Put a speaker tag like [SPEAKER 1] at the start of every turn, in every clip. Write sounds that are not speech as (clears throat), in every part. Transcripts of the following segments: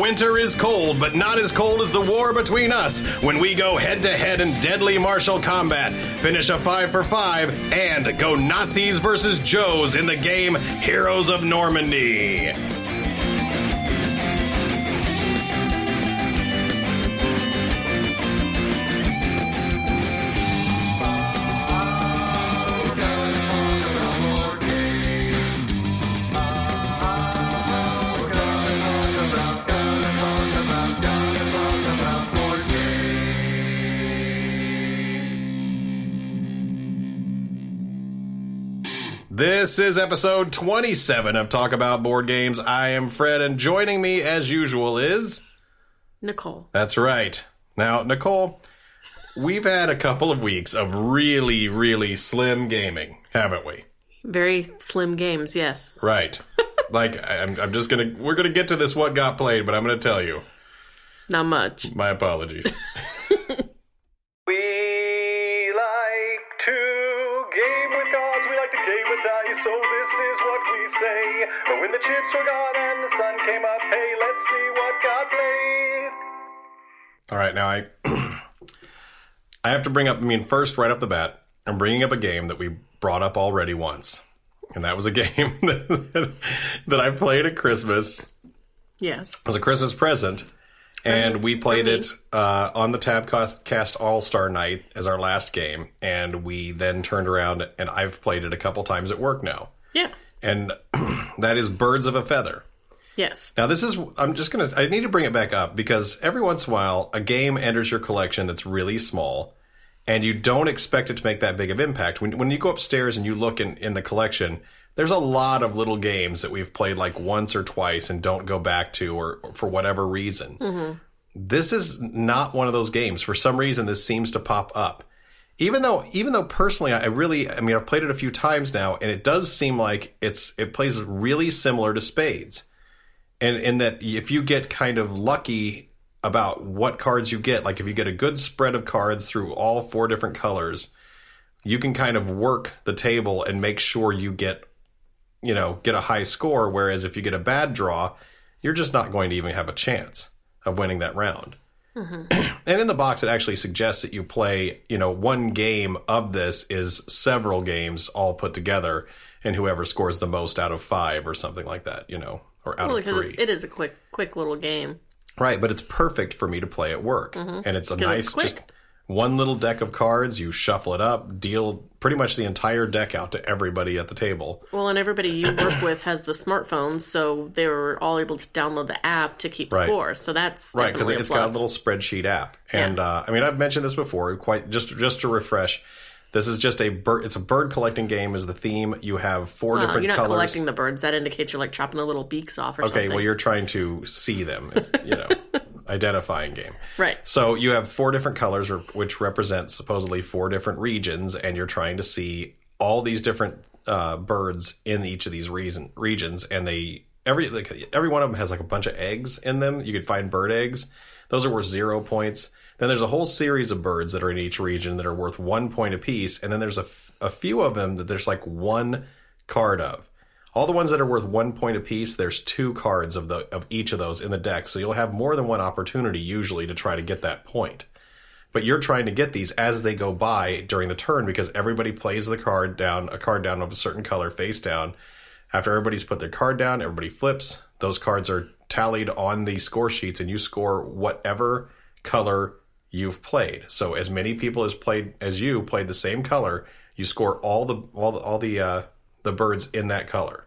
[SPEAKER 1] Winter is cold, but not as cold as the war between us when we go head to head in deadly martial combat, finish a five for five, and go Nazis versus Joes in the game Heroes of Normandy. This is episode 27 of Talk About Board Games. I am Fred, and joining me as usual is.
[SPEAKER 2] Nicole.
[SPEAKER 1] That's right. Now, Nicole, we've had a couple of weeks of really, really slim gaming, haven't we?
[SPEAKER 2] Very slim games, yes.
[SPEAKER 1] Right. (laughs) like, I- I'm, I'm just going to. We're going to get to this what got played, but I'm going to tell you.
[SPEAKER 2] Not much.
[SPEAKER 1] My
[SPEAKER 3] (laughs)
[SPEAKER 1] apologies.
[SPEAKER 3] We like to game with gods, we like to game with dice, so this is what we say. But when the chips were gone and the sun came up, hey, let's see what got played.
[SPEAKER 1] All right, now I (clears throat) I have to bring up. I mean, first, right off the bat, I'm bringing up a game that we brought up already once, and that was a (laughs) game that, that I played at Christmas. It
[SPEAKER 2] Yes.
[SPEAKER 1] was a Christmas present, and we played it uh, on the Tabcast All Star Night as our last game, and we then turned around and I've played it a couple times at work now,
[SPEAKER 2] Yeah.
[SPEAKER 1] and (clears throat) that is Birds of a Feather.
[SPEAKER 2] Yes.
[SPEAKER 1] Now, this is, I'm just going to, I need to bring it back up because every once in a while, a game enters your collection that's really small and you don't expect it to make that big of impact. When, when you go upstairs and you look in, in the collection, there's a lot of little games that we've played like once or twice and don't go back to or, or for whatever reason. This is not one of those games. For some reason, this seems to pop up. Even though, even though personally, I I really, I mean, I've played it a few times now, and it does seem like it's, it plays really similar to Spades and in that if you get kind of lucky about what cards you get like if you get a good spread of cards through all four different colors you can kind of work the table and make sure you get you know get a high score whereas if you get a bad draw you're just not going to even have a chance of winning that round
[SPEAKER 2] Mm-hmm.
[SPEAKER 1] (clears throat) and in the box it actually suggests that you play you know one game of this is several games all put together and whoever scores the most out of five or something like that you know or out
[SPEAKER 2] Well,
[SPEAKER 1] of
[SPEAKER 2] because
[SPEAKER 1] three
[SPEAKER 2] it's, it is a quick, quick little game.
[SPEAKER 1] Right, but it's perfect for me to play at work.
[SPEAKER 2] Mm-hmm.
[SPEAKER 1] And it's a nice
[SPEAKER 2] quick.
[SPEAKER 1] just one little deck of cards, you shuffle it up, deal pretty much the entire deck out to everybody at the table.
[SPEAKER 2] Well, and everybody you work with has the smartphones, so they were all able to download the app to keep
[SPEAKER 1] Right.
[SPEAKER 2] score. So that's
[SPEAKER 1] right because
[SPEAKER 2] definitely
[SPEAKER 1] it's
[SPEAKER 2] a
[SPEAKER 1] got a
[SPEAKER 2] plus.
[SPEAKER 1] little spreadsheet app and uh, i mean i've mentioned this before quite just just to refresh this is just a bird it's a bird collecting game is the theme you have four
[SPEAKER 2] Uh,
[SPEAKER 1] different
[SPEAKER 2] you're not
[SPEAKER 1] colors
[SPEAKER 2] collecting the birds. That indicates you're like chopping the little beaks off or
[SPEAKER 1] okay
[SPEAKER 2] something.
[SPEAKER 1] well you're trying to see them it's you
[SPEAKER 2] (laughs)
[SPEAKER 1] know identifying game
[SPEAKER 2] Right.
[SPEAKER 1] so you have four different colors re- which represent supposedly four different regions and you're trying to see all these different uh, birds in each of these reason, regions and they every like, every one of them has like a bunch of eggs in them you could find bird eggs those are worth zero points then there's a whole series of birds that are in each region that are worth one point apiece and then there's a, f- a few of them that there's like one card of all the ones that are worth one point apiece, there's two cards of the of each of those in the deck, so you'll have more than one opportunity usually to try to get that point. But you're trying to get these as they go by during the turn because everybody plays the card down a card down of a certain color face down. After everybody's put their card down, everybody flips. Those cards are tallied on the score sheets, and you score whatever color you've played. So as many people as played as you played the same color, you score all the all the, all the uh, the birds in that color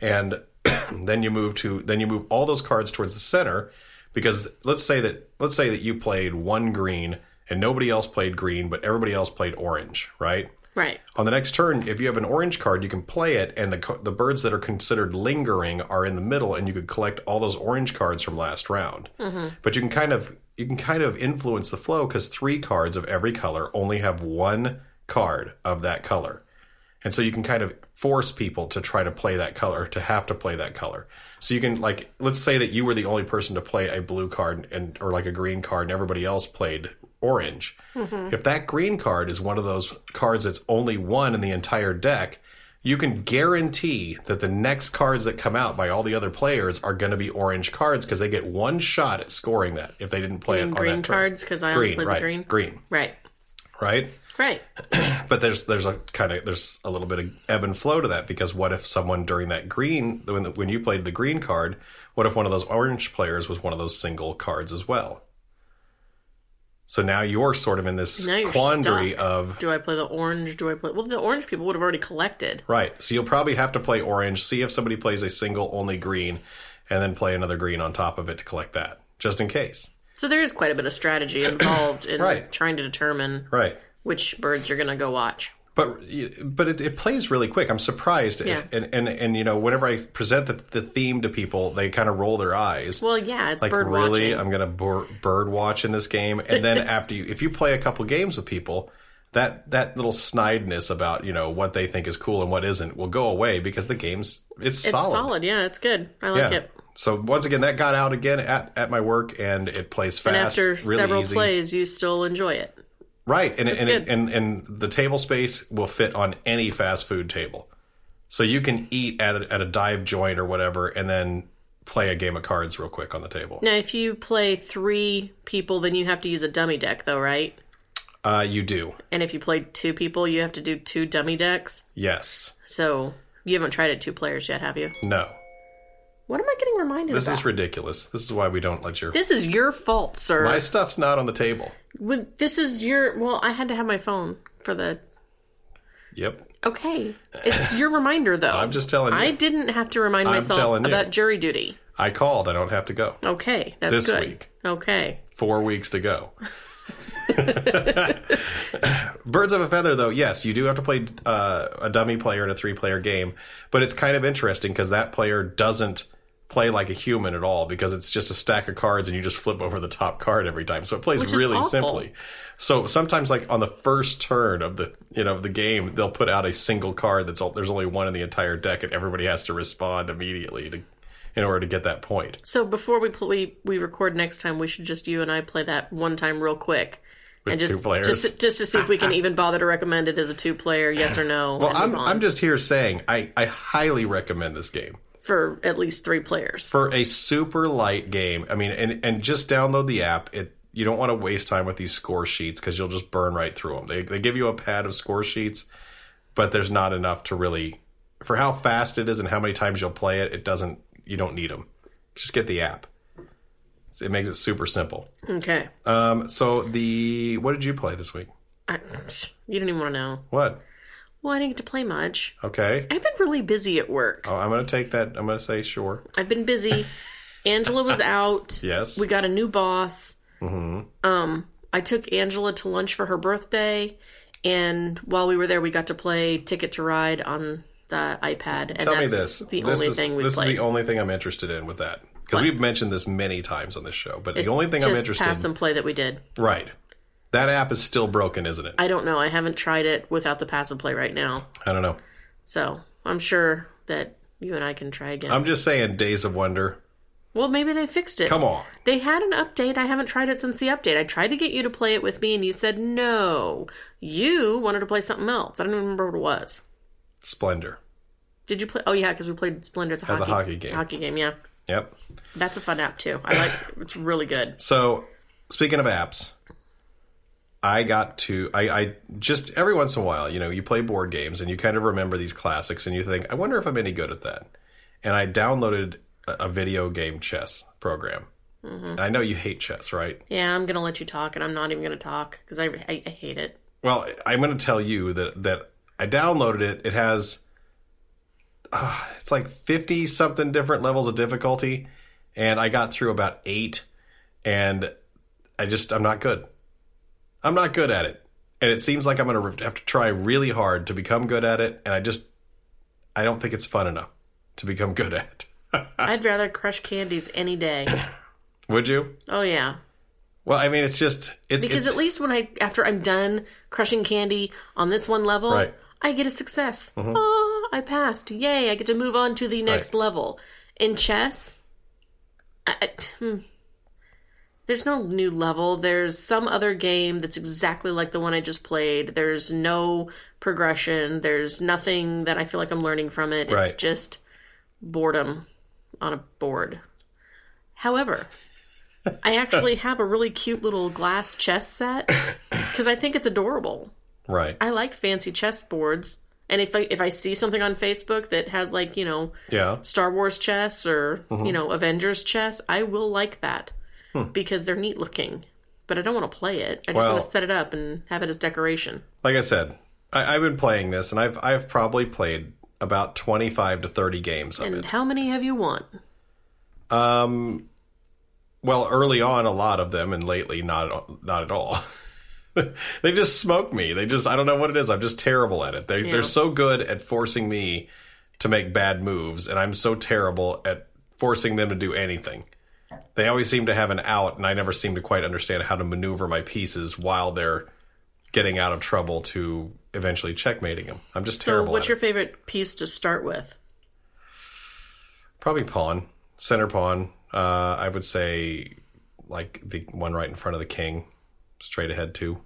[SPEAKER 1] and (clears throat) then you move to then you move all those cards towards the center because let's say that let's say that you played one green and nobody else played green but everybody else played orange right
[SPEAKER 2] right.
[SPEAKER 1] on the next turn if you have an orange card you can play it and the co- the birds that are considered lingering are in the middle and you could collect all those orange cards from last round but you can kind of you can kind of influence the flow because three cards of every color only have one card of that color and so you can kind of force people to try to play that color, to have to play that color. So you can like let's say that you were the only person to play a blue card and or like a green card and everybody else played
[SPEAKER 2] Mm-hmm.
[SPEAKER 1] orange. If that green card is one of those cards that's only one in the entire deck, you can guarantee that the next cards that come out by all the other players are going to be orange cards because they get one shot at scoring that if they didn't play it
[SPEAKER 2] And
[SPEAKER 1] on
[SPEAKER 2] green
[SPEAKER 1] that turn.
[SPEAKER 2] cards because I only
[SPEAKER 1] oh, Green,
[SPEAKER 2] play
[SPEAKER 1] right?
[SPEAKER 2] the green.
[SPEAKER 1] Green,
[SPEAKER 2] Right.
[SPEAKER 1] right?
[SPEAKER 2] Right.
[SPEAKER 1] But there's there's a kind of there's a little bit of ebb and flow to that because what if someone during that green when when you played the green card, what if one of those orange players was one of those single cards as well? So now you're sort of in this
[SPEAKER 2] Now you're
[SPEAKER 1] quandary
[SPEAKER 2] stuck.
[SPEAKER 1] of
[SPEAKER 2] Do I play the orange? Do I play? Well, the orange people would have already collected.
[SPEAKER 1] right. So you'll probably have to play orange, see if somebody plays a single only green, and then play another green on top of it to collect that, just in case.
[SPEAKER 2] So there is quite a bit of strategy involved in
[SPEAKER 1] Right.
[SPEAKER 2] trying to determine
[SPEAKER 1] Right.
[SPEAKER 2] which birds you're going to go watch.
[SPEAKER 1] But but it, it plays really quick. I'm surprised,
[SPEAKER 2] Yeah.
[SPEAKER 1] and, and and you know whenever I present the, the theme to people, they kind of roll their eyes.
[SPEAKER 2] Well, yeah, it's
[SPEAKER 1] like
[SPEAKER 2] bird
[SPEAKER 1] really,
[SPEAKER 2] watching.
[SPEAKER 1] I'm gonna bur- bird watch in this game, and
[SPEAKER 2] (laughs)
[SPEAKER 1] then after you, if you play a couple games with people, that that little snideness about you know what they think is cool and what isn't will go away because the game's it's,
[SPEAKER 2] it's solid. Yeah, it's good. I like
[SPEAKER 1] Yeah.
[SPEAKER 2] it.
[SPEAKER 1] So once again, that got out again at, at my work, and it plays fast,
[SPEAKER 2] And after
[SPEAKER 1] really
[SPEAKER 2] several
[SPEAKER 1] easy.
[SPEAKER 2] plays, you still enjoy it.
[SPEAKER 1] Right, and and,
[SPEAKER 2] good.
[SPEAKER 1] and and the table space will fit on any fast food table, so you can eat at a, at a dive joint or whatever, and then play a game of cards real quick on the table.
[SPEAKER 2] Now, if you play three people, then you have to use a dummy deck, though, right?
[SPEAKER 1] Uh, you do,
[SPEAKER 2] And if you play two people, you have to do two dummy decks.
[SPEAKER 1] yes,
[SPEAKER 2] So you haven't tried it two players yet, have you?
[SPEAKER 1] no.
[SPEAKER 2] What am I getting reminded
[SPEAKER 1] This
[SPEAKER 2] about?
[SPEAKER 1] is ridiculous. This is why we don't let your
[SPEAKER 2] this is your fault, sir.
[SPEAKER 1] my stuff's not on the table.
[SPEAKER 2] When- this is your. Well, I had to have my phone for the.
[SPEAKER 1] Yep.
[SPEAKER 2] Okay, it's your reminder though.
[SPEAKER 1] (laughs) I'm just telling you.
[SPEAKER 2] I didn't have to remind myself
[SPEAKER 1] telling you.
[SPEAKER 2] about jury duty.
[SPEAKER 1] I called. I don't have to go.
[SPEAKER 2] Okay, that's
[SPEAKER 1] This
[SPEAKER 2] good.
[SPEAKER 1] week.
[SPEAKER 2] Okay,
[SPEAKER 1] four weeks to go. (laughs) Birds of a Feather, though, yes, you do have to play uh, a dummy player in a three player game, but it's kind of interesting because that player doesn't play like a human at all because it's just a stack of cards and you just flip over the top card every time. So it plays
[SPEAKER 2] Which is
[SPEAKER 1] really
[SPEAKER 2] awful.
[SPEAKER 1] simply. So sometimes, like on the first turn of the you know of the game, they'll put out a single card that's all, there's only one in the entire deck, and everybody has to respond immediately to in order to get that point.
[SPEAKER 2] so before we pl- we we record next time, we should just you and I play that one time real quick.
[SPEAKER 1] With
[SPEAKER 2] and just,
[SPEAKER 1] two players.
[SPEAKER 2] just just to see if we
[SPEAKER 1] (laughs)
[SPEAKER 2] can even bother to recommend it as a two player, yes or no.
[SPEAKER 1] (sighs) Well,
[SPEAKER 2] and
[SPEAKER 1] I'm
[SPEAKER 2] move on.
[SPEAKER 1] I'm just here saying I, I highly recommend this game
[SPEAKER 2] for at least three players.
[SPEAKER 1] for a super light game. I mean, and and just download the app. It you don't want to waste time with these score sheets because you'll just burn right through them. They they give you a pad of score sheets, but there's not enough to really for how fast it is and how many times you'll play it. It doesn't you don't need them. Just get the app. It makes it super simple.
[SPEAKER 2] okay,
[SPEAKER 1] Um, so the what did you play this week?
[SPEAKER 2] I, (sniffs) you don't even want to know.
[SPEAKER 1] What?
[SPEAKER 2] Well, I didn't get to play much.
[SPEAKER 1] Okay.
[SPEAKER 2] I've been really busy at work.
[SPEAKER 1] Oh, I'm gonna take that. I'm gonna say sure.
[SPEAKER 2] I've
[SPEAKER 1] (laughs)
[SPEAKER 2] been busy. Angela was out.
[SPEAKER 1] Yes.
[SPEAKER 2] We got a new boss. Mm-hmm. Um, I took Angela to lunch for her birthday, and while we were there, we got to play Ticket to Ride on the iPad. And
[SPEAKER 1] Tell
[SPEAKER 2] that's
[SPEAKER 1] me this.
[SPEAKER 2] The
[SPEAKER 1] this
[SPEAKER 2] only
[SPEAKER 1] is,
[SPEAKER 2] thing we
[SPEAKER 1] this
[SPEAKER 2] played.
[SPEAKER 1] is the only thing I'm interested in with that because we've mentioned this many times on this show. But
[SPEAKER 2] It's
[SPEAKER 1] the only thing
[SPEAKER 2] just
[SPEAKER 1] I'm interested
[SPEAKER 2] pass and play that we did.
[SPEAKER 1] right, that app is still broken, isn't it? I,
[SPEAKER 2] I don't know. I haven't tried it without the pass and play right now,
[SPEAKER 1] don't know.
[SPEAKER 2] so I'm sure that you and I can try again.
[SPEAKER 1] I'm just saying, Days of Wonder.
[SPEAKER 2] well, maybe they fixed it.
[SPEAKER 1] Come on,
[SPEAKER 2] They had an update. I haven't tried it since the update. I tried to get you to play it with me, and you said no. You wanted to play something else. I don't even remember what it was.
[SPEAKER 1] Splendor.
[SPEAKER 2] Did you play? Oh yeah, because we played Splendor the hockey,
[SPEAKER 1] the hockey game.
[SPEAKER 2] Hockey game, yeah.
[SPEAKER 1] Yep.
[SPEAKER 2] That's a fun app too. I like. it's really good.
[SPEAKER 1] So speaking of apps, I got to I, I just every once in a while, you know, you play board games and you kind of remember these classics and you think, I wonder if I'm any good at that. And I downloaded a, a video game chess program.
[SPEAKER 2] Mm-hmm.
[SPEAKER 1] I know you hate chess, right?
[SPEAKER 2] Yeah, I'm gonna let you talk, and I'm not even gonna talk because I, I I hate it.
[SPEAKER 1] Well, I'm going to tell you that that I downloaded it. It has uh, it's like 50 something different levels of difficulty and I got through about 8 and I just I'm not good. I'm not good at it. And it seems like I'm going to have to try really hard to become good at it and I just I don't think it's fun enough to become (laughs) good at. it.
[SPEAKER 2] I'd rather crush candies any
[SPEAKER 1] (coughs)
[SPEAKER 2] day.
[SPEAKER 1] Would you?
[SPEAKER 2] Oh yeah,
[SPEAKER 1] Well, I mean it's just it's
[SPEAKER 2] because
[SPEAKER 1] it's,
[SPEAKER 2] at least when I after I'm done crushing candy on this one level,
[SPEAKER 1] Right. Mm-hmm.
[SPEAKER 2] I get a success. Ah, I passed! Yay! I get to move on to the next level. In chess, I, I, hmm. There's no new level. There's some other game that's exactly like the one I just played. There's no progression. There's nothing that I feel like I'm learning from it. It's
[SPEAKER 1] Right.
[SPEAKER 2] just boredom on a board. However, I actually have a really cute little glass chess set because I think it's adorable.
[SPEAKER 1] Right.
[SPEAKER 2] I like fancy chess boards. And if I if I see something on Facebook that has like, you know,
[SPEAKER 1] Yeah.
[SPEAKER 2] Star Wars chess or
[SPEAKER 1] Mm-hmm.
[SPEAKER 2] you know Avengers chess, I will like that because they're neat looking. But I don't want to play it. I just
[SPEAKER 1] Hmm. Well-
[SPEAKER 2] want to set it up and have it as decoration.
[SPEAKER 1] Like I said, I, I've been playing this, and I've I've probably played about twenty five to thirty games of it.
[SPEAKER 2] And how many have you won?
[SPEAKER 1] Well, early on, a lot of them, and lately, not at- not at all. (laughs) they just smoke me. They just I don't know what it is. I'm just terrible at it. They
[SPEAKER 2] Yeah.
[SPEAKER 1] they're so good at forcing me to make bad moves, and I'm so terrible at forcing them to do anything. They always seem to have an out, and I never seem to quite understand how to maneuver my pieces while they're getting out of trouble to eventually checkmating them. I'm just
[SPEAKER 2] So
[SPEAKER 1] terrible.
[SPEAKER 2] what's
[SPEAKER 1] at
[SPEAKER 2] your
[SPEAKER 1] it.
[SPEAKER 2] favorite piece to start with?
[SPEAKER 1] Probably pawn, center pawn. Uh, I would say like the one right in front of the king, straight ahead too.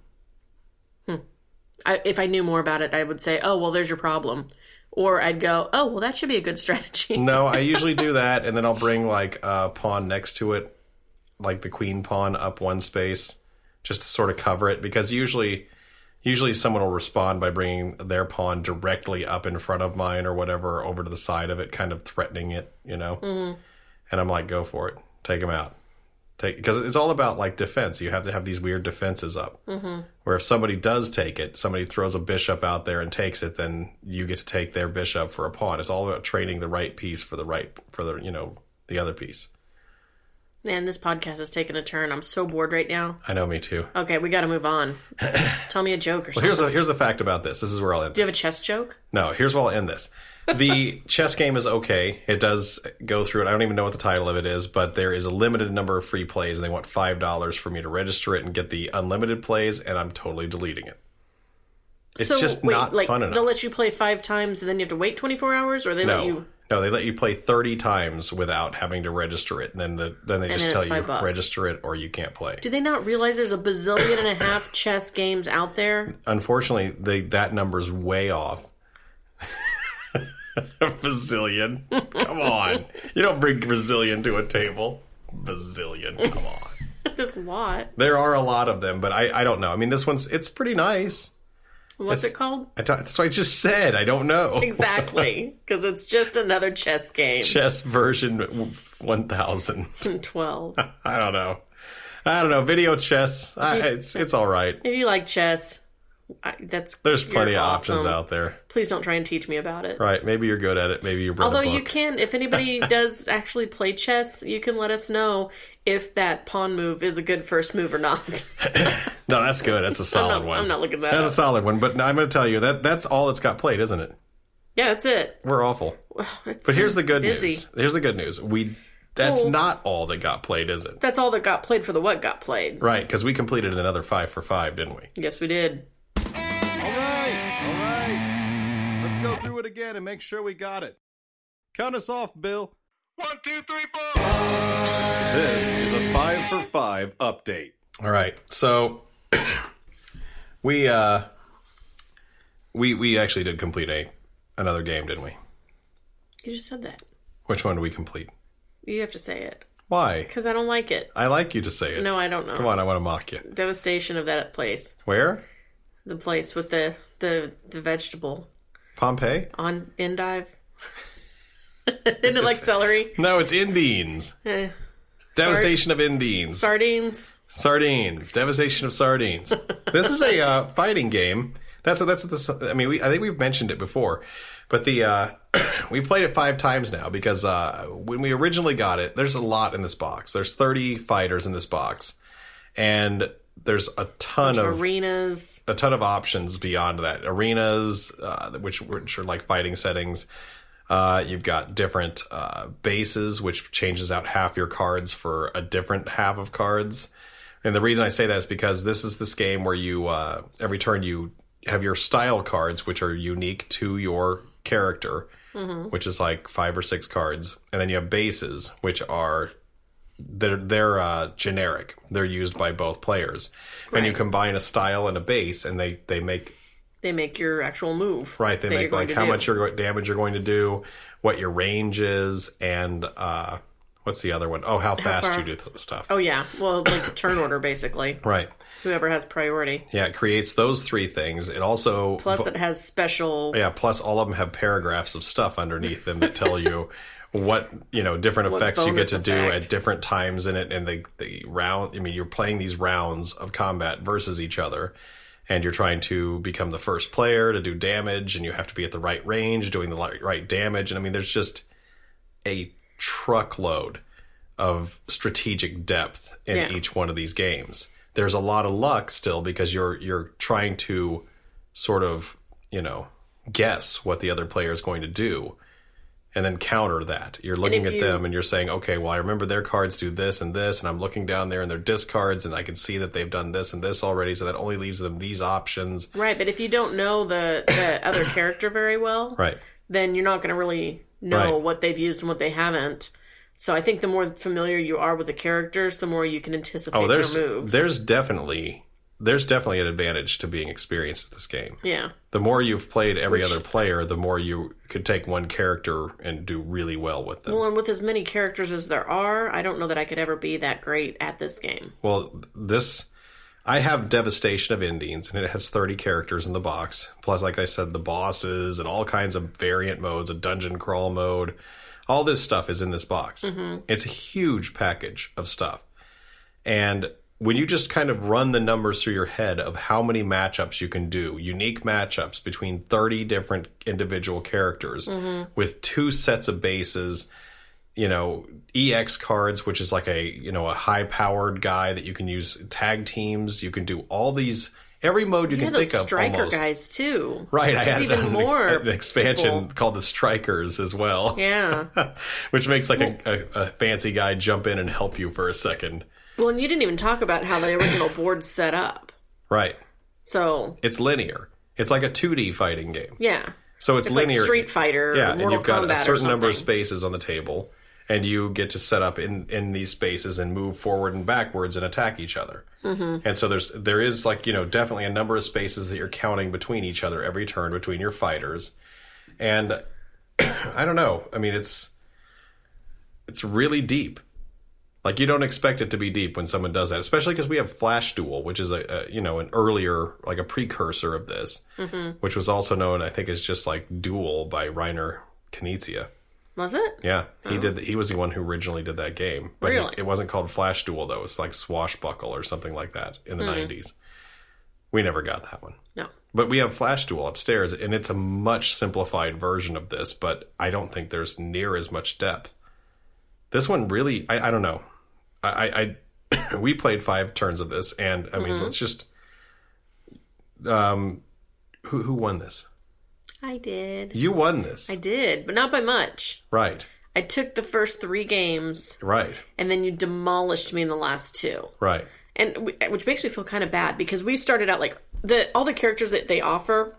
[SPEAKER 2] I, if I knew more about it, I would say, "Oh, well, there's your problem," or I'd go, "Oh, well, that should be a good (laughs) strategy."
[SPEAKER 1] No, I usually do that, and then I'll bring like a pawn next to it, like the queen pawn up one space, just to sort of cover it. Because usually, usually someone will respond by bringing their pawn directly up in front of mine or whatever, over to the side of it, kind of threatening it, you know. And I'm like, go for it, take him out, take because it's all about like defense. You have to have these weird defenses up, mm-hmm. where if somebody does take it, somebody throws a bishop out there and takes it, then you get to take their bishop for a pawn. It's all about trading the right piece for the right for the you know the other piece.
[SPEAKER 2] Man, this podcast has taken a turn. I'm so bored right now.
[SPEAKER 1] I know, me too.
[SPEAKER 2] Okay, we got to
[SPEAKER 1] (clears throat)
[SPEAKER 2] move on. Tell me a joke or something.
[SPEAKER 1] Here's a here's a fact about this. This is where I'll end.
[SPEAKER 2] Do you
[SPEAKER 1] This.
[SPEAKER 2] have a chess joke?
[SPEAKER 1] No, here's where I'll end this.
[SPEAKER 2] (laughs)
[SPEAKER 1] The chess game is okay. It does go through it. I don't even know what the title of it is, but there is a limited number of free plays, and they want five dollars for me to register it and get the unlimited plays, and I'm totally deleting it. It's just not
[SPEAKER 2] like,
[SPEAKER 1] fun
[SPEAKER 2] They'll
[SPEAKER 1] enough.
[SPEAKER 2] let you play five times and then you have to wait 24 hours, or they
[SPEAKER 1] No,
[SPEAKER 2] let you.
[SPEAKER 1] no, they let you play thirty times without having to register it, and then the, then they just
[SPEAKER 2] then
[SPEAKER 1] tell
[SPEAKER 2] it's
[SPEAKER 1] you
[SPEAKER 2] five bucks.
[SPEAKER 1] register it or you can't play.
[SPEAKER 2] Do they not realize there's a bazillion and a half chess games
[SPEAKER 1] (laughs)
[SPEAKER 2] out there?
[SPEAKER 1] Unfortunately, they, that number's way off. (laughs) bazillion. Come on. You don't bring bazillion to a table. Bazillion. Come on.
[SPEAKER 2] there's a lot.
[SPEAKER 1] There are a lot of them, but I, I don't know. I mean, this one's, it's pretty nice.
[SPEAKER 2] What's it called?
[SPEAKER 1] I don't- that's what I just said. I don't know.
[SPEAKER 2] Exactly, because it's just another chess game. (laughs)
[SPEAKER 1] Chess version 1000. (laughs)
[SPEAKER 2] 12.
[SPEAKER 1] I don't know. I don't know. Video chess. I, it's, it's all right.
[SPEAKER 2] If you like chess, I, that's
[SPEAKER 1] There's
[SPEAKER 2] you're
[SPEAKER 1] plenty of options
[SPEAKER 2] awesome.
[SPEAKER 1] out there.
[SPEAKER 2] Please don't try and teach me about it.
[SPEAKER 1] Right. Maybe you're good at it. Maybe you read
[SPEAKER 2] Although
[SPEAKER 1] a book.
[SPEAKER 2] you can,
[SPEAKER 1] (laughs)
[SPEAKER 2] if anybody does actually play chess, you can let us know if that pawn move is a good first move
[SPEAKER 1] (laughs)
[SPEAKER 2] or not. (laughs)
[SPEAKER 1] No, that's good. That's a solid
[SPEAKER 2] not-
[SPEAKER 1] one.
[SPEAKER 2] (laughs) I'm not looking that
[SPEAKER 1] That's
[SPEAKER 2] up.
[SPEAKER 1] a solid one. But I'm going to tell you that that's all that's got played, isn't it?
[SPEAKER 2] yeah, that's it. (sighs)
[SPEAKER 1] We're awful.
[SPEAKER 2] It's-
[SPEAKER 1] But here's the good
[SPEAKER 2] Busy.
[SPEAKER 1] news. Here's the good news. We that's
[SPEAKER 2] Cool.
[SPEAKER 1] not all that got played, is it?
[SPEAKER 2] that's all that got played for the what got played.
[SPEAKER 1] Right? Because we completed another five for five, didn't we?
[SPEAKER 2] Yes, we did.
[SPEAKER 1] All right, all right. Let's go through it again and make sure we got it. Count us off, Bill.
[SPEAKER 3] One, two, three, four.
[SPEAKER 1] This is a five for five update. All right, so (clears throat) we uh we we actually did complete a another game, didn't we?
[SPEAKER 2] You just said that.
[SPEAKER 1] Which one do we complete?
[SPEAKER 2] You have to say it
[SPEAKER 1] Why?
[SPEAKER 2] because I don't like it.
[SPEAKER 1] I like you to say it.
[SPEAKER 2] No, I don't know.
[SPEAKER 1] Come on, I want to mock you.
[SPEAKER 2] Devastation of that place.
[SPEAKER 1] Where?
[SPEAKER 2] The place with the the, the vegetable
[SPEAKER 1] Pompeii?
[SPEAKER 2] on endive. (laughs) Isn't it like celery,
[SPEAKER 1] No, it's Indians.
[SPEAKER 2] Eh.
[SPEAKER 1] Devastation of Indians.
[SPEAKER 2] sardines?
[SPEAKER 1] sardines. Devastation of sardines. this is a uh, fighting game. That's what, that's what this. I mean, we I think we've mentioned it before, but the uh, (clears throat) we played it five times now because uh, when we originally got it, there's a lot in this box. There's 30 fighters in this box, and there's a ton of
[SPEAKER 2] Arenas.
[SPEAKER 1] a ton of options beyond that arenas uh, which which are like fighting settings uh, you've got different uh, bases which changes out half your cards for a different half of cards and the reason i say that is because this is this game where you uh, every turn you have your style cards which are unique to your character which is like five or six cards and then you have bases which are they're they're uh, generic. They're used by both players, and you
[SPEAKER 2] Right.
[SPEAKER 1] combine a style and a base, and they they make
[SPEAKER 2] They make your actual move.
[SPEAKER 1] right. They
[SPEAKER 2] that you're
[SPEAKER 1] make
[SPEAKER 2] going
[SPEAKER 1] like
[SPEAKER 2] to
[SPEAKER 1] how
[SPEAKER 2] do.
[SPEAKER 1] much your damage you're going to do, what your range is, and uh, what's the other one? Oh, how fast
[SPEAKER 2] far?
[SPEAKER 1] you do th- stuff.
[SPEAKER 2] Oh yeah. Well, like turn order basically.
[SPEAKER 1] Right.
[SPEAKER 2] Whoever has priority.
[SPEAKER 1] Yeah, it creates those three things. It also
[SPEAKER 2] Plus, it has special.
[SPEAKER 1] yeah, plus all of them have paragraphs of stuff underneath them that tell you (laughs) what you know different effects you get
[SPEAKER 2] bonus
[SPEAKER 1] to do
[SPEAKER 2] effect.
[SPEAKER 1] at different times in it, and the the round. I mean, you're playing these rounds of combat versus each other, and you're trying to become the first player to do damage, and you have to be at the right range doing the li- right damage. And I mean, there's just a truckload of strategic depth in
[SPEAKER 2] Yeah.
[SPEAKER 1] each one of these games. There's a lot of luck still because you're you're trying to sort of, you know, guess what the other player is going to do and then counter that. You're looking at
[SPEAKER 2] if you-
[SPEAKER 1] them and you're saying, "Okay, well, I remember their cards do this and this and I'm looking down there in their discards and I can see that they've done this and this already, so that only leaves them these options."
[SPEAKER 2] Right, but if you don't know the, the other character very well,
[SPEAKER 1] Right.
[SPEAKER 2] then you're not going to really know
[SPEAKER 1] Right.
[SPEAKER 2] what they've used and what they haven't. So I think the more familiar you are with the characters, the more you can anticipate
[SPEAKER 1] Oh, there's
[SPEAKER 2] their moves.
[SPEAKER 1] there's definitely there's definitely an advantage to being experienced at this game.
[SPEAKER 2] yeah,
[SPEAKER 1] the more you've played every other player, the more you could take one character and do really well with them.
[SPEAKER 2] well, and with as many characters as there are, I don't know that I could ever be that great at this game.
[SPEAKER 1] Well, this I have Devastation of Indians, and it has 30 characters in the box. Plus, like I said, the bosses and all kinds of variant modes, a dungeon crawl mode. All this stuff is in this box. It's a huge package of stuff. And when you just kind of run the numbers through your head of how many matchups you can do, unique matchups between 30 different individual characters
[SPEAKER 2] Mm-hmm.
[SPEAKER 1] with two sets of bases, you know, EX cards, which is like a, you know, a high powered guy that you can use tag teams, you can do all these every mode you
[SPEAKER 2] Yeah,
[SPEAKER 1] can
[SPEAKER 2] those
[SPEAKER 1] think of
[SPEAKER 2] striker
[SPEAKER 1] almost.
[SPEAKER 2] guys too.
[SPEAKER 1] Right, I
[SPEAKER 2] Which is
[SPEAKER 1] had
[SPEAKER 2] even
[SPEAKER 1] an,
[SPEAKER 2] more
[SPEAKER 1] an expansion
[SPEAKER 2] people.
[SPEAKER 1] called the Strikers as well,
[SPEAKER 2] Yeah.
[SPEAKER 1] (laughs) which makes like a, a, a fancy guy jump in and help you for a second.
[SPEAKER 2] well, and you didn't even talk about how the
[SPEAKER 1] (coughs)
[SPEAKER 2] original board's set up.
[SPEAKER 1] Right.
[SPEAKER 2] So
[SPEAKER 1] it's linear. It's like a 2D fighting game.
[SPEAKER 2] yeah,
[SPEAKER 1] So it's,
[SPEAKER 2] it's
[SPEAKER 1] linear.
[SPEAKER 2] like Street Fighter.
[SPEAKER 1] yeah,
[SPEAKER 2] or
[SPEAKER 1] and
[SPEAKER 2] Mortal
[SPEAKER 1] you've got
[SPEAKER 2] Kombat
[SPEAKER 1] a
[SPEAKER 2] or
[SPEAKER 1] certain number of
[SPEAKER 2] something.
[SPEAKER 1] spaces on the table, and you get to set up in in these spaces and move forward and backwards and attack each other. Mm-hmm. And so there's there is like you know definitely a number of spaces that you're counting between each other every turn between your fighters, and (clears throat) I don't know. I mean, it's it's really deep. Like you don't expect it to be deep when someone does that, especially because we have Flash Duel, which is a, a you know an earlier like a precursor of this, which was also known I think as just like Duel by Reiner Knizia.
[SPEAKER 2] Was it?
[SPEAKER 1] Yeah, he did. He was the one who originally did that game, but he-
[SPEAKER 2] Really?
[SPEAKER 1] it wasn't called Flash Duel though. It's like Swashbuckle or something like that in the nineties. We never got that one.
[SPEAKER 2] No.
[SPEAKER 1] But we have Flash Duel upstairs, and it's a much simplified version of this, but I don't think there's near as much depth. This one really, I, I don't know. I, I, I (coughs) we played five turns of this, and I mean, let's just, um, who who won this?
[SPEAKER 2] I did.
[SPEAKER 1] You won this,
[SPEAKER 2] I did, but not by much.
[SPEAKER 1] right?
[SPEAKER 2] I took the first three games,
[SPEAKER 1] Right,
[SPEAKER 2] and then you demolished me in the last two,
[SPEAKER 1] right,
[SPEAKER 2] and w- which makes me feel kind of bad because we started out like the all the characters that they offer,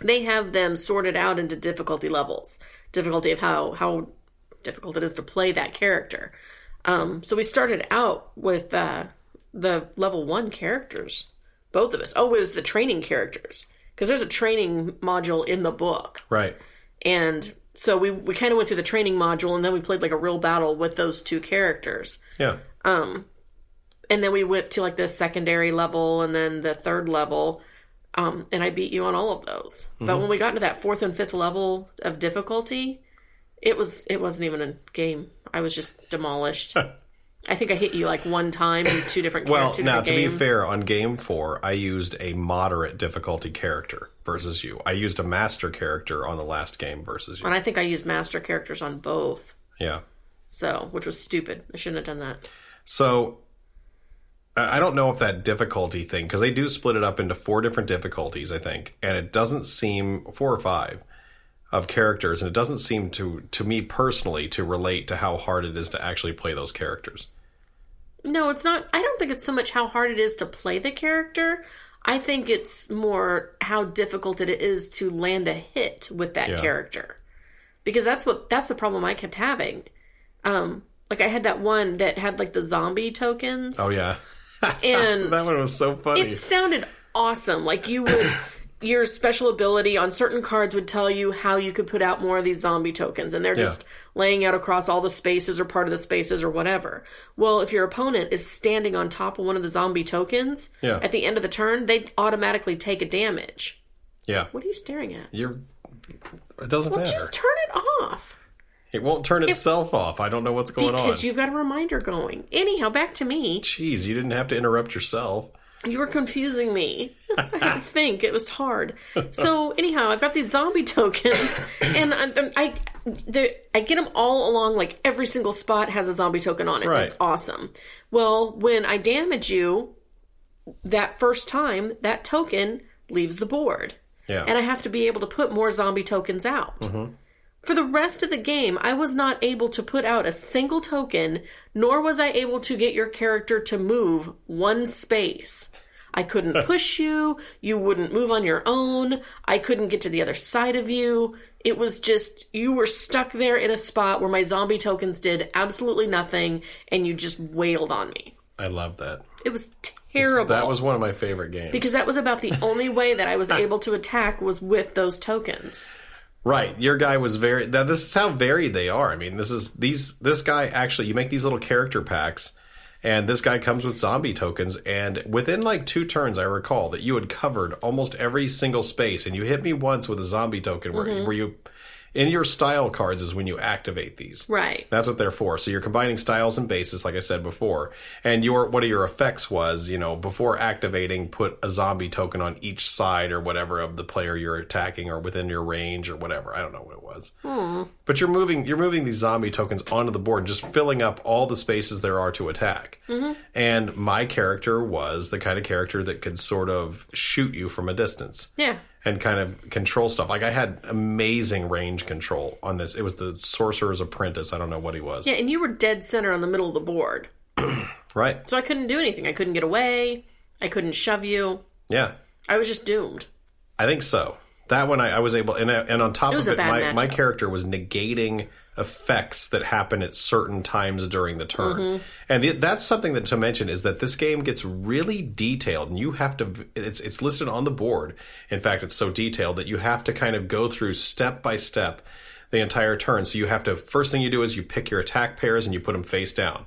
[SPEAKER 2] they have them sorted out into difficulty levels, difficulty of how how difficult it is to play that character. Um, so we started out with uh, the level one characters, both of us. Oh, it was the training characters because there's a training module in the book.
[SPEAKER 1] right,
[SPEAKER 2] and so we we kind of went through the training module and then we played like a real battle with those two characters
[SPEAKER 1] yeah,
[SPEAKER 2] and then we went to like the secondary level and then the third level um, and i beat you on all of those but
[SPEAKER 1] Mm-hmm.
[SPEAKER 2] when we got into that fourth and fifth level of difficulty it was it wasn't even a game i was
[SPEAKER 1] (laughs)
[SPEAKER 2] just demolished i think i hit you like one time in two different
[SPEAKER 1] Well,
[SPEAKER 2] two
[SPEAKER 1] now
[SPEAKER 2] different
[SPEAKER 1] to be
[SPEAKER 2] games.
[SPEAKER 1] fair, on game four, I used a moderate difficulty character versus you. I used a master character on the last game versus you.
[SPEAKER 2] and i think i used master characters on both
[SPEAKER 1] Yeah.
[SPEAKER 2] so which was stupid i shouldn't have done that
[SPEAKER 1] So I I don't know if that difficulty thing because they do split it up into four different difficulties, I think, and it doesn't seem four or five of characters, and it doesn't seem to to me personally to relate to how hard it is to actually play those characters.
[SPEAKER 2] No, it's not. I don't think it's so much how hard it is to play the character. I think it's more how difficult it is to land a hit with that
[SPEAKER 1] Yeah.
[SPEAKER 2] character. Because that's what that's the problem I kept having. Um Like I had that one that had like the zombie tokens.
[SPEAKER 1] Oh yeah, (laughs)
[SPEAKER 2] and
[SPEAKER 1] that one was so funny.
[SPEAKER 2] it sounded awesome. Like
[SPEAKER 1] (clears throat)
[SPEAKER 2] you would your special ability on certain cards would tell you how you could put out more of these zombie tokens and they're just laying out across all the spaces or part of the spaces or whatever. Well, if your opponent is standing on top of one of the zombie tokens
[SPEAKER 1] Yeah.
[SPEAKER 2] at the end of the turn, they automatically take a damage.
[SPEAKER 1] Yeah,
[SPEAKER 2] What are you staring at?
[SPEAKER 1] you're. It doesn't
[SPEAKER 2] Well,
[SPEAKER 1] matter.
[SPEAKER 2] just turn it off.
[SPEAKER 1] It won't turn itself off. I don't know what's going on.
[SPEAKER 2] Because you've got a reminder going. Anyhow, back to me.
[SPEAKER 1] Jeez, you didn't have to interrupt yourself.
[SPEAKER 2] You were confusing me. I had to think. It was hard. So anyhow, I've got these zombie (laughs) tokens, and I, um, I, the- I get them all along. Like every single spot has a zombie token on it.
[SPEAKER 1] Right.
[SPEAKER 2] It's awesome. Well, when I damage you that first time, that token leaves the board,
[SPEAKER 1] Yeah.
[SPEAKER 2] and I have to be able to put more zombie tokens out. For the rest of the game, I was not able to put out a single token, nor was I able to get your character to move one space.
[SPEAKER 1] (laughs)
[SPEAKER 2] I couldn't push you, you wouldn't move on your own, I couldn't get to the other side of you. It was just, you were stuck there in a spot where my zombie tokens did absolutely nothing, and you just wailed on me.
[SPEAKER 1] I love that.
[SPEAKER 2] It was terrible.
[SPEAKER 1] That was one of my favorite games.
[SPEAKER 2] because that was about the only way that
[SPEAKER 1] (laughs)
[SPEAKER 2] I was able to attack was with those tokens.
[SPEAKER 1] Right, your guy was very. Now this is how varied they are. I mean, this is these. This guy actually, you make these little character packs, and this guy comes with zombie tokens. And within like two turns, I recall that you had covered almost every single space, and you hit me once with a zombie token. Where,
[SPEAKER 2] Mm-hmm.
[SPEAKER 1] where you, in your style cards, is when you activate these.
[SPEAKER 2] Right.
[SPEAKER 1] That's what they're for. So you're combining styles and bases, like I said before. And your one of your effects was, you know, before activating, put a zombie token on each side or whatever of the player you're attacking or within your range or whatever. I don't know what it was. But you're moving you're moving these zombie tokens onto the board and just filling up all the spaces there are to attack. And my character was the kind of character that could sort of shoot you from a distance
[SPEAKER 2] Yeah.
[SPEAKER 1] and kind of control stuff. Like I had amazing range control on this. It was the Sorcerer's Apprentice. I don't know what he was.
[SPEAKER 2] Yeah, and you were dead center on the middle of the board.
[SPEAKER 1] Right.
[SPEAKER 2] So I couldn't do anything. I couldn't get away. I couldn't shove you.
[SPEAKER 1] Yeah.
[SPEAKER 2] I was just doomed.
[SPEAKER 1] I think so. That one I, I was able, and I- and on top
[SPEAKER 2] was
[SPEAKER 1] of
[SPEAKER 2] a
[SPEAKER 1] it,
[SPEAKER 2] bad
[SPEAKER 1] my, my
[SPEAKER 2] matchup.
[SPEAKER 1] character was negating effects that happen at certain times during the turn, and the, that's something that to mention is that this game gets really detailed, and you have to. v- It's it's listed on the board. In fact, it's so detailed that you have to kind of go through step by step the entire turn. So you have to first thing you do is you pick your attack pairs and you put them face down.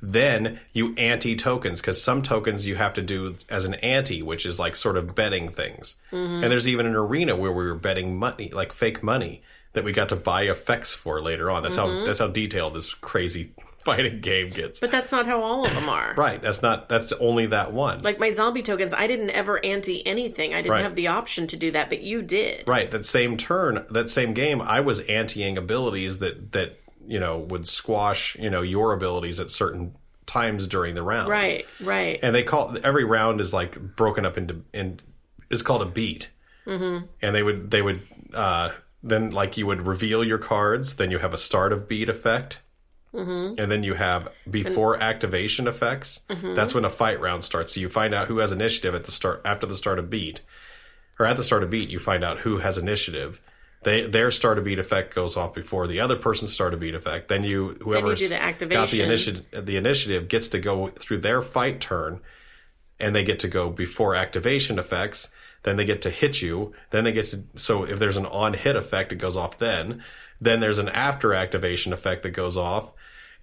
[SPEAKER 1] Then you anti tokens because some tokens you have to do as an ante, which is like sort of betting things. And there's even an arena where we were betting money, like fake money, that we got to buy effects for later on. That's
[SPEAKER 2] Mm-hmm.
[SPEAKER 1] how that's how detailed this crazy (laughs) fighting game gets.
[SPEAKER 2] But that's not how all of them are.
[SPEAKER 1] right? That's not that's only that one.
[SPEAKER 2] Like my zombie tokens, I didn't ever anti anything. I didn't
[SPEAKER 1] Right.
[SPEAKER 2] have the option to do that, but you did.
[SPEAKER 1] Right. That same turn, that same game, I was anteing abilities that that you know would squash you know your abilities at certain times during the round.
[SPEAKER 2] Right, right.
[SPEAKER 1] And they call every round is like broken up into in is called a beat. Mm-hmm. And they would they would uh, then like you would reveal your cards. Then you have a start of beat effect. Mm-hmm. And then you have before activation effects. That's when a fight round starts. So you find out who has initiative at the start after the start of beat or at the start of beat, you find out who has initiative. They, their start of beat effect goes off before the other person's start of beat effect. Then you whoever
[SPEAKER 2] do the
[SPEAKER 1] got the
[SPEAKER 2] activation.
[SPEAKER 1] initiative the initiative gets to go through their fight turn, and they get to go before activation effects. Then they get to hit you. Then they get to so if there's an on hit effect, it goes off then. Then there's an after activation effect that goes off,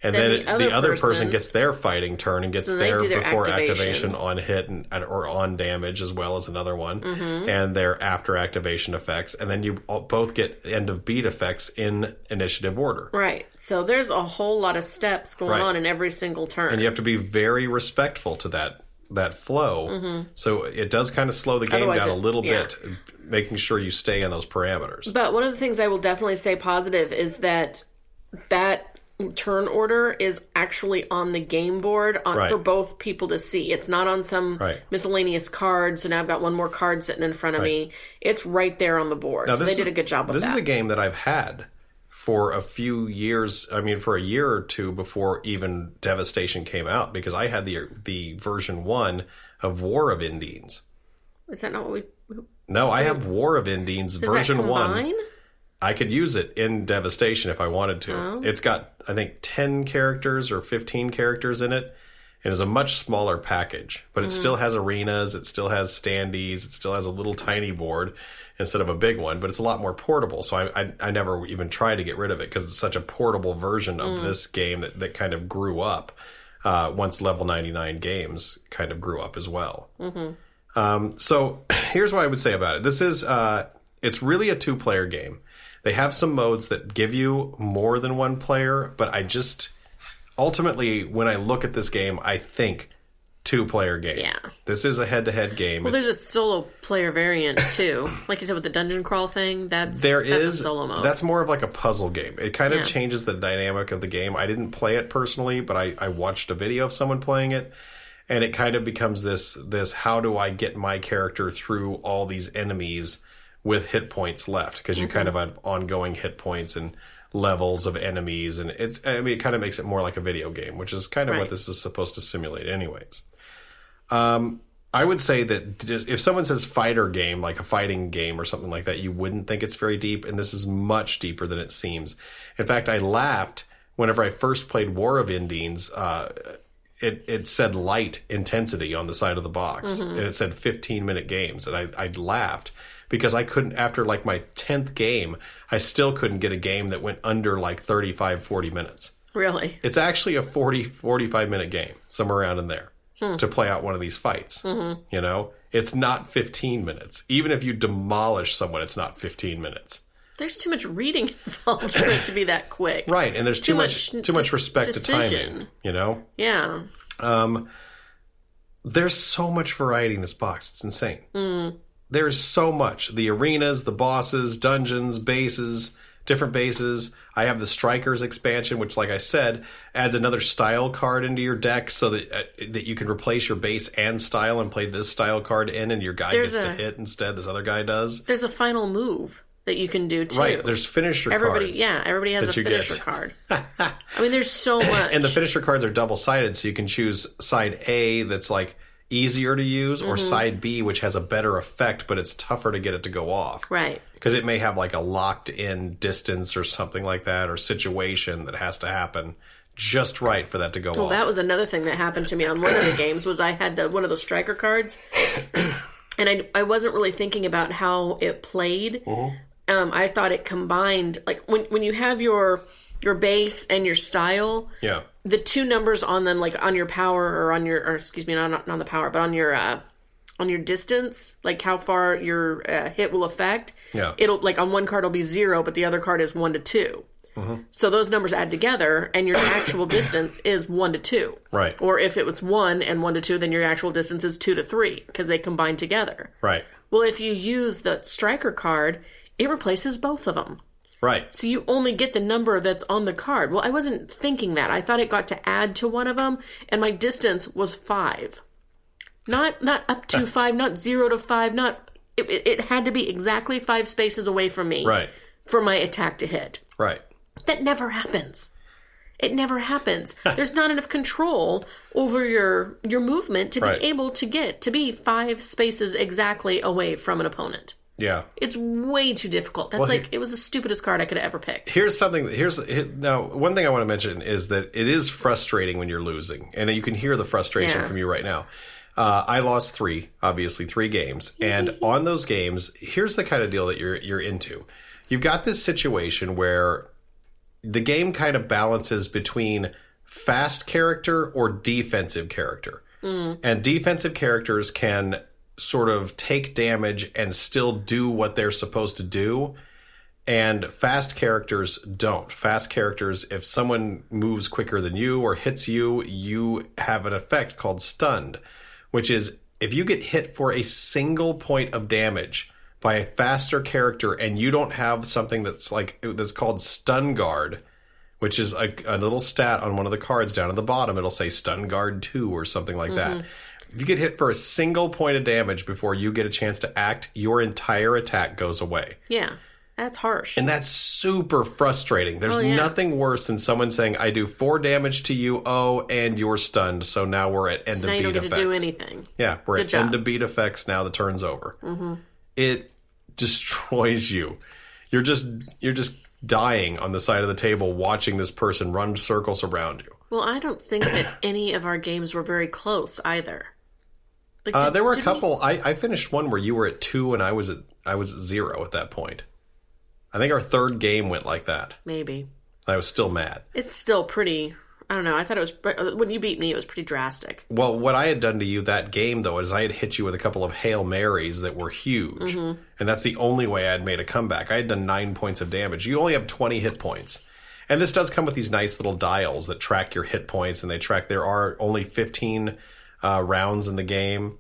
[SPEAKER 1] and
[SPEAKER 2] Then
[SPEAKER 1] then,
[SPEAKER 2] the
[SPEAKER 1] it-
[SPEAKER 2] other
[SPEAKER 1] other
[SPEAKER 2] person-
[SPEAKER 1] person gets their fighting turn and gets
[SPEAKER 2] So they
[SPEAKER 1] their
[SPEAKER 2] do their
[SPEAKER 1] before
[SPEAKER 2] activation.
[SPEAKER 1] activation on hit and or on damage as well as another one,
[SPEAKER 2] Mm-hmm.
[SPEAKER 1] and their after activation effects, and then you all- both get end of beat effects in initiative order.
[SPEAKER 2] Right. So there's a whole lot of steps going
[SPEAKER 1] Right.
[SPEAKER 2] on in every single turn.
[SPEAKER 1] And you have to be very respectful to that that flow. So it does kind of slow the game
[SPEAKER 2] Mm-hmm. Otherwise
[SPEAKER 1] down a
[SPEAKER 2] it-
[SPEAKER 1] little
[SPEAKER 2] yeah.
[SPEAKER 1] bit, making sure you stay in those parameters.
[SPEAKER 2] But one of the things I will definitely say positive is that that turn order is actually on the game board on,
[SPEAKER 1] Right.
[SPEAKER 2] for both people to see. It's not on some
[SPEAKER 1] Right.
[SPEAKER 2] miscellaneous card. So now I've got one more card sitting in front of me. It's right there on the board. so
[SPEAKER 1] Now,
[SPEAKER 2] they
[SPEAKER 1] this
[SPEAKER 2] did
[SPEAKER 1] is-
[SPEAKER 2] a good job of
[SPEAKER 1] This is
[SPEAKER 2] that.
[SPEAKER 1] a game that I've had for a few years. I mean, for a year or two before even Devastation came out, because I had the the version one of War of Indians.
[SPEAKER 2] Is that not what we?
[SPEAKER 1] No, I have War of Indians
[SPEAKER 2] Does
[SPEAKER 1] version
[SPEAKER 2] that combine?
[SPEAKER 1] one. I could use it in Devastation if I wanted to. It's got, I think, 10 characters or 15 characters in it. And it's a much smaller package, but it still has arenas, it still has standees, it still has a little tiny board instead of a big one, but it's a lot more portable. So I, I, I never even tried to get rid of it because it's such a portable version of this game that, that kind of grew up uh, once Level 99 games kind of grew up as well. Um, so (clears throat) here's what I would say about it. This is uh, it's really a two player game. They have some modes that give you more than one player, but I just ultimately when I look at this game, I think two player game.
[SPEAKER 2] Yeah.
[SPEAKER 1] This is a head to head game.
[SPEAKER 2] Well,
[SPEAKER 1] It's-
[SPEAKER 2] there's a solo player variant too, like you said with the dungeon crawl thing. That's
[SPEAKER 1] There is
[SPEAKER 2] that's a solo mode.
[SPEAKER 1] that's more of like a puzzle game. It kind of
[SPEAKER 2] Yeah.
[SPEAKER 1] changes the dynamic of the game. I didn't play it personally, but I, I watched a video of someone playing it, and it kind of becomes this this how do I get my character through all these enemies with hit points left because you
[SPEAKER 2] Mm-hmm.
[SPEAKER 1] kind of have ongoing hit points and levels of enemies and it's I mean it kind of makes it more like a video game, which is kind of what
[SPEAKER 2] Right.
[SPEAKER 1] this is supposed to simulate, anyways. I would say that d- if someone says fighter game, like a fighting game or something like that, you wouldn't think it's very deep, and this is much deeper than it seems. In fact, I laughed whenever I first played War of Indians. Uh, it it said light intensity on the side of the box, and it said 15 minute games, and I I laughed because I couldn't after like my 10th game, I still couldn't get a game that went under like 35 40 minutes.
[SPEAKER 2] really
[SPEAKER 1] It's actually a 40, 45 minute game, somewhere around in there,
[SPEAKER 2] Hmm.
[SPEAKER 1] to play out one of these fights.
[SPEAKER 2] Mm-hmm.
[SPEAKER 1] You know, it's not 15 minutes. Even if you demolish someone, it's not 15 minutes.
[SPEAKER 2] there's too much reading (laughs) involved for it to be that quick.
[SPEAKER 1] Right. And there's too, much,
[SPEAKER 2] much
[SPEAKER 1] too much
[SPEAKER 2] dis-
[SPEAKER 1] respect to timing,
[SPEAKER 2] decision.
[SPEAKER 1] you know?
[SPEAKER 2] Yeah.
[SPEAKER 1] Um, there's so much variety in this box. It's insane.
[SPEAKER 2] Mm.
[SPEAKER 1] There's so much. The arenas, the bosses, dungeons, bases, different bases. I have the Strikers expansion, which, like I said, adds another style card into your deck so that uh, that you can replace your base and style and play this style card in, and your guy
[SPEAKER 2] There's
[SPEAKER 1] gets to
[SPEAKER 2] a-
[SPEAKER 1] hit instead. This other guy does.
[SPEAKER 2] There's a final move that you can do too.
[SPEAKER 1] Right. There's finisher
[SPEAKER 2] everybody.
[SPEAKER 1] cards.
[SPEAKER 2] Yeah, everybody has a
[SPEAKER 1] that you get.
[SPEAKER 2] finisher card.
[SPEAKER 1] (laughs)
[SPEAKER 2] I mean, there's so much.
[SPEAKER 1] And the finisher cards are double sided, so you can choose side A that's like easier to use, or
[SPEAKER 2] Mm-hmm.
[SPEAKER 1] side B which has a better effect, but it's tougher to get it to go off.
[SPEAKER 2] right.
[SPEAKER 1] Because it may have like a locked in distance or something like that, or situation that has to happen just right for that to go off.
[SPEAKER 2] That was another thing that happened to me on one of the games was I had the one of those striker cards, and I I wasn't really thinking about how it played.
[SPEAKER 1] Uh-huh.
[SPEAKER 2] Um, I thought it combined like when when you have your your base and your style,
[SPEAKER 1] yeah.
[SPEAKER 2] the two numbers on them, like on your power or on your, or excuse me, not, not on the power, but on your, uh, on your distance, like how far your uh, hit will affect.
[SPEAKER 1] Yeah.
[SPEAKER 2] It'll like on one card it'll be zero, but the other card is one to 2
[SPEAKER 1] Mm-hmm.
[SPEAKER 2] So those numbers add together, and your actual (coughs) distance is one to two.
[SPEAKER 1] Right.
[SPEAKER 2] Or if it was one and one to two, then your actual distance is two to three because they combine together.
[SPEAKER 1] Right.
[SPEAKER 2] Well, if you use the striker card, it replaces both of them.
[SPEAKER 1] Right.
[SPEAKER 2] So you only get the number that's on the card. Well, I wasn't thinking that. I thought it got to add to one of them, and my distance was five. Not not up
[SPEAKER 1] (laughs)
[SPEAKER 2] to five, not zero to five, not it, it, it had to be exactly five spaces away from me
[SPEAKER 1] Right.
[SPEAKER 2] for my attack to hit.
[SPEAKER 1] Right.
[SPEAKER 2] That never happens. It never happens.
[SPEAKER 1] (laughs)
[SPEAKER 2] There's not enough control over your your movement to
[SPEAKER 1] Right.
[SPEAKER 2] be able to get to be five spaces exactly away from an opponent.
[SPEAKER 1] Yeah.
[SPEAKER 2] It's way too difficult. That's like it was the stupidest card I could have ever picked.
[SPEAKER 1] Here's something. Here's here- now one thing I want to mention is that it is frustrating when you're losing, and you can hear the frustration
[SPEAKER 2] Yeah.
[SPEAKER 1] from you right now. Uh, I lost three, obviously three games, and on those games, here's the kind of deal that you're you're into. You've got this situation where the game kind of balances between fast character or defensive character. And defensive characters can sort of take damage and still do what they're supposed to do. And fast characters don't. Fast characters, if someone moves quicker than you or hits you, you have an effect called stunned, which is if you get hit for a single point of damage by a faster character and you don't have something that's like that's called stun guard, which is a, a little stat on one of the cards down at the bottom. It'll say stun guard two or something like that. If you get hit for a single point of damage before you get a chance to act, your entire attack goes away.
[SPEAKER 2] Yeah, that's harsh.
[SPEAKER 1] And that's super frustrating. There's
[SPEAKER 2] Oh, yeah.
[SPEAKER 1] nothing worse than someone saying, I do four damage to you, oh, and you're stunned, so now we're at end
[SPEAKER 2] now
[SPEAKER 1] of
[SPEAKER 2] you
[SPEAKER 1] beat
[SPEAKER 2] don't get
[SPEAKER 1] effects.
[SPEAKER 2] to do anything.
[SPEAKER 1] Yeah, we're at
[SPEAKER 2] job. Mm-hmm.
[SPEAKER 1] end of beat effects now, the turn's over. It destroys you. You're just you're just dying on the side of the table watching this person run circles around you.
[SPEAKER 2] Well, I don't think
[SPEAKER 1] (clears throat)
[SPEAKER 2] that any of our games were very close either. Like,
[SPEAKER 1] Uh,
[SPEAKER 2] did-
[SPEAKER 1] there were a
[SPEAKER 2] did
[SPEAKER 1] couple. I, I finished one where you were at two and I was at I was at zero at that point. I think our third game went like that.
[SPEAKER 2] Maybe
[SPEAKER 1] And I was still mad.
[SPEAKER 2] it's still pretty. I don't know. I thought it was but when you beat me. It was pretty drastic.
[SPEAKER 1] Well, what I had done to you that game though is I had hit you with a couple of hail marys that were huge, and that's the only way I'd made a comeback. I had done nine points of damage. You only have twenty hit points, and this does come with these nice little dials that track your hit points, and they track. There are only fifteen uh, rounds in the game,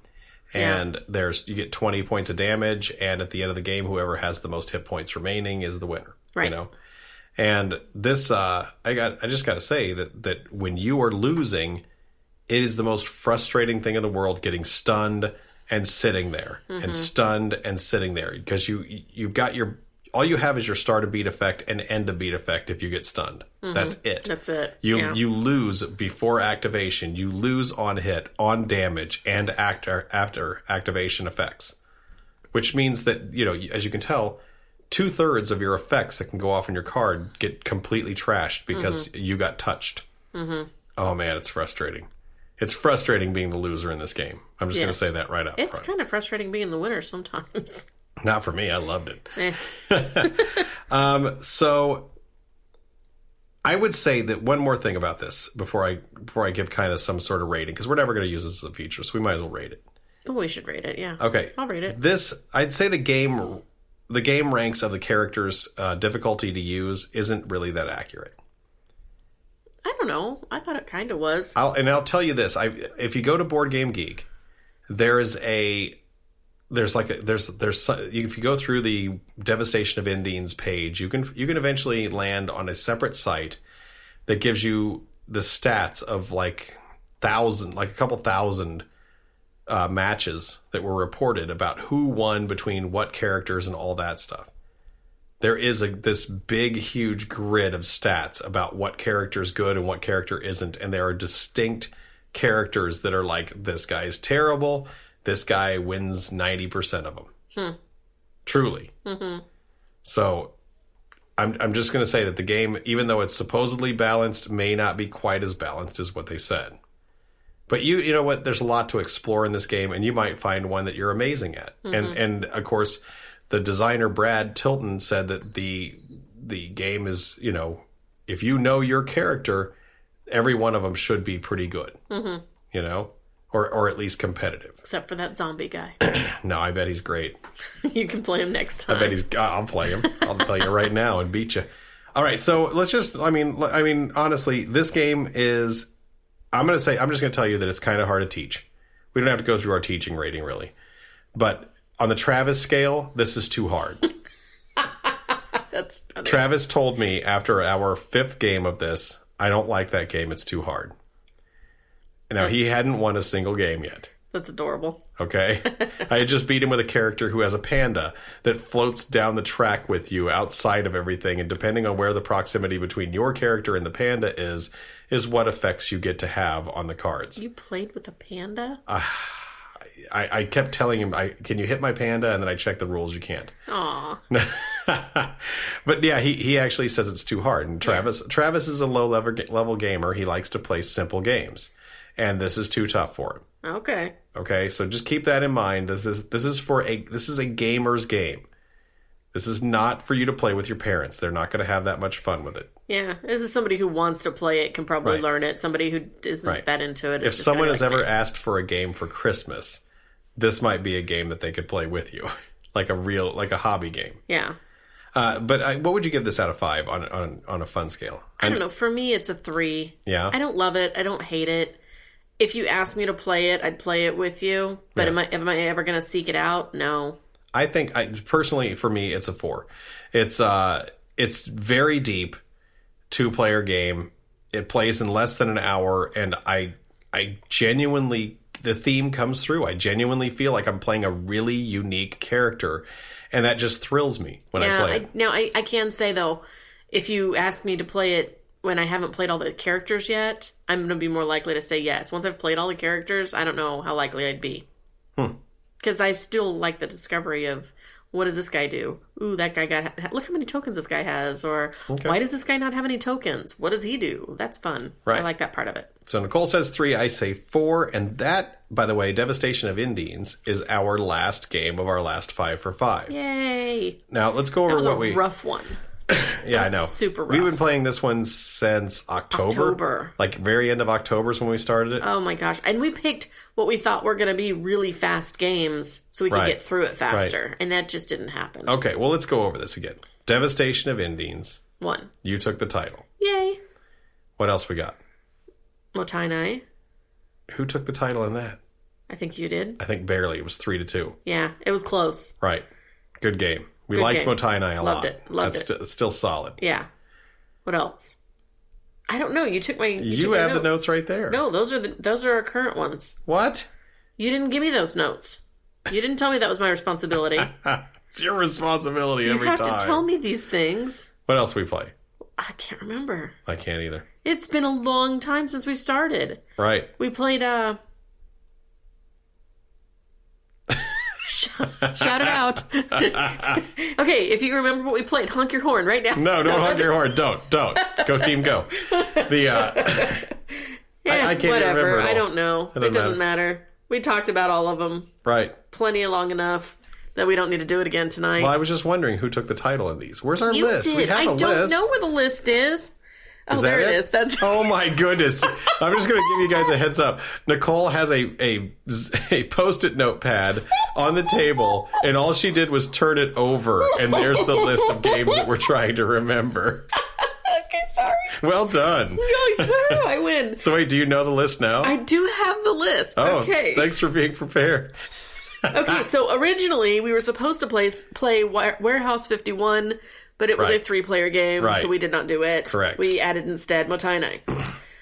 [SPEAKER 1] and there's you get twenty points of damage, and at the end of the game, whoever has the most hit points remaining is the winner. You
[SPEAKER 2] Right.
[SPEAKER 1] know. And this, uh, I got. I just got to say that that when you are losing, it is the most frustrating thing in the world getting stunned and sitting there and stunned and sitting there because you you've got your all you have is your start to beat effect and end to beat effect if you get stunned that's it
[SPEAKER 2] That's it.
[SPEAKER 1] you
[SPEAKER 2] yeah.
[SPEAKER 1] you lose before activation you lose on hit on damage and after after activation effects which means that you know as you can tell two-thirds of your effects that can go off on your card get completely trashed because
[SPEAKER 2] Mm-hmm.
[SPEAKER 1] you got touched oh man it's frustrating it's frustrating being the loser in this game i'm just going to
[SPEAKER 2] Yes.
[SPEAKER 1] say that right up
[SPEAKER 2] it's
[SPEAKER 1] front
[SPEAKER 2] kind of frustrating being the winner sometimes. (laughs)
[SPEAKER 1] not for me i loved it
[SPEAKER 2] Eh,
[SPEAKER 1] Um, so I would say that one more thing about this before I before I give kind of some sort of rating because we're never going to use this as a feature, so we might as well rate it.
[SPEAKER 2] oh, we should rate it. Yeah.
[SPEAKER 1] Okay,
[SPEAKER 2] I'll rate it.
[SPEAKER 1] This I'd say the game the game ranks of the characters uh, difficulty to use isn't really that accurate.
[SPEAKER 2] I don't know. I thought it kind of was.
[SPEAKER 1] I'll and I'll tell you this. I if you go to Board Game Geek, there is a there's like a, there's there's so- if you go through the Devastation of Indians page, you can you can eventually land on a separate site that gives you the stats of like thousand like a couple thousand uh, matches that were reported about who won between what characters and all that stuff. There is a this big huge grid of stats about what character is good and what character isn't, and there are distinct characters that are like this guy is terrible, this guy wins ninety percent of them. Truly. Mm-hmm. So. I'm, I'm just going to say that the game, even though it's supposedly balanced, may not be quite as balanced as what they said. But you you know what? There's a lot to explore in this game, and you might find one that you're amazing at. And and of course, the designer Brad Tilton said that the the game is you know if you know your character, every one of them should be pretty good. Mm-hmm. You know. Or, or at least competitive.
[SPEAKER 2] Except for that
[SPEAKER 1] (coughs)
[SPEAKER 2] zombie guy. (laughs)
[SPEAKER 1] No, I bet he's great.
[SPEAKER 2] you can play him next
[SPEAKER 1] I
[SPEAKER 2] time.
[SPEAKER 1] bet he's. I'll play him. I'll tell you right now and beat you. All right, so let's just. I mean, I mean, honestly, this game is. I'm gonna say. I'm just gonna tell you that it's kind of hard to teach. We don't have to go through our teaching rating really, but on the Travis scale, this is too hard.
[SPEAKER 2] That's
[SPEAKER 1] Travis told me after our fifth game of this, I don't like that game. It's too hard. Now he hadn't won a single game yet.
[SPEAKER 2] that's adorable.
[SPEAKER 1] Okay. I had just beat him with a character who has a panda that floats down the track with you outside of everything. And depending on where the proximity between your character and the panda is, is what effects you get to have on the cards.
[SPEAKER 2] You played with a panda?
[SPEAKER 1] Uh, I, I kept telling him, I, can you hit my panda? And then I checked the rules. You can't. (laughs)
[SPEAKER 2] Aw.
[SPEAKER 1] but yeah, he, he actually says it's too hard. And Travis Travis is a low level level gamer. He likes to play simple games, and this is too tough for him.
[SPEAKER 2] Okay.
[SPEAKER 1] Okay, so just keep that in mind. This is this is for a this is a gamer's game. This is not for you to play with your parents. They're not going to have that much fun with it.
[SPEAKER 2] Yeah. This is somebody who wants to play it can probably
[SPEAKER 1] Right.
[SPEAKER 2] learn it. Somebody who isn't
[SPEAKER 1] Right.
[SPEAKER 2] that into it. is
[SPEAKER 1] If
[SPEAKER 2] just
[SPEAKER 1] someone
[SPEAKER 2] gonna
[SPEAKER 1] has
[SPEAKER 2] like,
[SPEAKER 1] ever asked for a game for Christmas, this might be a game that they could play with you, (laughs) like a real like a hobby game.
[SPEAKER 2] Yeah.
[SPEAKER 1] Uh, but I, what would you give this out of five on on on a fun scale?
[SPEAKER 2] I don't know. For me, it's a three.
[SPEAKER 1] Yeah.
[SPEAKER 2] I don't love it. I don't hate it. If you asked me to play it, I'd play it with you. But am I am I ever going to seek it out? No.
[SPEAKER 1] I think I personally for me it's a four. It's uh it's very deep, two player game. It plays in less than an hour, and I I genuinely the theme comes through. I genuinely feel like I'm playing a really unique character, and that just thrills me when I
[SPEAKER 2] Yeah.
[SPEAKER 1] play
[SPEAKER 2] I,
[SPEAKER 1] it.
[SPEAKER 2] now I, I can say though, if you ask me to play it when I haven't played all the characters yet, I'm going to be more likely to say yes. Once I've played all the
[SPEAKER 1] Hmm.
[SPEAKER 2] characters, I don't know how likely I'd be. Because I still like the discovery of what does this guy do? Ooh, that guy got. ha- Look how many tokens this guy has, or why does this guy not have any tokens? What does he do? That's fun. I
[SPEAKER 1] Right.
[SPEAKER 2] like that part of it.
[SPEAKER 1] So Nicole says three, I say four, and that, by the way, Devastation of Indians is our last game of our last five for five.
[SPEAKER 2] Yay!
[SPEAKER 1] Now let's go
[SPEAKER 2] That
[SPEAKER 1] over
[SPEAKER 2] was a
[SPEAKER 1] what we.
[SPEAKER 2] rough one.
[SPEAKER 1] yeah, I know.
[SPEAKER 2] super
[SPEAKER 1] We've
[SPEAKER 2] rough.
[SPEAKER 1] been playing this one since October.
[SPEAKER 2] October.
[SPEAKER 1] Like very end of October is when we started it.
[SPEAKER 2] Oh my gosh! And we picked what we thought were going to be really fast games, so we could
[SPEAKER 1] Right. Oh.
[SPEAKER 2] get through it faster, and that just didn't happen.
[SPEAKER 1] Okay, well let's go over this again. Devastation of Indians.
[SPEAKER 2] One.
[SPEAKER 1] You took the title.
[SPEAKER 2] Yay!
[SPEAKER 1] What else we got?
[SPEAKER 2] Motainai.
[SPEAKER 1] Who took the title in that?
[SPEAKER 2] I think you did.
[SPEAKER 1] I think barely. It was three to two.
[SPEAKER 2] Yeah, it was close.
[SPEAKER 1] Right. Good game. We
[SPEAKER 2] Good
[SPEAKER 1] liked
[SPEAKER 2] game.
[SPEAKER 1] Motainai a lot.
[SPEAKER 2] Loved it. Loved
[SPEAKER 1] That's
[SPEAKER 2] it.
[SPEAKER 1] st- it's still solid.
[SPEAKER 2] Yeah. What else? I don't know. You took my. You,
[SPEAKER 1] You
[SPEAKER 2] took my
[SPEAKER 1] have the notes right there.
[SPEAKER 2] No, those are the those are our current ones.
[SPEAKER 1] What?
[SPEAKER 2] You didn't give me those notes. You didn't tell me that was my
[SPEAKER 1] (laughs)
[SPEAKER 2] responsibility. you
[SPEAKER 1] It's your responsibility every
[SPEAKER 2] have
[SPEAKER 1] time.
[SPEAKER 2] to tell me these things.
[SPEAKER 1] What else we play?
[SPEAKER 2] I can't remember.
[SPEAKER 1] I can't either.
[SPEAKER 2] It's been a long time since we started.
[SPEAKER 1] Right.
[SPEAKER 2] We
[SPEAKER 1] (laughs)
[SPEAKER 2] played uh Sh- Shout it out. (laughs) okay, if you remember what we played, honk your horn right now.
[SPEAKER 1] No, don't honk your horn. Don't, don't. Go team,
[SPEAKER 2] (laughs)
[SPEAKER 1] go. The uh,
[SPEAKER 2] Eh,
[SPEAKER 1] I can't even
[SPEAKER 2] whatever.
[SPEAKER 1] remember at
[SPEAKER 2] I
[SPEAKER 1] all.
[SPEAKER 2] don't know.
[SPEAKER 1] doesn't
[SPEAKER 2] it doesn't matter. We talked about all of them
[SPEAKER 1] right.
[SPEAKER 2] plenty long enough that we don't need to do it again tonight.
[SPEAKER 1] Well, I was just wondering who took the title in these. Where's our
[SPEAKER 2] you
[SPEAKER 1] list?
[SPEAKER 2] did.
[SPEAKER 1] We have
[SPEAKER 2] I
[SPEAKER 1] a
[SPEAKER 2] don't
[SPEAKER 1] list.
[SPEAKER 2] know where the list is. Oh,
[SPEAKER 1] Is that
[SPEAKER 2] there it is. That's
[SPEAKER 1] Oh my goodness! I'm just going to give you guys a heads up. Nicole has a a a post-it notepad on the table, and all she did was turn it over, and there's the list of games that we're trying to remember.
[SPEAKER 2] (laughs) okay. Sorry.
[SPEAKER 1] Well done.
[SPEAKER 2] No, (laughs) no, no, I
[SPEAKER 1] (laughs)
[SPEAKER 2] win.
[SPEAKER 1] So wait, do you know the list now?
[SPEAKER 2] I do have the list.
[SPEAKER 1] oh,
[SPEAKER 2] okay.
[SPEAKER 1] thanks for being prepared. Ah.
[SPEAKER 2] Okay. So originally we were supposed to play play Wa- Warehouse 51, but it was a
[SPEAKER 1] Right.
[SPEAKER 2] three player game,
[SPEAKER 1] Right.
[SPEAKER 2] so we did not do it.
[SPEAKER 1] Correct.
[SPEAKER 2] We added instead Motainai.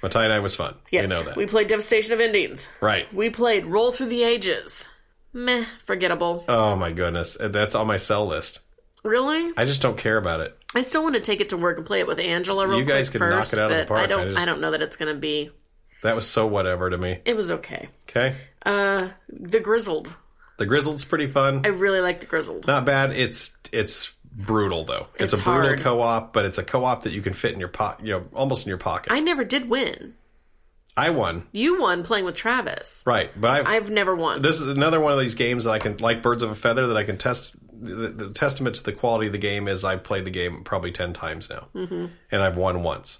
[SPEAKER 1] Matai and I was fun.
[SPEAKER 2] Yes.
[SPEAKER 1] you know that,
[SPEAKER 2] We played Devastation of Indians.
[SPEAKER 1] right?
[SPEAKER 2] We played Roll Through the Ages. Meh, forgettable.
[SPEAKER 1] Oh my goodness, that's on my sell list.
[SPEAKER 2] really?
[SPEAKER 1] I just don't care about it.
[SPEAKER 2] I still want to take it to work and play it with Angela. Real
[SPEAKER 1] You guys
[SPEAKER 2] quick
[SPEAKER 1] could knock
[SPEAKER 2] first,
[SPEAKER 1] it out of the
[SPEAKER 2] but
[SPEAKER 1] park.
[SPEAKER 2] I don't. I,
[SPEAKER 1] I just-
[SPEAKER 2] don't know that it's going to be.
[SPEAKER 1] That was so whatever to me.
[SPEAKER 2] It was okay.
[SPEAKER 1] Okay,
[SPEAKER 2] Uh, the Grizzled.
[SPEAKER 1] the Grizzled's pretty fun.
[SPEAKER 2] I really like the Grizzled.
[SPEAKER 1] Not bad. It's it's brutal though. It's,
[SPEAKER 2] It's
[SPEAKER 1] a brutal
[SPEAKER 2] hard.
[SPEAKER 1] co-op, but it's a co-op that you can fit in your po- you know, almost in your pocket.
[SPEAKER 2] I never did win.
[SPEAKER 1] I, won,
[SPEAKER 2] You won playing with Travis.
[SPEAKER 1] right? But I've,
[SPEAKER 2] I've never won.
[SPEAKER 1] this is another one of these games that I can like birds of a feather that I can test. The, the testament to the quality of the game is I've played the game probably ten times now, mm-hmm. and I've won once,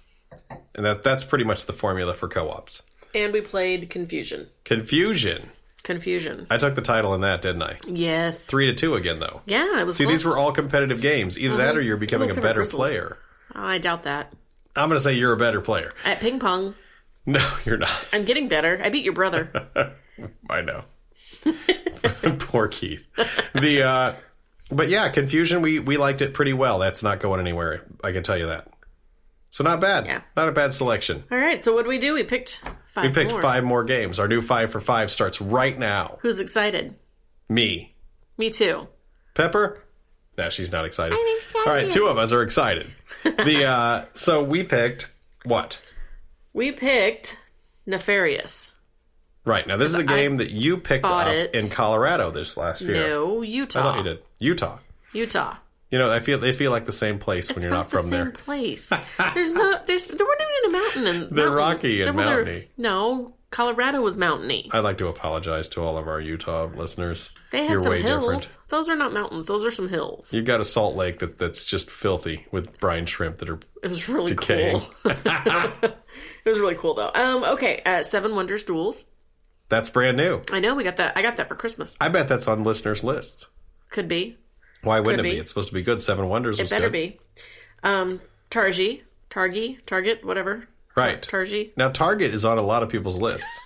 [SPEAKER 1] and that that's pretty much the formula for co-ops.
[SPEAKER 2] and we played Confusion.
[SPEAKER 1] Confusion.
[SPEAKER 2] Confusion.
[SPEAKER 1] I took the title in that, didn't I?
[SPEAKER 2] Yes.
[SPEAKER 1] Three to two again though.
[SPEAKER 2] Yeah, it was.
[SPEAKER 1] See,
[SPEAKER 2] close.
[SPEAKER 1] these were all competitive games. Either
[SPEAKER 2] Mm-hmm.
[SPEAKER 1] that or you're becoming a
[SPEAKER 2] Looks like a
[SPEAKER 1] better
[SPEAKER 2] grizzled.
[SPEAKER 1] player.
[SPEAKER 2] Oh, I doubt that.
[SPEAKER 1] I'm going to say you're a better player. (laughs)
[SPEAKER 2] At ping pong,
[SPEAKER 1] No, you're not.
[SPEAKER 2] I'm getting better. I beat
[SPEAKER 1] (laughs)
[SPEAKER 2] your brother.
[SPEAKER 1] I
[SPEAKER 2] (laughs)
[SPEAKER 1] know. Poor Keith. The uh but yeah, confusion we we liked it pretty well. That's not going anywhere. I can tell you that. So not bad.
[SPEAKER 2] Yeah.
[SPEAKER 1] Not a bad selection.
[SPEAKER 2] all right. So what do we do? We picked five.
[SPEAKER 1] We picked
[SPEAKER 2] more.
[SPEAKER 1] five more games. Our new 5 for 5 starts right now.
[SPEAKER 2] Who's excited?
[SPEAKER 1] Me.
[SPEAKER 2] Me too.
[SPEAKER 1] Pepper? No, she's not excited.
[SPEAKER 2] I'm excited.
[SPEAKER 1] All right, two of us are excited. The uh so we picked what?
[SPEAKER 2] We picked Nefarious.
[SPEAKER 1] Right. Now this is a game that you picked
[SPEAKER 2] bought
[SPEAKER 1] up
[SPEAKER 2] it.
[SPEAKER 1] in Colorado this last year.
[SPEAKER 2] No,
[SPEAKER 1] I
[SPEAKER 2] Utah.
[SPEAKER 1] thought you did. Utah.
[SPEAKER 2] Utah.
[SPEAKER 1] You know, I feel they feel like the same place when
[SPEAKER 2] It's
[SPEAKER 1] you're
[SPEAKER 2] not,
[SPEAKER 1] not, from
[SPEAKER 2] the
[SPEAKER 1] there. (laughs)
[SPEAKER 2] same place. There's no. There's. They weren't even in a mountain. And
[SPEAKER 1] They're
[SPEAKER 2] mountains.
[SPEAKER 1] rocky and
[SPEAKER 2] Well, they're-
[SPEAKER 1] mountainy. Uh,
[SPEAKER 2] No, Colorado was mountainy.
[SPEAKER 1] I'd like to apologize to all of our Utah listeners.
[SPEAKER 2] They
[SPEAKER 1] You're
[SPEAKER 2] had some
[SPEAKER 1] way
[SPEAKER 2] hills.
[SPEAKER 1] different.
[SPEAKER 2] Those are not mountains. Those are some hills.
[SPEAKER 1] You've got a salt lake that, that's just filthy with brine shrimp that are.
[SPEAKER 2] It was really
[SPEAKER 1] Decaying.
[SPEAKER 2] cool. it was really cool though. Um. Okay. Uh, Seven Wonders Duels.
[SPEAKER 1] That's brand new.
[SPEAKER 2] I know we got that. I got that for Christmas.
[SPEAKER 1] I bet that's on listeners' lists.
[SPEAKER 2] Could be.
[SPEAKER 1] Why wouldn't
[SPEAKER 2] Could
[SPEAKER 1] it be?
[SPEAKER 2] be.
[SPEAKER 1] It's supposed to be good. Seven Wonders
[SPEAKER 2] It
[SPEAKER 1] was
[SPEAKER 2] better
[SPEAKER 1] good.
[SPEAKER 2] be. Um. Targi. Targi. Target. Whatever.
[SPEAKER 1] Right.
[SPEAKER 2] Targi.
[SPEAKER 1] now Target is on a lot of people's lists.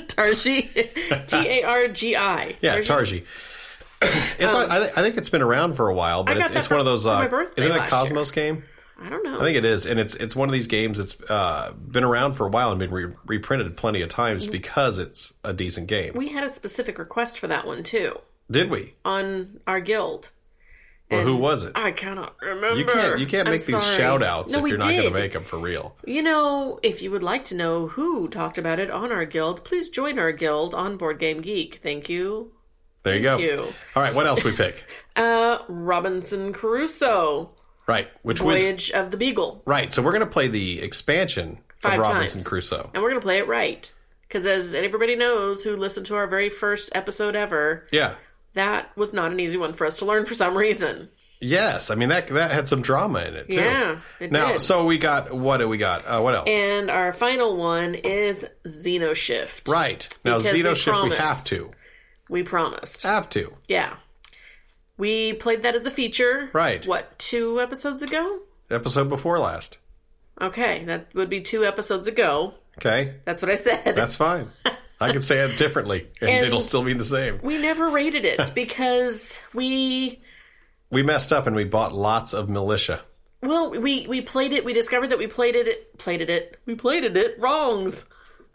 [SPEAKER 2] Targi. (laughs) T A R G I.
[SPEAKER 1] (laughs) Yeah, Targi. (coughs) it's on, I, th- I think it's been around for a while, but
[SPEAKER 2] Um, got
[SPEAKER 1] it's,
[SPEAKER 2] that
[SPEAKER 1] it's
[SPEAKER 2] for-
[SPEAKER 1] one of those.
[SPEAKER 2] for
[SPEAKER 1] Uh,
[SPEAKER 2] my birthday
[SPEAKER 1] isn't it a
[SPEAKER 2] last
[SPEAKER 1] Cosmos game?
[SPEAKER 2] I don't know.
[SPEAKER 1] I think it is, and it's it's one of these games that's uh, been around for a while and been re- reprinted plenty of times because it's a decent game.
[SPEAKER 2] Mm. we had a specific request for that one too
[SPEAKER 1] Did we?
[SPEAKER 2] on our guild.
[SPEAKER 1] Well, who was it?
[SPEAKER 2] I cannot remember.
[SPEAKER 1] You can't you can't
[SPEAKER 2] I'm
[SPEAKER 1] make these
[SPEAKER 2] sorry.
[SPEAKER 1] shout outs
[SPEAKER 2] No,
[SPEAKER 1] if
[SPEAKER 2] we
[SPEAKER 1] you're not going
[SPEAKER 2] did.
[SPEAKER 1] to make them for real.
[SPEAKER 2] You know, if you would like to know who talked about it on our guild, please join our guild on Board Game Geek. Thank you.
[SPEAKER 1] There you go.
[SPEAKER 2] you.
[SPEAKER 1] All right, what else we
[SPEAKER 2] (laughs)
[SPEAKER 1] pick?
[SPEAKER 2] Uh, Robinson Crusoe,
[SPEAKER 1] right, which was
[SPEAKER 2] Voyage of the Beagle.
[SPEAKER 1] right. So we're gonna play the expansion of
[SPEAKER 2] Five
[SPEAKER 1] Robinson
[SPEAKER 2] times.
[SPEAKER 1] Crusoe.
[SPEAKER 2] And we're going to play it right. Because as everybody knows who listened to our very first episode ever,
[SPEAKER 1] Yeah.
[SPEAKER 2] that was not an easy one for us to learn for some reason.
[SPEAKER 1] Yes, I mean that that had some drama in it too.
[SPEAKER 2] Yeah, it
[SPEAKER 1] now,
[SPEAKER 2] did.
[SPEAKER 1] so we got what do we got? Uh, what else?
[SPEAKER 2] And our final one is Xenoshift.
[SPEAKER 1] right now,
[SPEAKER 2] Because we
[SPEAKER 1] Zeno shift. We
[SPEAKER 2] promised.
[SPEAKER 1] have to,
[SPEAKER 2] We promised.
[SPEAKER 1] have to.
[SPEAKER 2] Yeah. We played that as a feature.
[SPEAKER 1] Right.
[SPEAKER 2] What, two episodes ago?
[SPEAKER 1] Episode before last.
[SPEAKER 2] Okay, that would be two episodes ago.
[SPEAKER 1] Okay,
[SPEAKER 2] That's what I said.
[SPEAKER 1] that's fine. I can say it differently, and,
[SPEAKER 2] And-
[SPEAKER 1] it'll still be the same.
[SPEAKER 2] we never
[SPEAKER 1] (laughs)
[SPEAKER 2] rated it because we
[SPEAKER 1] We messed up, and we bought lots of militia.
[SPEAKER 2] well we we played it. We discovered that we played it played it it we played it it wrongs.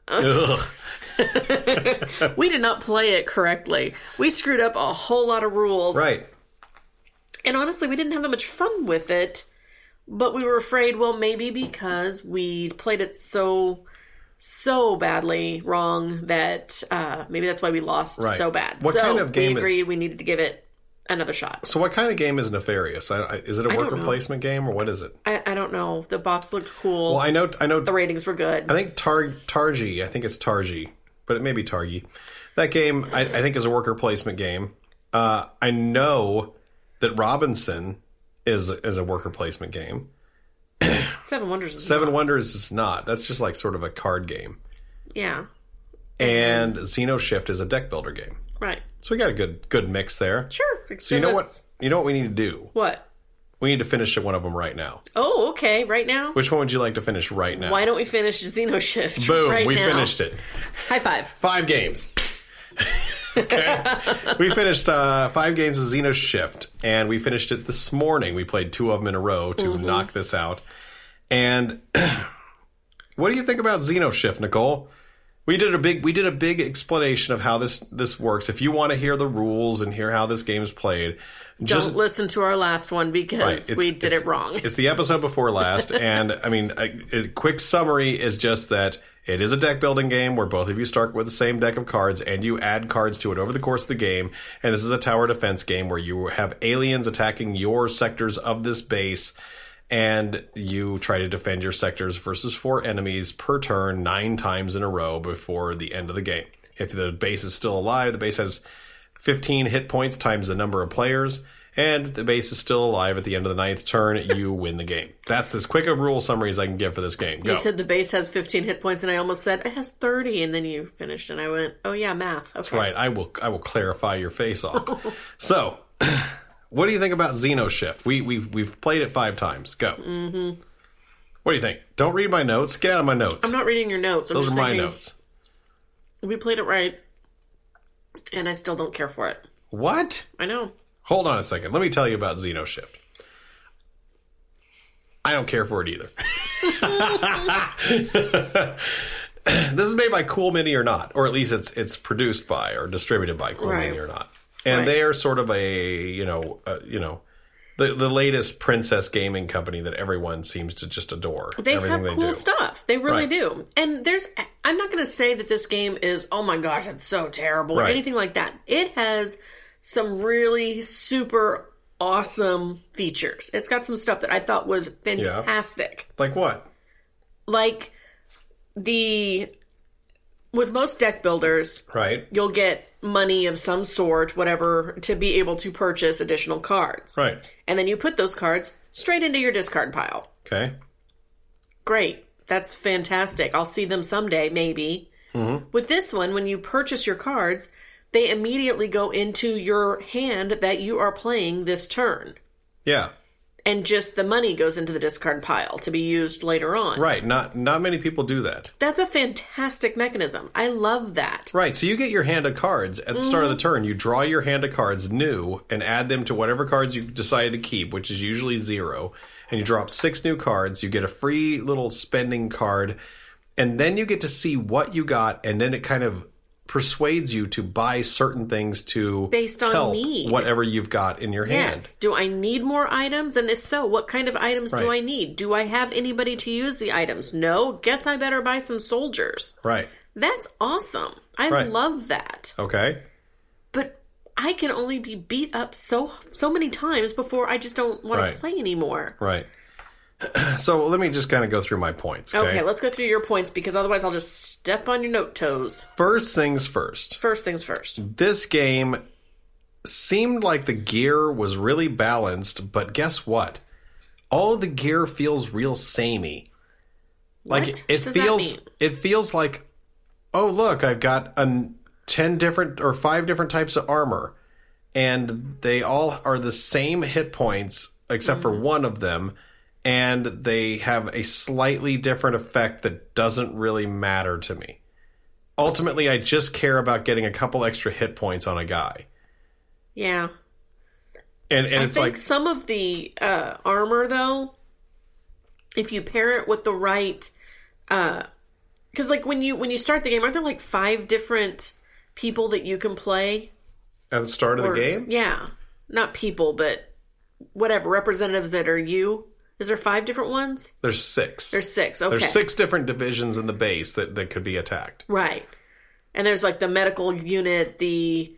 [SPEAKER 1] Ugh.
[SPEAKER 2] (laughs) We did not play it correctly. We screwed up a whole lot of rules.
[SPEAKER 1] Right.
[SPEAKER 2] And honestly, we didn't have that much fun with it, but we were afraid, well, maybe because we played it so, so badly wrong that uh, maybe that's why we lost
[SPEAKER 1] Right.
[SPEAKER 2] so bad.
[SPEAKER 1] What
[SPEAKER 2] so
[SPEAKER 1] kind of game
[SPEAKER 2] we agreed
[SPEAKER 1] is-
[SPEAKER 2] we needed to give it another shot.
[SPEAKER 1] So, what kind of game is nefarious? I, I, is it a worker
[SPEAKER 2] don't know.
[SPEAKER 1] placement game, or what is it?
[SPEAKER 2] I, I don't know. The box looked cool.
[SPEAKER 1] Well, I know, I know
[SPEAKER 2] the ratings were good.
[SPEAKER 1] I think Tar- Targi. I think it's Targi, but it may be Targi. That game, I, I think, is a worker placement game. Uh, I know that Robinson is is a worker placement game.
[SPEAKER 2] Seven Wonders is
[SPEAKER 1] Seven Wonders is not. That's just like sort of a card game.
[SPEAKER 2] Yeah.
[SPEAKER 1] And Xeno Shift is a deck builder game.
[SPEAKER 2] Right.
[SPEAKER 1] So we got a good good mix there.
[SPEAKER 2] Sure.
[SPEAKER 1] So you know what you know what we need to do.
[SPEAKER 2] What?
[SPEAKER 1] We need to finish one of them right now.
[SPEAKER 2] Oh, okay. Right now?
[SPEAKER 1] Which one would you like to finish right now?
[SPEAKER 2] Why don't we finish Xenoshift?
[SPEAKER 1] Boom!
[SPEAKER 2] right
[SPEAKER 1] we
[SPEAKER 2] now?
[SPEAKER 1] finished it.
[SPEAKER 2] High five.
[SPEAKER 1] five games. (laughs) okay. We finished uh, five games of Xeno Shift, and we finished it this morning. We played two of them in a row to
[SPEAKER 2] Mm-hmm.
[SPEAKER 1] knock this out. And (clears throat) what do you think about Xeno Shift, Nicole? We did a big we did a big explanation of how this this works. If you want to hear the rules and hear how this game is played, just
[SPEAKER 2] don't listen to our last one
[SPEAKER 1] Right,
[SPEAKER 2] because
[SPEAKER 1] it's-
[SPEAKER 2] we did
[SPEAKER 1] it's-
[SPEAKER 2] it wrong.
[SPEAKER 1] It's the episode before
[SPEAKER 2] (laughs)
[SPEAKER 1] last, and I mean, a, a quick summary is just that it is a deck building game where both of you start with the same deck of cards and you add cards to it over the course of the game. And this is a tower defense game where you have aliens attacking your sectors of this base. And you try to defend your sectors versus four enemies per turn nine times in a row before the end of the game. If the base is still alive, the base has 15 hit points times the number of players, and if the base is still alive at the end of the ninth turn, you (laughs) win the game. That's as quick a rule summary as I can give for this game. Go.
[SPEAKER 2] You said the base has 15 hit points, and I almost said it has 30, and then you finished, and I went, "Oh yeah, math." Okay. That's
[SPEAKER 1] right, I will I will clarify your face off.
[SPEAKER 2] (laughs)
[SPEAKER 1] so, (clears throat) what do you think about Xeno Shift? We we we've played it 5 times. Go. Mhm. What do you think? Don't read my notes. Get out of my notes.
[SPEAKER 2] Mm-hmm. I'm not reading your notes. I'm
[SPEAKER 1] Those
[SPEAKER 2] just
[SPEAKER 1] are my
[SPEAKER 2] thinking,
[SPEAKER 1] notes.
[SPEAKER 2] We played it right, and I still don't care for it.
[SPEAKER 1] What?
[SPEAKER 2] I know.
[SPEAKER 1] Hold on a second. Let me tell you about Xeno Shift. I don't care for it either. (laughs) this is made by Cool Mini or not, or at least it's it's produced by or distributed by Cool
[SPEAKER 2] Right.
[SPEAKER 1] Mini or not, and
[SPEAKER 2] Right.
[SPEAKER 1] they are sort of a you know uh, you know the the latest princess gaming company that everyone seems to just adore.
[SPEAKER 2] They
[SPEAKER 1] everything
[SPEAKER 2] have cool
[SPEAKER 1] do.
[SPEAKER 2] stuff. They really
[SPEAKER 1] Right.
[SPEAKER 2] do. And there's, I'm not going to say that this game is, oh my gosh, it's so terrible or
[SPEAKER 1] Right.
[SPEAKER 2] anything like that. It has some really super awesome features. It's got some stuff that I thought was fantastic.
[SPEAKER 1] Like what?
[SPEAKER 2] like the with most deck builders
[SPEAKER 1] Right.
[SPEAKER 2] you'll get money of some sort whatever to be able to purchase additional cards
[SPEAKER 1] Right.
[SPEAKER 2] and then you put those cards straight into your discard pile
[SPEAKER 1] Okay.
[SPEAKER 2] great that's fantastic i'll see them someday maybe
[SPEAKER 1] Mm-hmm.
[SPEAKER 2] with this one when you purchase your cards they immediately go into your hand that you are playing this turn
[SPEAKER 1] Yeah.
[SPEAKER 2] and just the money goes into the discard pile to be used later on
[SPEAKER 1] Right. Not not many people do that.
[SPEAKER 2] That's a fantastic mechanism. I love that.
[SPEAKER 1] Right, so you get your hand of cards at the start of the
[SPEAKER 2] Mm-hmm.
[SPEAKER 1] turn. You draw your hand of cards new and add them to whatever cards you decide to keep, which is usually zero. And you drop six new cards. You get a free little spending card, and then you get to see what you got, and then it kind of persuades you to buy certain things to
[SPEAKER 2] Based on
[SPEAKER 1] help
[SPEAKER 2] need.
[SPEAKER 1] whatever you've got in your hand.
[SPEAKER 2] Yes. Do I need more items? And if so, what kind of items do
[SPEAKER 1] Right.
[SPEAKER 2] I need? Do I have anybody to use the items? No. Guess I better buy some soldiers.
[SPEAKER 1] Right.
[SPEAKER 2] That's awesome. I
[SPEAKER 1] Right.
[SPEAKER 2] love that.
[SPEAKER 1] Okay.
[SPEAKER 2] But I I can only be beat up so so many times before I just don't want
[SPEAKER 1] Right.
[SPEAKER 2] to play anymore.
[SPEAKER 1] Right. (clears throat) so let me just kind of go through my points.
[SPEAKER 2] Okay.
[SPEAKER 1] Okay.
[SPEAKER 2] let's go through your points because otherwise I'll just step on your note toes.
[SPEAKER 1] First things first.
[SPEAKER 2] First things first.
[SPEAKER 1] This game seemed like the gear was really balanced, but guess what? All the gear feels real samey. Like
[SPEAKER 2] What
[SPEAKER 1] it
[SPEAKER 2] does that
[SPEAKER 1] feels
[SPEAKER 2] mean?
[SPEAKER 1] it feels like oh look, I've got an 10 different or 5 different types of armor and they all are the same hit points except for
[SPEAKER 2] Mm-hmm.
[SPEAKER 1] one of them and they have a slightly different effect that doesn't really matter to me. Ultimately, I just care about getting a couple extra hit points on a guy.
[SPEAKER 2] Yeah.
[SPEAKER 1] And and
[SPEAKER 2] I
[SPEAKER 1] it's
[SPEAKER 2] think
[SPEAKER 1] like
[SPEAKER 2] some of the uh, armor, though, if you pair it with the right, because like when you when you start the game, aren't there like five different people that you can play?
[SPEAKER 1] at the start of
[SPEAKER 2] Or-
[SPEAKER 1] the game,
[SPEAKER 2] Yeah, not people, but whatever representatives that are you. Is there five different ones?
[SPEAKER 1] there's six.
[SPEAKER 2] There's six. Okay,
[SPEAKER 1] There's six different divisions in the base that, that could be attacked.
[SPEAKER 2] Right, and there's like the medical unit, the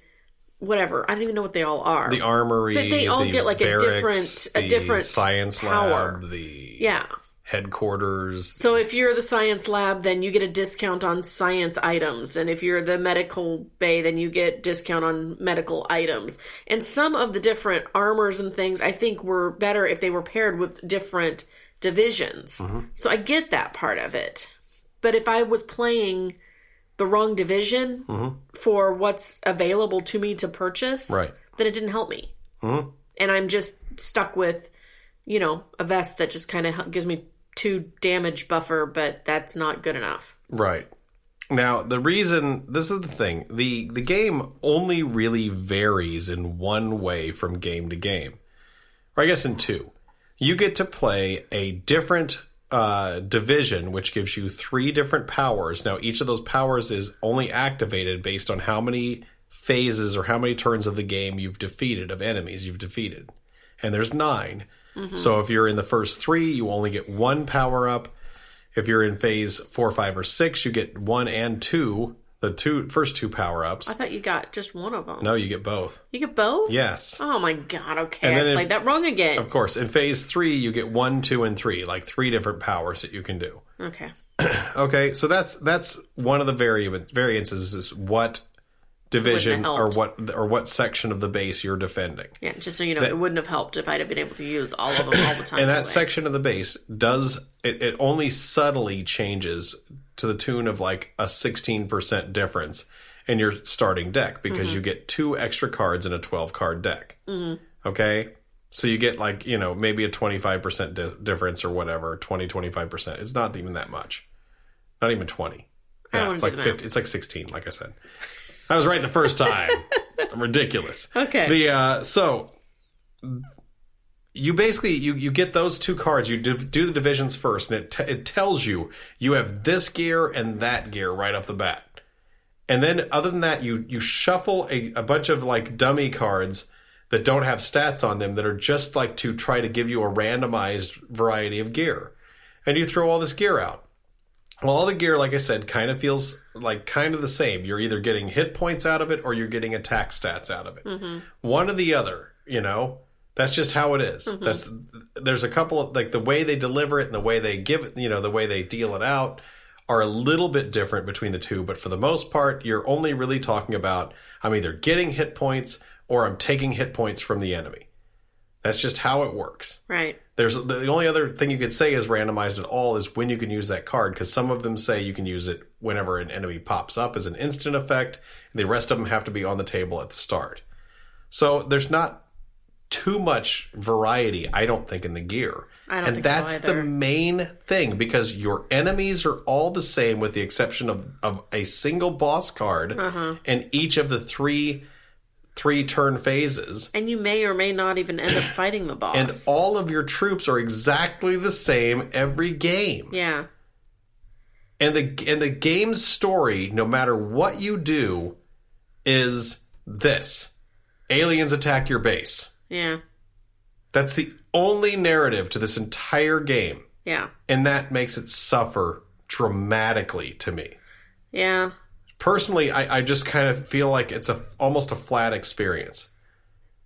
[SPEAKER 2] whatever. I don't even know what they all are.
[SPEAKER 1] The armory,
[SPEAKER 2] They- they all
[SPEAKER 1] the
[SPEAKER 2] get, like, a
[SPEAKER 1] barracks,
[SPEAKER 2] different- a
[SPEAKER 1] the
[SPEAKER 2] different
[SPEAKER 1] science
[SPEAKER 2] power.
[SPEAKER 1] lab, the
[SPEAKER 2] yeah.
[SPEAKER 1] headquarters.
[SPEAKER 2] So if you're the science lab, then you get a discount on science items, and if you're the medical bay, then you get discount on medical items. And some of the different armors and things I think were better if they were paired with different divisions. So I get that part of it. But if I was playing the wrong division for what's available to me to purchase,
[SPEAKER 1] Right.
[SPEAKER 2] then it didn't help me.
[SPEAKER 1] Mm-hmm.
[SPEAKER 2] And I'm just stuck with you know, a vest that just kind of gives me two damage buffer, but that's not good enough.
[SPEAKER 1] Right. Now, the reason this is the thing, the the game only really varies in one way from game to game. Or I guess in two. You get to play a different uh, division, which gives you three different powers. Now, each of those powers is only activated based on how many phases or how many turns of the game you've defeated, of enemies you've defeated. And there's 9 So if you're in the first three, you only get one power up. If you're in phase four, five, or six, you get one and two, the two first two power ups.
[SPEAKER 2] I thought you got just one of them.
[SPEAKER 1] No, you get both.
[SPEAKER 2] You get both?
[SPEAKER 1] Yes.
[SPEAKER 2] Oh my god, okay.
[SPEAKER 1] And then
[SPEAKER 2] I
[SPEAKER 1] if-
[SPEAKER 2] played that wrong again.
[SPEAKER 1] Of course. In phase three, you get one, two, and three, like three different powers that you can do.
[SPEAKER 2] okay.
[SPEAKER 1] Okay, so that's that's one of the variant variances is what division
[SPEAKER 2] Wouldn't have
[SPEAKER 1] or what or what section of the base you're defending.
[SPEAKER 2] Yeah, just so you know, it wouldn't have helped if I'd have been able to use all of them all
[SPEAKER 1] (laughs)
[SPEAKER 2] the time.
[SPEAKER 1] And that
[SPEAKER 2] anyway.
[SPEAKER 1] section of the base does it, it only subtly changes to the tune of like a 16% difference in your starting deck because
[SPEAKER 2] Mm-hmm.
[SPEAKER 1] you get two extra cards in a 12 card deck.
[SPEAKER 2] Mm-hmm.
[SPEAKER 1] Okay? So you get like, you know, maybe a 25% di- difference or whatever, 20 25%. It's not even that much. Not even 20.
[SPEAKER 2] I don't
[SPEAKER 1] Yeah,
[SPEAKER 2] wanna
[SPEAKER 1] it's
[SPEAKER 2] do
[SPEAKER 1] like
[SPEAKER 2] the math.
[SPEAKER 1] 50, it's like 16 like I said. I was right the first
[SPEAKER 2] (laughs)
[SPEAKER 1] time. Ridiculous.
[SPEAKER 2] Okay.
[SPEAKER 1] The uh, so you basically you you get those two cards. You div- do the divisions first, and it t- it tells you you have this gear and that gear right off the bat. And then other than that, you you shuffle a, a bunch of like dummy cards that don't have stats on them that are just like to try to give you a randomized variety of gear. And you throw all this gear out. Well, all the gear, like I said, kind of feels like kind of the same. You're either getting hit points out of it or you're getting attack stats out of it. One or the other, you know. That's just how it is. That's there's a couple of like the way they deliver it and the way they give it, you know, the way they deal it out are a little bit different between the two, but for the most part, you're only really talking about I'm either getting hit points or I'm taking hit points from the enemy. That's just how it works.
[SPEAKER 2] right.
[SPEAKER 1] There's the only other thing you could say is randomized at all is when you can use that card because some of them say you can use it whenever an enemy pops up as an instant effect. The rest of them have to be on the table at the start. So there's not too much variety, I don't think, in the gear.
[SPEAKER 2] I don't
[SPEAKER 1] and
[SPEAKER 2] think so
[SPEAKER 1] that's the
[SPEAKER 2] either.
[SPEAKER 1] main thing because your enemies are all the same with the exception of, of a single boss card
[SPEAKER 2] Uh-huh.
[SPEAKER 1] and each of the three three turn phases.
[SPEAKER 2] And you may or may not even end up fighting the boss.
[SPEAKER 1] And all of your troops are exactly the same every game.
[SPEAKER 2] yeah.
[SPEAKER 1] And the and the game's story, no matter what you do, is this. Aliens attack your base.
[SPEAKER 2] Yeah.
[SPEAKER 1] That's the only narrative to this entire game.
[SPEAKER 2] Yeah.
[SPEAKER 1] And that makes it suffer dramatically to me.
[SPEAKER 2] Yeah.
[SPEAKER 1] personally, I, I just kind of feel like it's a almost a flat experience.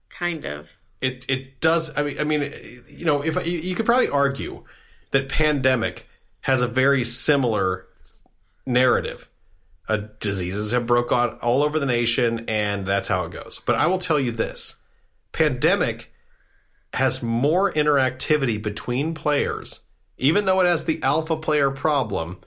[SPEAKER 2] Kind of.
[SPEAKER 1] It it does. I mean, I mean, you know, if you, you could probably argue that pandemic has a very similar narrative. Uh, diseases have broke out all over the nation, and that's how it goes. But I will tell you this: pandemic has more interactivity between players, even though it has the alpha player problem.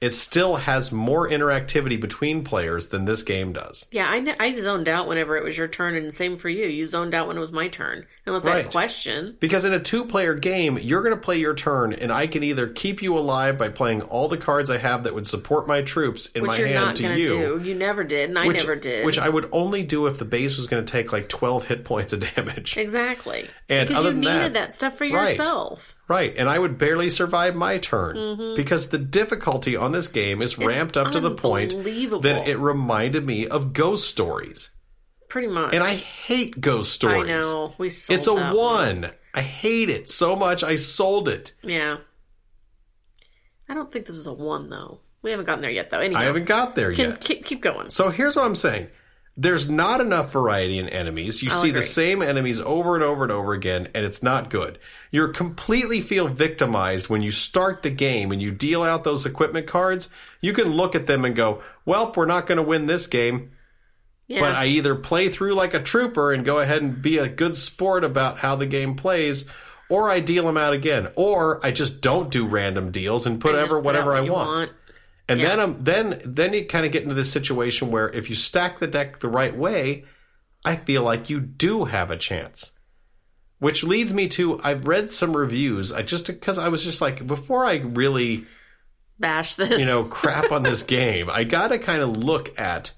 [SPEAKER 1] It still has more interactivity between players than this game does.
[SPEAKER 2] Yeah, I, kn- I zoned out whenever it was your turn, and same for you. You zoned out when it was my turn, unless I had a
[SPEAKER 1] Right.
[SPEAKER 2] question.
[SPEAKER 1] Because in a two player game, you're going to play your turn, and I can either keep you alive by playing all the cards I have that would support my troops in
[SPEAKER 2] Which
[SPEAKER 1] my
[SPEAKER 2] you're
[SPEAKER 1] hand
[SPEAKER 2] not
[SPEAKER 1] to
[SPEAKER 2] gonna
[SPEAKER 1] you.
[SPEAKER 2] do. You never did, and I
[SPEAKER 1] which,
[SPEAKER 2] never did.
[SPEAKER 1] Which I would only do if the base was going to take like 12 hit points of damage.
[SPEAKER 2] exactly.
[SPEAKER 1] And
[SPEAKER 2] because
[SPEAKER 1] other than
[SPEAKER 2] you needed
[SPEAKER 1] that-
[SPEAKER 2] that, stuff for
[SPEAKER 1] Right.
[SPEAKER 2] yourself.
[SPEAKER 1] Right. And I would barely survive my turn
[SPEAKER 2] Mm-hmm.
[SPEAKER 1] because the difficulty on this game is ramped up to the point
[SPEAKER 2] unbelievable.
[SPEAKER 1] that it reminded me of ghost stories.
[SPEAKER 2] Pretty much.
[SPEAKER 1] And I hate ghost
[SPEAKER 2] I
[SPEAKER 1] stories.
[SPEAKER 2] know. We sold
[SPEAKER 1] It's a
[SPEAKER 2] that
[SPEAKER 1] one. I hate it so much. I sold it.
[SPEAKER 2] Yeah. I don't think this is a one though. We haven't gotten there yet though. Anyhow,
[SPEAKER 1] I haven't got there
[SPEAKER 2] can,
[SPEAKER 1] yet.
[SPEAKER 2] keep keep going.
[SPEAKER 1] So here's what I'm saying. There's not enough variety in enemies. You see the
[SPEAKER 2] agree.
[SPEAKER 1] same enemies over and over and over again, and it's not good. You're completely feel victimized when you start the game and you deal out those equipment cards. You can look at them and go, Welp, we're not going to win this game.
[SPEAKER 2] Yeah.
[SPEAKER 1] But I either play through like a trooper and go ahead and be a good sport about how the game plays, or I deal them out again, or I just don't do random deals and put
[SPEAKER 2] Just
[SPEAKER 1] ever
[SPEAKER 2] put out
[SPEAKER 1] whatever
[SPEAKER 2] what
[SPEAKER 1] I
[SPEAKER 2] you
[SPEAKER 1] want. And then um, then then you kind of get into this situation where if you stack the deck the right way, I feel like you do have a chance. Which leads me to I've read some reviews. I just because I was just like before I really
[SPEAKER 2] Bash this.
[SPEAKER 1] you know (laughs) crap on this game, I got to kind of look at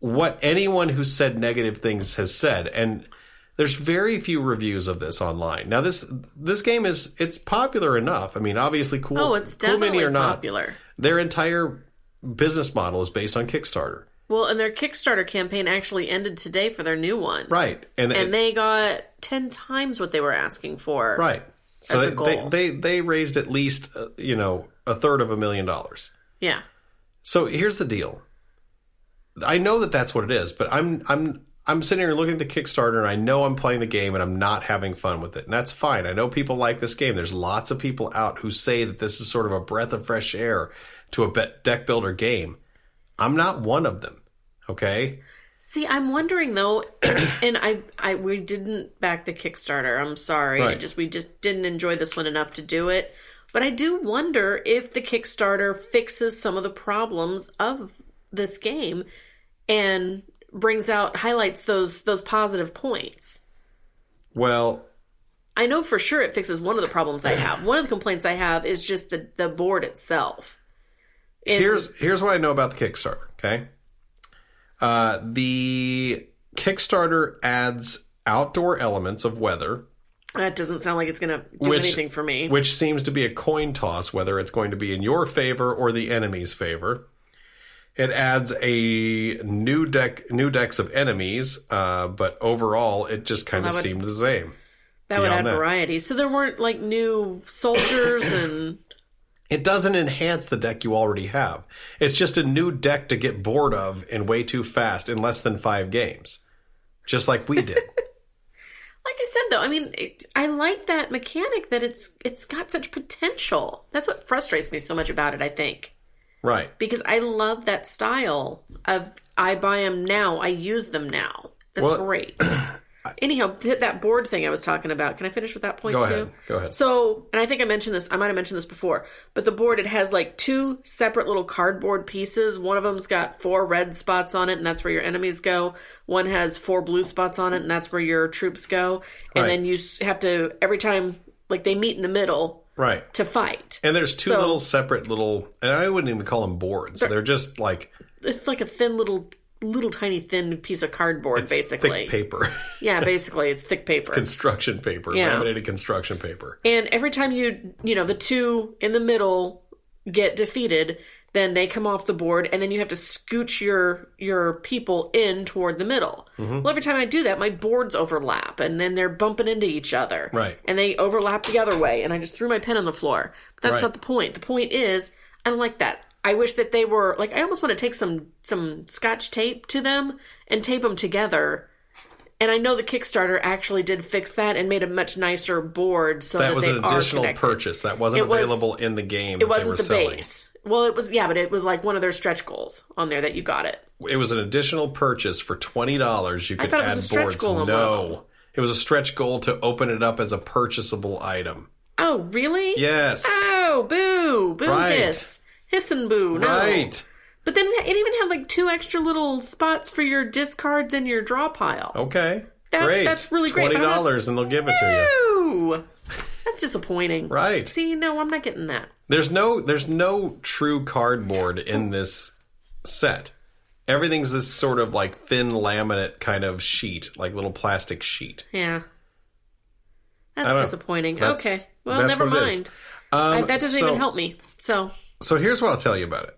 [SPEAKER 1] what anyone who said negative things has said and. There's very few reviews of this online. Now this this game is it's popular enough. I mean, obviously, cool.
[SPEAKER 2] oh, it's
[SPEAKER 1] cool
[SPEAKER 2] definitely
[SPEAKER 1] Mini or not,
[SPEAKER 2] popular.
[SPEAKER 1] their entire business model is based on Kickstarter.
[SPEAKER 2] Well, and their Kickstarter campaign actually ended today for their new one.
[SPEAKER 1] Right. And,
[SPEAKER 2] And they got ten times what they were asking for.
[SPEAKER 1] right. So
[SPEAKER 2] As a
[SPEAKER 1] they,
[SPEAKER 2] goal.
[SPEAKER 1] they, they they raised at least uh, you know a third of a million dollars.
[SPEAKER 2] Yeah.
[SPEAKER 1] So here's the deal. I know that that's what it is, but I'm I'm I'm sitting here looking at the Kickstarter and I know I'm playing the game and I'm not having fun with it. And that's fine. I know people like this game. There's lots of people out who say that this is sort of a breath of fresh air to a be- deck builder game. I'm not one of them. Okay?
[SPEAKER 2] See, I'm wondering though, (clears throat) and, and I, I, we didn't back the Kickstarter. I'm sorry,
[SPEAKER 1] Right.
[SPEAKER 2] just we just didn't enjoy this one enough to do it. But I do wonder if the Kickstarter fixes some of the problems of this game and brings out highlights those those positive points.
[SPEAKER 1] Well,
[SPEAKER 2] I know for sure it fixes one of the problems I have. One of the complaints I have is just the the board itself. And-
[SPEAKER 1] here's here's what I know about the Kickstarter. Okay, uh, the Kickstarter adds outdoor elements of weather,
[SPEAKER 2] that doesn't sound like it's going to do
[SPEAKER 1] Which-
[SPEAKER 2] anything for me.
[SPEAKER 1] which seems to be a coin toss whether it's going to be in your favor or the enemy's favor. It adds a new deck, new decks of enemies, uh, but overall, it just kind of
[SPEAKER 2] that would-
[SPEAKER 1] seemed the same.
[SPEAKER 2] That would add
[SPEAKER 1] Beyond that.
[SPEAKER 2] variety. So there weren't like new
[SPEAKER 1] (coughs)
[SPEAKER 2] soldiers and
[SPEAKER 1] It doesn't enhance the deck you already have. It's just a new deck to get bored of and way too fast in less than five games, just like we did.
[SPEAKER 2] like I said though, I mean, it, I like that mechanic that it's it's got such potential. That's what frustrates me so much about it, I think.
[SPEAKER 1] right.
[SPEAKER 2] Because I love that style of I buy them now, I use them now. That's
[SPEAKER 1] Well- (clears throat)
[SPEAKER 2] great. (clears throat) Anyhow, th- that board thing I was talking about. Can I finish with that point
[SPEAKER 1] Go
[SPEAKER 2] too?
[SPEAKER 1] ahead. Go ahead.
[SPEAKER 2] So, and I think I mentioned this. I might have mentioned this before, but the board it has like two separate little cardboard pieces. One of them's got four red spots on it, and that's where your enemies go. One has four blue spots on it, and that's where your troops go. And
[SPEAKER 1] Right.
[SPEAKER 2] then you s- have to every time like they meet in the middle
[SPEAKER 1] Right.
[SPEAKER 2] to fight.
[SPEAKER 1] And there's two
[SPEAKER 2] So-
[SPEAKER 1] little separate little, and I wouldn't even call them boards. They're just like
[SPEAKER 2] It's like a thin little, little tiny thin piece of cardboard, basically.
[SPEAKER 1] thick paper, (laughs)
[SPEAKER 2] Yeah, basically it's thick paper.
[SPEAKER 1] construction paper,
[SPEAKER 2] Yeah.
[SPEAKER 1] laminated construction paper.
[SPEAKER 2] And every time you, you know, the two in the middle get defeated, then they come off the board, and then you have to scooch your your people in toward the middle.
[SPEAKER 1] Mm-hmm.
[SPEAKER 2] Well, every time I do that, my boards overlap, and then they're bumping into each other,
[SPEAKER 1] Right.
[SPEAKER 2] And they overlap the other way, and I just threw my pen on the floor. But that's
[SPEAKER 1] Right.
[SPEAKER 2] not the point. The point is, I don't like that. I wish that they were like I almost want to take some some scotch tape to them and tape them together. And I know the Kickstarter actually did fix that and made a much nicer board so that,
[SPEAKER 1] That was
[SPEAKER 2] they
[SPEAKER 1] an
[SPEAKER 2] are
[SPEAKER 1] additional
[SPEAKER 2] connected.
[SPEAKER 1] purchase that wasn't
[SPEAKER 2] It was-
[SPEAKER 1] available in the game.
[SPEAKER 2] It wasn't
[SPEAKER 1] they were
[SPEAKER 2] the
[SPEAKER 1] selling.
[SPEAKER 2] base. Well, it was yeah, but it was like one of their stretch goals on there that you got it.
[SPEAKER 1] It was an additional purchase for twenty dollars. You could
[SPEAKER 2] thought it was
[SPEAKER 1] add
[SPEAKER 2] a stretch
[SPEAKER 1] boards.
[SPEAKER 2] goal on one of them.
[SPEAKER 1] no, it was a stretch goal to open it up as a purchasable item.
[SPEAKER 2] Oh, really?
[SPEAKER 1] Yes,
[SPEAKER 2] Oh, boo, boo,
[SPEAKER 1] Right.
[SPEAKER 2] hiss, hiss and boo. No.
[SPEAKER 1] right.
[SPEAKER 2] But then it even had like two extra little spots for your discards and your draw pile.
[SPEAKER 1] Oh, Okay,
[SPEAKER 2] That-
[SPEAKER 1] great.
[SPEAKER 2] that's really great. Uh-huh.
[SPEAKER 1] Twenty dollars, and they'll give it to you.
[SPEAKER 2] Ooh, that's disappointing.
[SPEAKER 1] Right.
[SPEAKER 2] See, no, I'm not getting that.
[SPEAKER 1] There's no there's no true cardboard in this set. Everything's this sort of like thin laminate kind of sheet, like little plastic sheet.
[SPEAKER 2] Yeah.
[SPEAKER 1] don't know.
[SPEAKER 2] That's disappointing.
[SPEAKER 1] That's-
[SPEAKER 2] okay. Well,
[SPEAKER 1] that's
[SPEAKER 2] never
[SPEAKER 1] what it is.
[SPEAKER 2] mind.
[SPEAKER 1] Um,
[SPEAKER 2] I- that doesn't
[SPEAKER 1] so-
[SPEAKER 2] even help me. So,
[SPEAKER 1] So here's what I'll tell you about it.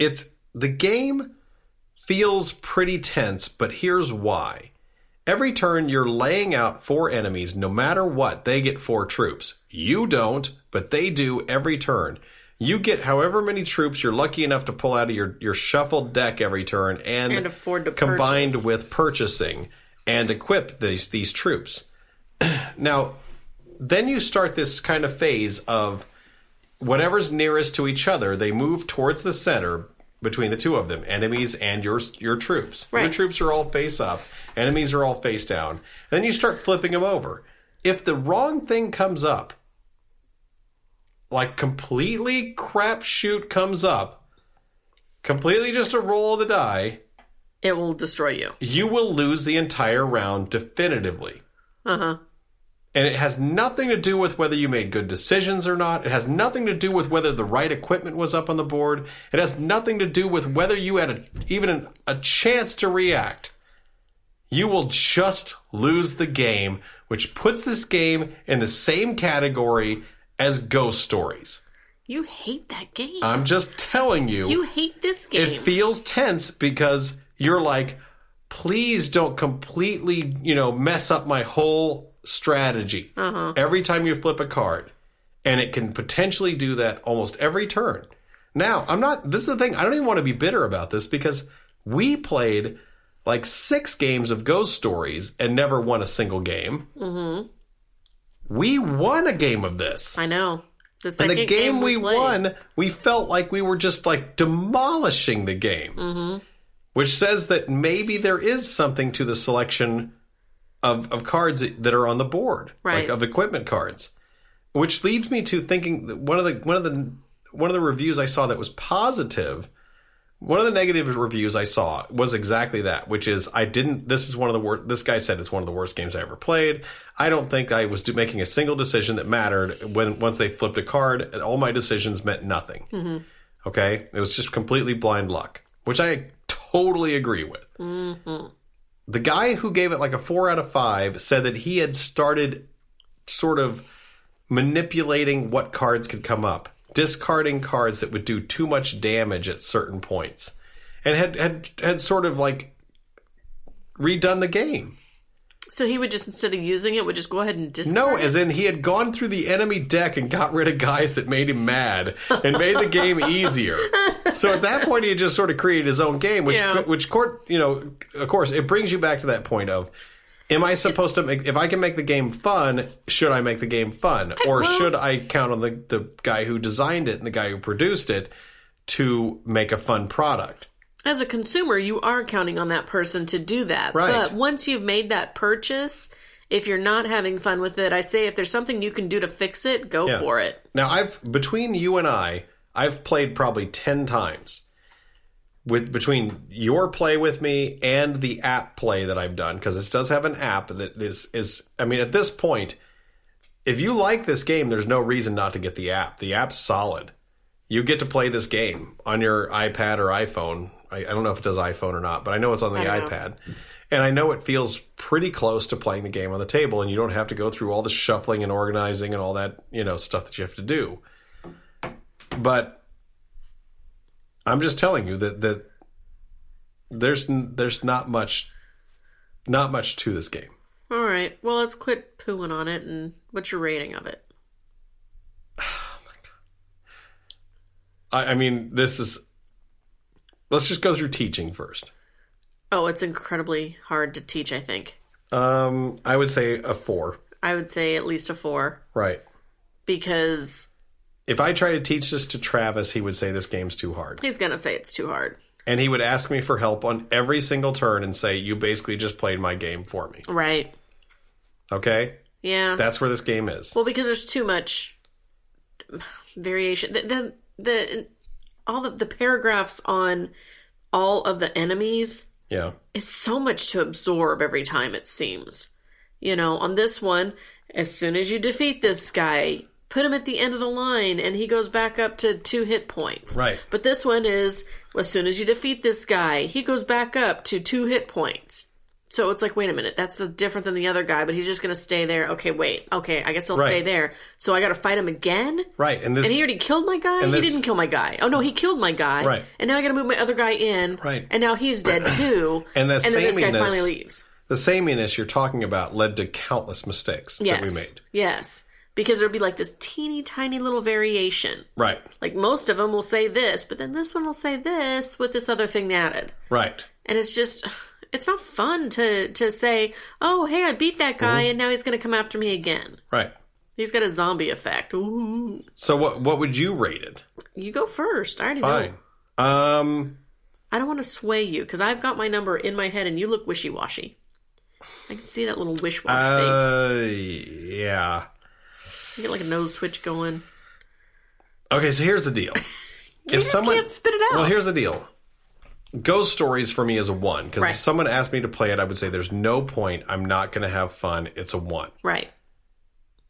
[SPEAKER 1] It's the game feels pretty tense, but here's why. Every turn you're laying out four enemies, no matter what, they get four troops. You don't, but they do every turn. You get however many troops you're lucky enough to pull out of your, your shuffled deck every turn and,
[SPEAKER 2] And afford to
[SPEAKER 1] combined
[SPEAKER 2] purchase.
[SPEAKER 1] with purchasing and equip these these troops. (clears throat) now, then you start this kind of phase of whatever's nearest to each other, they move towards the center between the two of them, enemies and your your troops. Your
[SPEAKER 2] Right.
[SPEAKER 1] troops are all face up, enemies are all face down. And then you start flipping them over. If the wrong thing comes up, like completely crapshoot comes up, completely just a roll of the die,
[SPEAKER 2] it will destroy you.
[SPEAKER 1] you will lose the entire round definitively.
[SPEAKER 2] Uh huh.
[SPEAKER 1] And it has nothing to do with whether you made good decisions or not. It has nothing to do with whether the right equipment was up on the board. It has nothing to do with whether you had a, even an, a chance to react. You will just lose the game, which puts this game in the same category as ghost stories.
[SPEAKER 2] You hate that game.
[SPEAKER 1] I'm just telling
[SPEAKER 2] you hate this game.
[SPEAKER 1] it feels tense because you're like, please don't completely, you know, mess up my whole strategy every time you flip a card. And it can potentially do that almost every turn. Now, I'm not, this is the thing, I don't even want to be bitter about this because we played like six games of ghost stories and never won a single game. Mm-hmm. We won a game of this.
[SPEAKER 2] I know. The
[SPEAKER 1] And
[SPEAKER 2] second
[SPEAKER 1] the game, we,
[SPEAKER 2] played.
[SPEAKER 1] won, we felt like we were just like demolishing the game, which says that maybe there is something to the selection of, of cards that are on the board, like
[SPEAKER 2] Right.
[SPEAKER 1] of equipment cards, which leads me to thinking that one of the one of the one of the reviews I saw that was positive. One of the negative reviews I saw was exactly that, which is I didn't. This is one of the worst. This guy said it's one of the worst games I ever played. I don't think I was do, making a single decision that mattered when once they flipped a card. and All my decisions meant nothing. Okay, it was just completely blind luck, which I totally agree with. The guy who gave it like a four out of five said that he had started sort of manipulating what cards could come up, discarding cards that would do too much damage at certain points, and had had had sort of like redone the game.
[SPEAKER 2] So he would just instead of using it, would just go ahead and discard.
[SPEAKER 1] No,
[SPEAKER 2] it?
[SPEAKER 1] as in he had gone through the enemy deck and got rid of guys that made him mad and made the game
[SPEAKER 2] (laughs)
[SPEAKER 1] easier. So at that point, he had just sort of created his own game, which
[SPEAKER 2] Yeah.
[SPEAKER 1] which court you know, of course, it brings you back to that point of. Am I supposed to make? If I can make the game fun, should I make the game fun, or
[SPEAKER 2] well-
[SPEAKER 1] should I count on the the guy who designed it and the guy who produced it to make a fun product?
[SPEAKER 2] as a consumer, you are counting on that person to do that.
[SPEAKER 1] Right.
[SPEAKER 2] But once you've made that purchase, if you're not having fun with it, I say if there's something you can do to fix it, go
[SPEAKER 1] Yeah.
[SPEAKER 2] for it.
[SPEAKER 1] Now I've between you and I, I've played probably ten times. With between your play with me and the app play that I've done, because this does have an app that is is I mean, at this point, if you like this game, there's no reason not to get the app. The app's solid. You get to play this game on your iPad or iPhone. I, I don't know if it does iPhone or not, but I know it's on the
[SPEAKER 2] don't know.
[SPEAKER 1] iPad. And I know it feels pretty close to playing the game on the table, and you don't have to go through all the shuffling and organizing and all that, you know, stuff that you have to do. But I'm just telling you that that there's n- there's not much not much to this game.
[SPEAKER 2] All right. Well, let's quit pooing on it. And what's your rating of it?
[SPEAKER 1] I, I mean, this is. Let's just go through teaching first.
[SPEAKER 2] Oh, it's incredibly hard to teach, I think.
[SPEAKER 1] Um, I would say a four.
[SPEAKER 2] I would say at least a four
[SPEAKER 1] Right.
[SPEAKER 2] because
[SPEAKER 1] If I try to teach this to Travis, he would say this game's too hard.
[SPEAKER 2] he's going to say it's too hard.
[SPEAKER 1] And he would ask me for help on every single turn and say, You basically just played my game for me.
[SPEAKER 2] Right.
[SPEAKER 1] Okay?
[SPEAKER 2] Yeah.
[SPEAKER 1] That's where this game is.
[SPEAKER 2] well, because there's too much variation. The, the, the all the, the paragraphs on all of the enemies
[SPEAKER 1] Yeah.
[SPEAKER 2] is so much to absorb every time it seems. You know, on this one, as soon as you defeat this guy, put him at the end of the line and he goes back up to two hit points.
[SPEAKER 1] Right.
[SPEAKER 2] But this one is as soon as you defeat this guy, he goes back up to two hit points. So it's like, wait a minute, that's the different than the other guy, but he's just going to stay there. Okay, wait. Okay, I guess he'll stay
[SPEAKER 1] Right.
[SPEAKER 2] there. So I got to fight him again?
[SPEAKER 1] Right. And this.
[SPEAKER 2] And he already killed my guy.
[SPEAKER 1] this-
[SPEAKER 2] he didn't kill my guy. Oh no, he killed my guy.
[SPEAKER 1] Right.
[SPEAKER 2] And now I got to move my other guy in.
[SPEAKER 1] Right.
[SPEAKER 2] And now
[SPEAKER 1] (clears throat)
[SPEAKER 2] he's dead too.
[SPEAKER 1] And the
[SPEAKER 2] then this guy
[SPEAKER 1] sameness-
[SPEAKER 2] finally leaves.
[SPEAKER 1] the sameness you're talking about led to countless mistakes
[SPEAKER 2] Yes.
[SPEAKER 1] that we made.
[SPEAKER 2] Yes. Because there'd be like this teeny tiny little variation.
[SPEAKER 1] Right.
[SPEAKER 2] Like most of them will say this, but then this one will say this with this other thing added.
[SPEAKER 1] Right.
[SPEAKER 2] And it's just (sighs) it's not fun to to say, "Oh, hey, I beat that
[SPEAKER 1] Mm-hmm.
[SPEAKER 2] guy and now he's going to come after me again."
[SPEAKER 1] Right.
[SPEAKER 2] He's got a zombie effect. Ooh.
[SPEAKER 1] So what what would you rate it?
[SPEAKER 2] You go first. I already know.
[SPEAKER 1] Fine. Um
[SPEAKER 2] I don't want to sway you because I've got my number in my head and you look wishy washy. I can see that little wish wash face.
[SPEAKER 1] uh, yeah.
[SPEAKER 2] You get like a nose twitch going.
[SPEAKER 1] Okay, so here's the deal.
[SPEAKER 2] (laughs) You just can't spit it out.
[SPEAKER 1] Well, here's the deal. Ghost stories for me is a one because
[SPEAKER 2] Right.
[SPEAKER 1] if someone asked me to play it, I would say there's no point. I'm not going to have fun. It's a one.
[SPEAKER 2] right.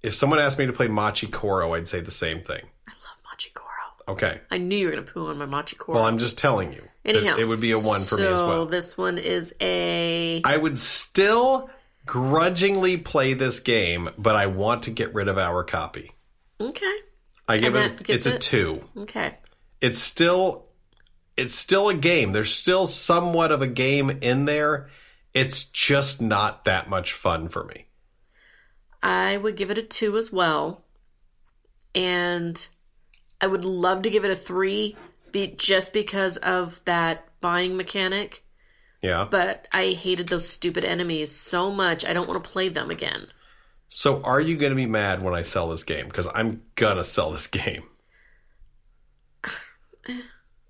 [SPEAKER 1] If someone asked me to play Machi Koro, I'd say the same thing.
[SPEAKER 2] I love Machi Goro.
[SPEAKER 1] Okay.
[SPEAKER 2] I knew you were going to poo on my Machi Goro.
[SPEAKER 1] Well, I'm just telling you. that
[SPEAKER 2] Anyhow,
[SPEAKER 1] it would be a one for me as
[SPEAKER 2] so
[SPEAKER 1] well.
[SPEAKER 2] this one is a.
[SPEAKER 1] I would still grudgingly play this game, but I want to get rid of our copy.
[SPEAKER 2] Okay.
[SPEAKER 1] I give
[SPEAKER 2] And that
[SPEAKER 1] it.
[SPEAKER 2] gets
[SPEAKER 1] It's a
[SPEAKER 2] it?
[SPEAKER 1] two.
[SPEAKER 2] Okay.
[SPEAKER 1] it's still it's still a game. There's still somewhat of a game in there. It's just not that much fun for me.
[SPEAKER 2] I would give it a two as well. And I would love to give it a three be, just because of that buying mechanic.
[SPEAKER 1] Yeah.
[SPEAKER 2] but I hated those stupid enemies so much. I don't want to play them again.
[SPEAKER 1] so are you going to be mad when I sell this game cuz I'm going to sell this game.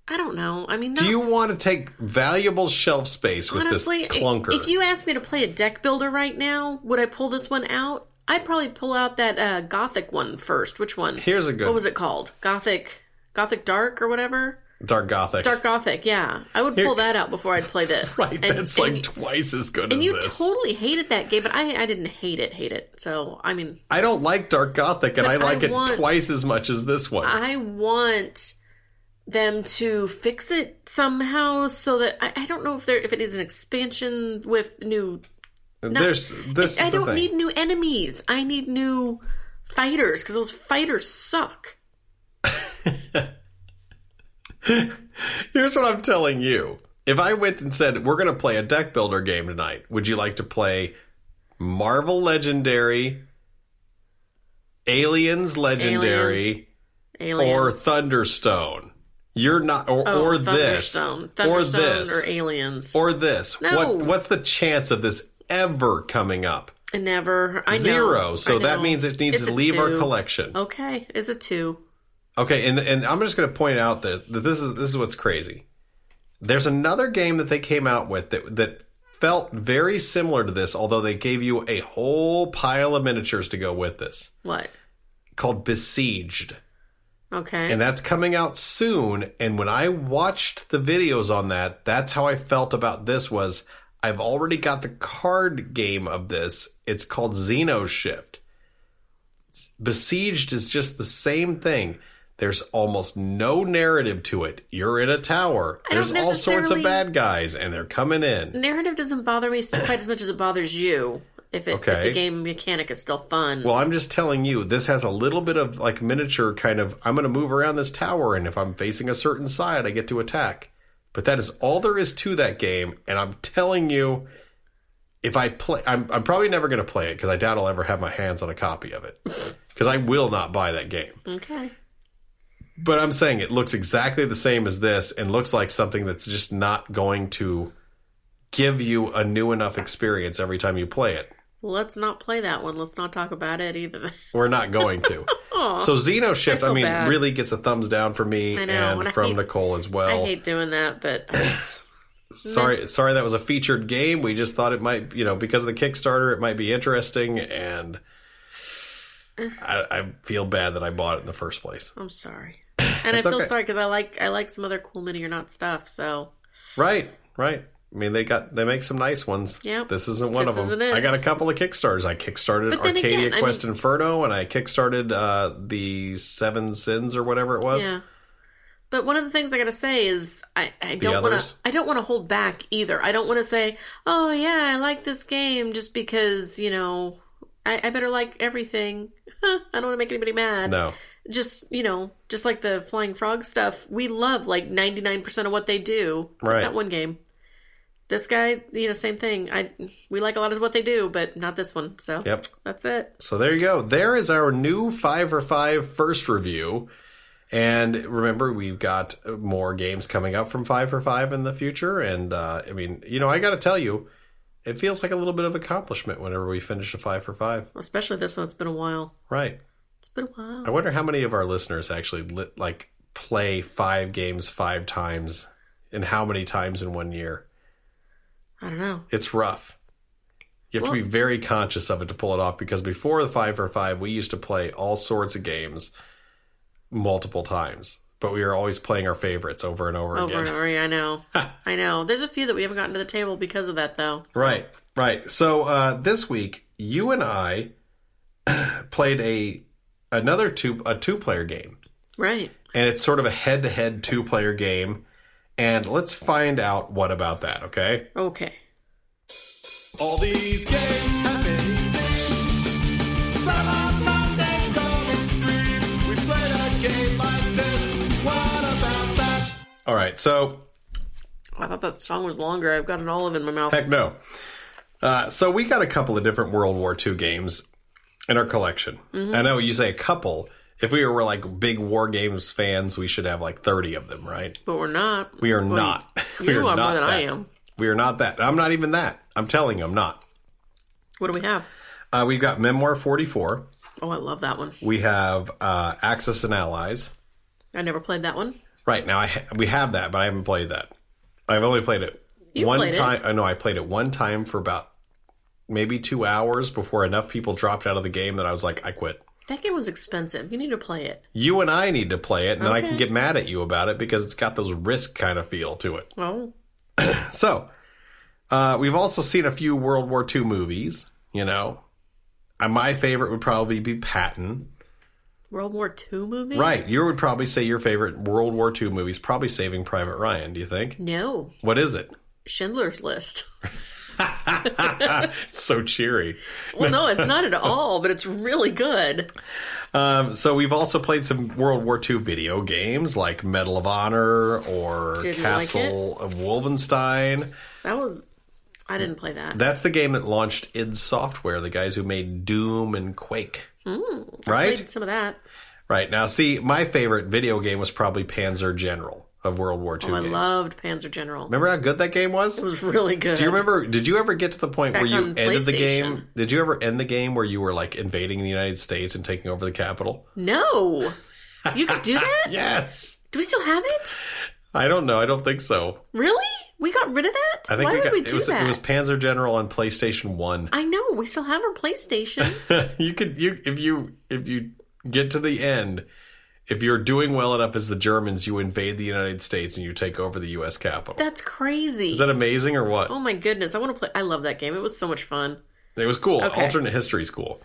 [SPEAKER 2] I don't know. I mean, no,
[SPEAKER 1] Do you want to take valuable shelf space with
[SPEAKER 2] honestly,
[SPEAKER 1] this clunker?
[SPEAKER 2] if you asked me to play a deck builder right now, would I pull this one out? I'd probably pull out that uh, Gothic one first. Which one?
[SPEAKER 1] Here's a good
[SPEAKER 2] What was it called? Gothic, Gothic Dark or whatever.
[SPEAKER 1] Dark Gothic.
[SPEAKER 2] Dark Gothic. Yeah, I would pull that out before I'd play
[SPEAKER 1] (laughs)
[SPEAKER 2] this.
[SPEAKER 1] right,
[SPEAKER 2] And-
[SPEAKER 1] that's
[SPEAKER 2] and-
[SPEAKER 1] like twice as good
[SPEAKER 2] And
[SPEAKER 1] as
[SPEAKER 2] you
[SPEAKER 1] this.
[SPEAKER 2] totally hated that game, but I I didn't hate it, hate it. So I mean,
[SPEAKER 1] I don't like Dark Gothic and I
[SPEAKER 2] I
[SPEAKER 1] like it
[SPEAKER 2] want- Uh,
[SPEAKER 1] twice as much as this one.
[SPEAKER 2] I want them to fix it somehow so that I, I don't know if there if it is an expansion with new
[SPEAKER 1] There's this
[SPEAKER 2] I
[SPEAKER 1] is the
[SPEAKER 2] don't
[SPEAKER 1] thing.
[SPEAKER 2] need new enemies. I need new fighters because those fighters suck.
[SPEAKER 1] Here's what I'm telling you. If I went and said, we're going to play a deck builder game tonight, would you like to play Marvel Legendary, Aliens Legendary,
[SPEAKER 2] Aliens.
[SPEAKER 1] or Thunderstone? Youyou're not, or,
[SPEAKER 2] Oh,
[SPEAKER 1] or this,
[SPEAKER 2] Thunderstone.
[SPEAKER 1] or
[SPEAKER 2] Thunderstone
[SPEAKER 1] this,
[SPEAKER 2] or aliens.
[SPEAKER 1] or this.
[SPEAKER 2] No.
[SPEAKER 1] What, what's the chance of this ever coming up?
[SPEAKER 2] I never. I know.
[SPEAKER 1] Zero.
[SPEAKER 2] I
[SPEAKER 1] So that
[SPEAKER 2] know.
[SPEAKER 1] means it needs
[SPEAKER 2] It's
[SPEAKER 1] to
[SPEAKER 2] a
[SPEAKER 1] leave our
[SPEAKER 2] two.
[SPEAKER 1] collection.
[SPEAKER 2] Okay, it's a two.
[SPEAKER 1] Okay, and and I'm just going to point out that, that this is this is what's crazy. There's another game that they came out with that that felt very similar to this, although they gave you a whole pile of miniatures to go with this,
[SPEAKER 2] What?
[SPEAKER 1] called Besieged,
[SPEAKER 2] Okay.
[SPEAKER 1] and that's coming out soon. And when I watched the videos on that, that's how I felt about this. Was I've already got the card game of this. It's called Xeno Shift. Besieged is just the same thing. There's almost no narrative to it. You're in a tower.
[SPEAKER 2] don't
[SPEAKER 1] There's all sorts of
[SPEAKER 2] necessarily-
[SPEAKER 1] bad guys, and they're coming in.
[SPEAKER 2] Narrative doesn't bother me quite as much as it bothers you. If, it, if
[SPEAKER 1] Okay.
[SPEAKER 2] the game mechanic is still fun.
[SPEAKER 1] Well, I'm just telling you, this has a little bit of like miniature kind of. I'm going to move around this tower, and if I'm facing a certain side, I get to attack. But that is all there is to that game, and I'm telling you, if I play, I'm, I'm probably never going to play it because I doubt I'll ever have my hands on a copy of it because I will not buy that game.
[SPEAKER 2] okay.
[SPEAKER 1] But I'm saying it looks exactly the same as this and looks like something that's just not going to give you a new enough experience every time you play it.
[SPEAKER 2] Let's not play that one. Let's not talk about it either. (laughs)
[SPEAKER 1] We're not going to. so Xeno Shift, I, mean,
[SPEAKER 2] bad.
[SPEAKER 1] really gets a thumbs down from me
[SPEAKER 2] I know, and I
[SPEAKER 1] and from
[SPEAKER 2] hate-
[SPEAKER 1] Nicole as well.
[SPEAKER 2] I hate doing that, but
[SPEAKER 1] (clears throat)
[SPEAKER 2] I just,
[SPEAKER 1] sorry, sorry that was a featured game. We just thought it might, you know, because of the Kickstarter, it might be interesting, and I, I feel bad that I bought it in the first place.
[SPEAKER 2] I'm sorry. And I
[SPEAKER 1] It's
[SPEAKER 2] feel
[SPEAKER 1] okay.
[SPEAKER 2] sorry because I like I like some other cool mini or not stuff. So
[SPEAKER 1] Right, right. I mean, they got they make some nice ones.
[SPEAKER 2] Yep.
[SPEAKER 1] This isn't one
[SPEAKER 2] This
[SPEAKER 1] of them.
[SPEAKER 2] isn't it.
[SPEAKER 1] I got a couple of kickstarters. I kickstarted
[SPEAKER 2] But then
[SPEAKER 1] Arcadia
[SPEAKER 2] again, I
[SPEAKER 1] Quest
[SPEAKER 2] mean-
[SPEAKER 1] Inferno, and I kickstarted uh, the Seven Sins or whatever it was.
[SPEAKER 2] yeah. But one of the things I gotta say is I, I
[SPEAKER 1] The
[SPEAKER 2] don't want to
[SPEAKER 1] others?
[SPEAKER 2] I don't want to hold back either. I don't want to say oh yeah I like this game just because you know I, I better like everything. (laughs) Huh, I don't want to make anybody mad.
[SPEAKER 1] No,
[SPEAKER 2] just you know, just like the flying frog stuff, we love like ninety nine percent of what they do. Except
[SPEAKER 1] Right.
[SPEAKER 2] That one game. This guy, you know, same thing. I we like a lot of what they do, but not this one. So
[SPEAKER 1] Yep.
[SPEAKER 2] that's it.
[SPEAKER 1] So there you go. There is our new five for five first review. And remember, we've got more games coming up from five for five in the future. And uh, I mean, you know, I got to tell you, it feels like a little bit of accomplishment whenever we finish a five for five.
[SPEAKER 2] Especially this one. It's been a while.
[SPEAKER 1] Right.
[SPEAKER 2] It's been a while.
[SPEAKER 1] I wonder how many of our listeners actually lit, like play five games five times and how many times in one year.
[SPEAKER 2] I don't know.
[SPEAKER 1] It's rough. You have to be very conscious of it to pull it off because before the five for five, we used to play all sorts of games multiple times, but we were always playing our favorites over and over,
[SPEAKER 2] Over
[SPEAKER 1] again.
[SPEAKER 2] and over. yeah,
[SPEAKER 1] (laughs)
[SPEAKER 2] I know. I know. There's a few that we haven't gotten to the table because of that, though.
[SPEAKER 1] Right, right. So uh, this week, you and I (clears throat) played a another two a two player game,
[SPEAKER 2] Right.
[SPEAKER 1] and it's sort of a head to head two player game. And let's find out what about that, okay?
[SPEAKER 2] Okay.
[SPEAKER 4] All these games have many things. Some are fun and some extreme. We played a game like this. What about that?
[SPEAKER 1] All right, so
[SPEAKER 2] I thought that song was longer. I've got an olive in my mouth.
[SPEAKER 1] Heck no. Uh, so we got a couple of different World War II games in our collection.
[SPEAKER 2] Mm-hmm.
[SPEAKER 1] I know you say a couple. If we were like big war games fans, we should have like thirty of them, right?
[SPEAKER 2] But we're not.
[SPEAKER 1] We are not. (laughs) we
[SPEAKER 2] you are more
[SPEAKER 1] not
[SPEAKER 2] than I
[SPEAKER 1] that.
[SPEAKER 2] am.
[SPEAKER 1] We are not that. I'm not even that. I'm telling you, I'm not.
[SPEAKER 2] What do we have?
[SPEAKER 1] Uh, we've got Memoir 44.
[SPEAKER 2] Oh, I love that one.
[SPEAKER 1] We have uh, Axis and Allies.
[SPEAKER 2] I never played that one.
[SPEAKER 1] Right now, I ha- we have that, but I haven't played that. I've only played it
[SPEAKER 2] You
[SPEAKER 1] one
[SPEAKER 2] played it.
[SPEAKER 1] time. I know I played it one time for about maybe two hours before enough people dropped out of the game that I was like, I quit.
[SPEAKER 2] That game was expensive. You need to play it.
[SPEAKER 1] You and I need to play it, and then I can
[SPEAKER 2] Okay.
[SPEAKER 1] get mad at you about it because it's got those risk kind of feel to it.
[SPEAKER 2] Oh,
[SPEAKER 1] So, uh, we've also seen a few World War II movies. You know, Uh, my favorite would probably be Patton.
[SPEAKER 2] World War II movie?
[SPEAKER 1] Right, you would probably say your favorite World War II movie is probably Saving Private Ryan. Do you think?
[SPEAKER 2] No,
[SPEAKER 1] What is it?
[SPEAKER 2] Schindler's List. (laughs)
[SPEAKER 1] It's so cheery.
[SPEAKER 2] Well, no, it's not at all, but it's really good.
[SPEAKER 1] Um, so we've also played some World War II video games like Medal of Honor or
[SPEAKER 2] Didn't like
[SPEAKER 1] Castle of Wolfenstein.
[SPEAKER 2] That was. I didn't play that.
[SPEAKER 1] That's the game that launched id Software, the guys who made Doom and Quake. right?
[SPEAKER 2] Hmm, Played some of that.
[SPEAKER 1] Right. Now, see, my favorite video game was probably Panzer General of World War II
[SPEAKER 2] Oh, I
[SPEAKER 1] games.
[SPEAKER 2] loved Panzer General.
[SPEAKER 1] remember how good that game was?
[SPEAKER 2] it was really good.
[SPEAKER 1] Do you remember? Did you ever get to the point
[SPEAKER 2] Back
[SPEAKER 1] where you
[SPEAKER 2] on
[SPEAKER 1] ended the game?
[SPEAKER 2] PlayStation.
[SPEAKER 1] Did you ever end the game where you were like invading the United States and taking over the capital?
[SPEAKER 2] No. You could do that?
[SPEAKER 1] (laughs) Yes.
[SPEAKER 2] Do we still have it?
[SPEAKER 1] I don't know. I don't think so.
[SPEAKER 2] Really? We got rid of that?
[SPEAKER 1] I think
[SPEAKER 2] Why
[SPEAKER 1] we
[SPEAKER 2] did
[SPEAKER 1] got,
[SPEAKER 2] we
[SPEAKER 1] it
[SPEAKER 2] do
[SPEAKER 1] was
[SPEAKER 2] that?
[SPEAKER 1] it was Panzer General on PlayStation One.
[SPEAKER 2] I know. We still have
[SPEAKER 1] (laughs)
[SPEAKER 2] our PlayStation.
[SPEAKER 1] you could you if you if you get to the end, if you're doing well enough as the Germans, you invade the United States and you take over the U.S. capital.
[SPEAKER 2] That's crazy.
[SPEAKER 1] Is that amazing or what?
[SPEAKER 2] oh my goodness. I want to play. I love that game. It was so much fun.
[SPEAKER 1] It was cool.
[SPEAKER 2] Okay.
[SPEAKER 1] Alternate history is cool.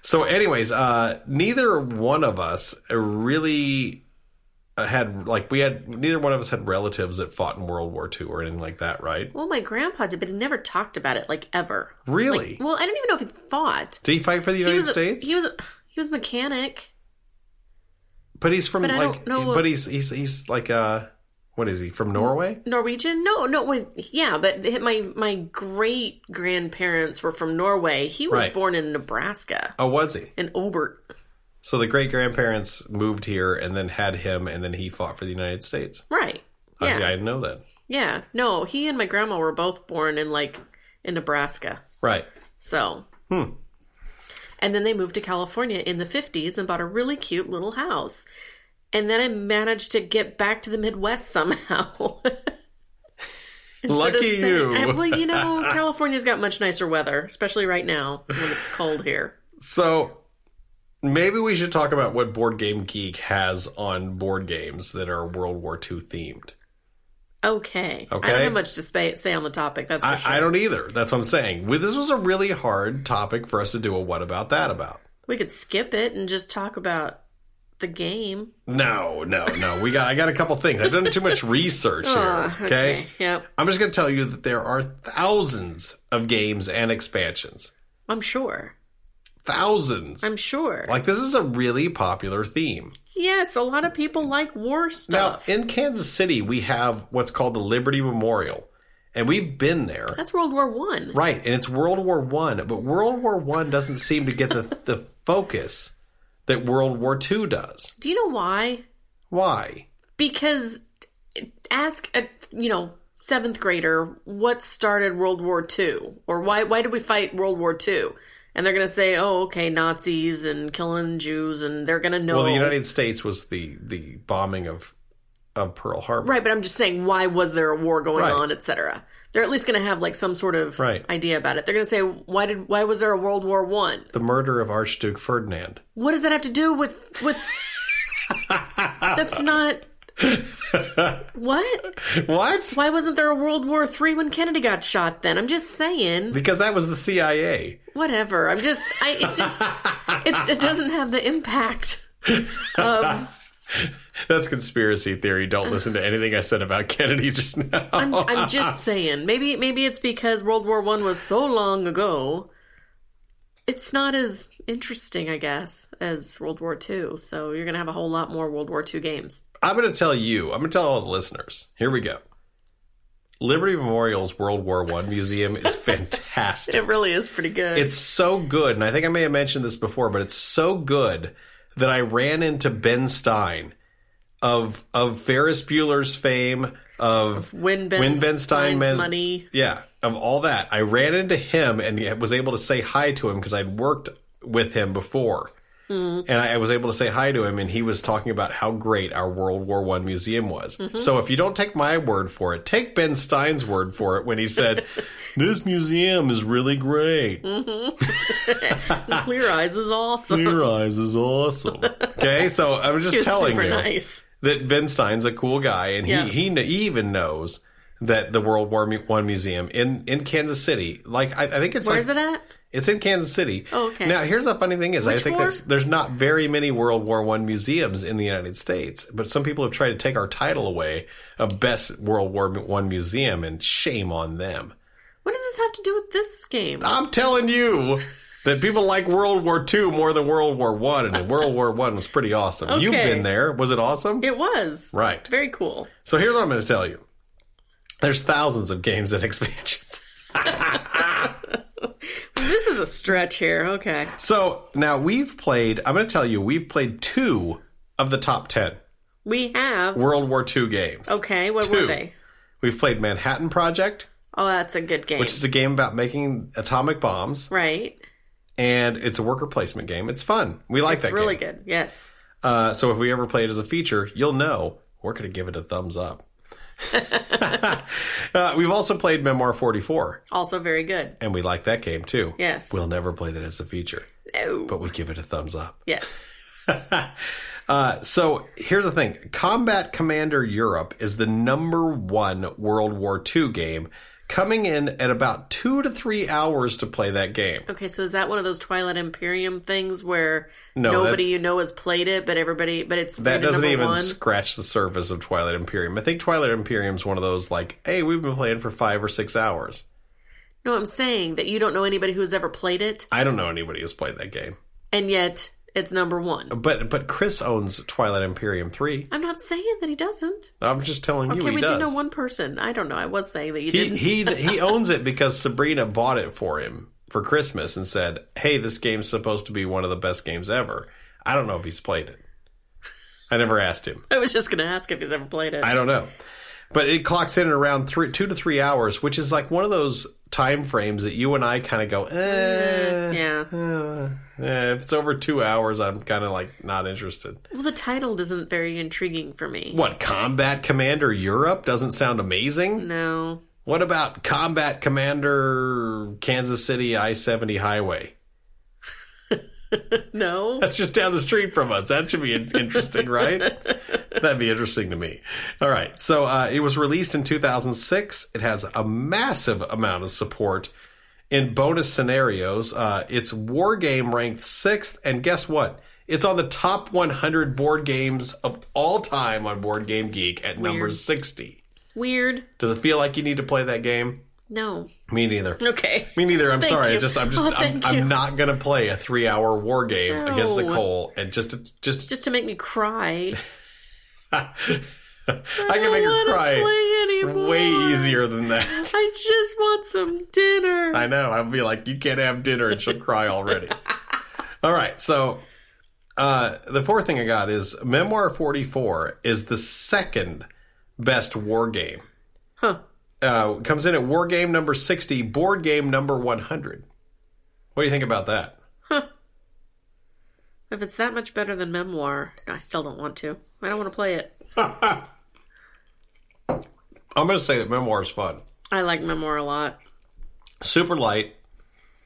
[SPEAKER 1] So, anyways, uh, neither one of us really uh, had like we had neither one of us had relatives that fought in World War II or anything like that, right?
[SPEAKER 2] Well, my grandpa did, but he never talked about it, like ever.
[SPEAKER 1] Really?
[SPEAKER 2] Well, I don't even know if he fought.
[SPEAKER 1] Did he fight for the
[SPEAKER 2] He
[SPEAKER 1] United
[SPEAKER 2] was, a-
[SPEAKER 1] States?
[SPEAKER 2] he was a- he was a mechanic.
[SPEAKER 1] But he's from
[SPEAKER 2] But I
[SPEAKER 1] like,
[SPEAKER 2] don't know-
[SPEAKER 1] but he's he's he's like uh, what is he from Norway?
[SPEAKER 2] Norwegian? No, no, wait, yeah, but th- my my great grandparents were from Norway. He was
[SPEAKER 1] Right.
[SPEAKER 2] born in Nebraska,
[SPEAKER 1] Oh, was he?
[SPEAKER 2] in Obert.
[SPEAKER 1] So the great grandparents moved here and then had him, and then he fought for the United States.
[SPEAKER 2] Right.
[SPEAKER 1] I see, I
[SPEAKER 2] Yeah.
[SPEAKER 1] didn't know that.
[SPEAKER 2] Yeah. No, he and my grandma were both born in like in Nebraska.
[SPEAKER 1] Right.
[SPEAKER 2] So.
[SPEAKER 1] Hmm.
[SPEAKER 2] And then they moved to California in the 50s and bought a really cute little house. And then I managed to get back to the Midwest somehow. (laughs) Instead of
[SPEAKER 1] Lucky
[SPEAKER 2] saying-
[SPEAKER 1] you.
[SPEAKER 2] I- well, you know,
[SPEAKER 1] (laughs)
[SPEAKER 2] California's got much nicer weather, especially right now when it's cold here.
[SPEAKER 1] So maybe we should talk about what Board Game Geek has on board games that are World War II themed.
[SPEAKER 2] Okay. I
[SPEAKER 1] Okay.
[SPEAKER 2] don't have much to spa- say on the topic. That's for sure.
[SPEAKER 1] I, I don't either. That's what I'm saying. Well, This was a really hard topic for us to do a what about that about.
[SPEAKER 2] we could skip it and just talk about the game.
[SPEAKER 1] No, no, no. We got I got a couple things. I've done too much
[SPEAKER 2] (laughs)
[SPEAKER 1] research
[SPEAKER 2] Oh,
[SPEAKER 1] here. Okay.
[SPEAKER 2] Yep.
[SPEAKER 1] I'm just gonna tell you that there are thousands of games and expansions.
[SPEAKER 2] I'm sure.
[SPEAKER 1] 1000s
[SPEAKER 2] I'm sure.
[SPEAKER 1] like this is a really popular theme.
[SPEAKER 2] yes, a lot of people like war
[SPEAKER 1] Now,
[SPEAKER 2] stuff.
[SPEAKER 1] in Kansas City, we have what's called the Liberty Memorial, and we've been there.
[SPEAKER 2] That's World War One.
[SPEAKER 1] Right, and it's World War One, but World War One doesn't seem to
[SPEAKER 2] (laughs)
[SPEAKER 1] get the the focus that World War Two does.
[SPEAKER 2] Do you know why?
[SPEAKER 1] Why?
[SPEAKER 2] Because ask a you know seventh grader what started World War Two or why why did we fight World War Two? And they're gonna say, oh, okay, Nazis and killing Jews, and they're gonna know.
[SPEAKER 1] Well, the United States was the the bombing of of Pearl Harbor.
[SPEAKER 2] Right, but I'm just saying, why was there a war going
[SPEAKER 1] Right.
[SPEAKER 2] on, etc. They're at least going to have like some sort of
[SPEAKER 1] Right.
[SPEAKER 2] idea about it. They're going to say, why did why was there a World War One?
[SPEAKER 1] The murder of Archduke Ferdinand.
[SPEAKER 2] What does that have to do with
[SPEAKER 1] (laughs)
[SPEAKER 2] with? That's not what.
[SPEAKER 1] What?
[SPEAKER 2] Why wasn't there a World War Three when Kennedy got shot? Then I'm just saying,
[SPEAKER 1] Because that was the CIA.
[SPEAKER 2] whatever. I'm just, I it just, it's, it doesn't have the impact of.
[SPEAKER 1] That's conspiracy theory. Don't listen to anything I said about (laughs) Kennedy just now.
[SPEAKER 2] I'm,
[SPEAKER 1] (laughs)
[SPEAKER 2] I'm just saying, maybe maybe it's because World War One was so long ago. It's not as interesting, I guess, as World War Two. So you're gonna have a whole lot more World War Two games.
[SPEAKER 1] I'm going to tell you. I'm going to tell all the listeners. Here we go. Liberty Memorial's World War One museum (laughs) is fantastic.
[SPEAKER 2] It really is pretty good.
[SPEAKER 1] It's so good, and I think I may have mentioned this before, but it's so good that I ran into Ben Stein of of Ferris Bueller's fame of
[SPEAKER 2] Win Ben,
[SPEAKER 1] Win Ben Stein
[SPEAKER 2] Stein's
[SPEAKER 1] men-
[SPEAKER 2] money.
[SPEAKER 1] yeah of all that. I ran into him and was able to say hi to him because I'd worked with him before,
[SPEAKER 2] Mm-hmm.
[SPEAKER 1] and I, I was able to say hi to him, and he was talking about how great our World War One museum was.
[SPEAKER 2] Mm-hmm.
[SPEAKER 1] So if you don't take my word for it, take Ben Stein's word for it when he said.
[SPEAKER 2] (laughs)
[SPEAKER 1] This museum is really great.
[SPEAKER 2] Mm-hmm.
[SPEAKER 1] (laughs)
[SPEAKER 2] Clear Eyes is awesome.
[SPEAKER 1] Clear Eyes is awesome. Okay, so I'm just
[SPEAKER 2] He was
[SPEAKER 1] telling
[SPEAKER 2] super
[SPEAKER 1] you
[SPEAKER 2] nice.
[SPEAKER 1] that Ben Stein's a cool guy, and
[SPEAKER 2] Yes.
[SPEAKER 1] he, he kn- even knows that the World War Mu- One Museum in, in Kansas City, like I, I think it's
[SPEAKER 2] Where
[SPEAKER 1] like,
[SPEAKER 2] is it at?
[SPEAKER 1] It's in Kansas City.
[SPEAKER 2] Oh, okay.
[SPEAKER 1] Now here's the funny thing is I
[SPEAKER 2] Which
[SPEAKER 1] think
[SPEAKER 2] war?
[SPEAKER 1] there's, there's not very many World War One museums in the United States, but some people have tried to take our title away of best World War One museum, and shame on them.
[SPEAKER 2] What does this have to do with this game?
[SPEAKER 1] I'm telling you that people like World War II more than World War One,
[SPEAKER 2] (laughs)
[SPEAKER 1] and World War One was pretty awesome. You've
[SPEAKER 2] Okay.
[SPEAKER 1] been there. Was it awesome?
[SPEAKER 2] It was
[SPEAKER 1] Right.
[SPEAKER 2] very cool.
[SPEAKER 1] So here's what I'm going to tell you. There's thousands of games and (laughs) expansions.
[SPEAKER 2] This is a stretch here. Okay,
[SPEAKER 1] So now we've played. I'm going to tell you we've played two of the top ten
[SPEAKER 2] we have.
[SPEAKER 1] World War II games.
[SPEAKER 2] Okay, what
[SPEAKER 1] Two.
[SPEAKER 2] were they?
[SPEAKER 1] We've played Manhattan Project,
[SPEAKER 2] Oh, that's a good game.
[SPEAKER 1] which is a game about making atomic bombs,
[SPEAKER 2] right.
[SPEAKER 1] and it's a worker placement game. It's fun. We like that
[SPEAKER 2] Really
[SPEAKER 1] game.
[SPEAKER 2] good. Yes.
[SPEAKER 1] Uh, so if we ever play it as a feature, you'll know we're going to give it a thumbs
[SPEAKER 2] (laughs)
[SPEAKER 1] up. uh, we've also played Memoir 44,
[SPEAKER 2] Also very good.
[SPEAKER 1] and we like that game too.
[SPEAKER 2] Yes.
[SPEAKER 1] We'll never play that as a feature,
[SPEAKER 2] No.
[SPEAKER 1] but we give it a thumbs up.
[SPEAKER 2] yes.
[SPEAKER 1] Uh, so here's the thing Combat Commander Europe is the number one World War II game, coming in at about two to three hours to play that game.
[SPEAKER 2] Okay, so is that one of those Twilight Imperium things where
[SPEAKER 1] No, that-
[SPEAKER 2] nobody you know has played it, but everybody, but it's
[SPEAKER 1] That
[SPEAKER 2] rated
[SPEAKER 1] doesn't
[SPEAKER 2] number
[SPEAKER 1] even
[SPEAKER 2] one?
[SPEAKER 1] scratch the surface of Twilight Imperium. I think Twilight Imperium's one of those like, hey, we've been playing for five or six hours.
[SPEAKER 2] No, I'm saying that you don't know anybody who's ever played it,
[SPEAKER 1] I don't know anybody who's played that game.
[SPEAKER 2] and yet it's number one.
[SPEAKER 1] But but Chris owns Twilight Imperium three.
[SPEAKER 2] I'm not saying that he doesn't.
[SPEAKER 1] I'm just telling you
[SPEAKER 2] Okay,
[SPEAKER 1] he
[SPEAKER 2] we
[SPEAKER 1] does.
[SPEAKER 2] do know one person. I don't know. I was saying that you
[SPEAKER 1] he
[SPEAKER 2] didn't.
[SPEAKER 1] he (laughs) he owns it because Sabrina bought it for him for Christmas and said, "Hey, this game's supposed to be one of the best games ever." I don't know if he's played it. I never asked him.
[SPEAKER 2] I was just going to ask if he's ever played it.
[SPEAKER 1] I don't know. But it clocks in at around three, two to three hours, which is like one of those time frames that you and I kind of go, eh,
[SPEAKER 2] yeah.
[SPEAKER 1] eh. If it's over two hours, I'm kind of like not interested.
[SPEAKER 2] Well, the title isn't very intriguing for me.
[SPEAKER 1] What, Combat Commander Europe doesn't sound amazing?
[SPEAKER 2] No.
[SPEAKER 1] What about Combat Commander Kansas City I 70 Highway?
[SPEAKER 2] No.
[SPEAKER 1] That's just down the street from us. That should be in- interesting, right? That'd be interesting to me. All right. So uh, it was released in 2006. It has a massive amount of support in bonus scenarios. Uh, it's war game ranked sixth, and guess what? It's on the top 100 board games of all time on Board Game Geek at number 60.
[SPEAKER 2] Weird.
[SPEAKER 1] Does it feel like you need to play that game?
[SPEAKER 2] No.
[SPEAKER 1] Me neither.
[SPEAKER 2] Okay.
[SPEAKER 1] Me neither. I'm
[SPEAKER 2] Thank
[SPEAKER 1] sorry.
[SPEAKER 2] you.
[SPEAKER 1] I just I'm just
[SPEAKER 2] Oh,
[SPEAKER 1] I'm,
[SPEAKER 2] thank you.
[SPEAKER 1] I'm not gonna play a three hour war game
[SPEAKER 2] No.
[SPEAKER 1] against Nicole and just to, just,
[SPEAKER 2] Just to make
[SPEAKER 1] (laughs)
[SPEAKER 2] me cry.
[SPEAKER 1] I can make her
[SPEAKER 2] wanna
[SPEAKER 1] cry
[SPEAKER 2] play anymore.
[SPEAKER 1] way easier than that. (laughs)
[SPEAKER 2] I just want some dinner.
[SPEAKER 1] I know. I'll be like, you can't have dinner, and she'll cry
[SPEAKER 2] (laughs)
[SPEAKER 1] already. All right. So uh, the fourth thing I got is Memoir 44 is the second best war game.
[SPEAKER 2] Huh.
[SPEAKER 1] Uh, comes in at war game number 60, board game number 100. What do you think about that?
[SPEAKER 2] If it's that much better than memoir, I still don't want to. I don't want to play it.
[SPEAKER 1] I'm going to say that memoir is fun.
[SPEAKER 2] I like memoir a lot.
[SPEAKER 1] super light,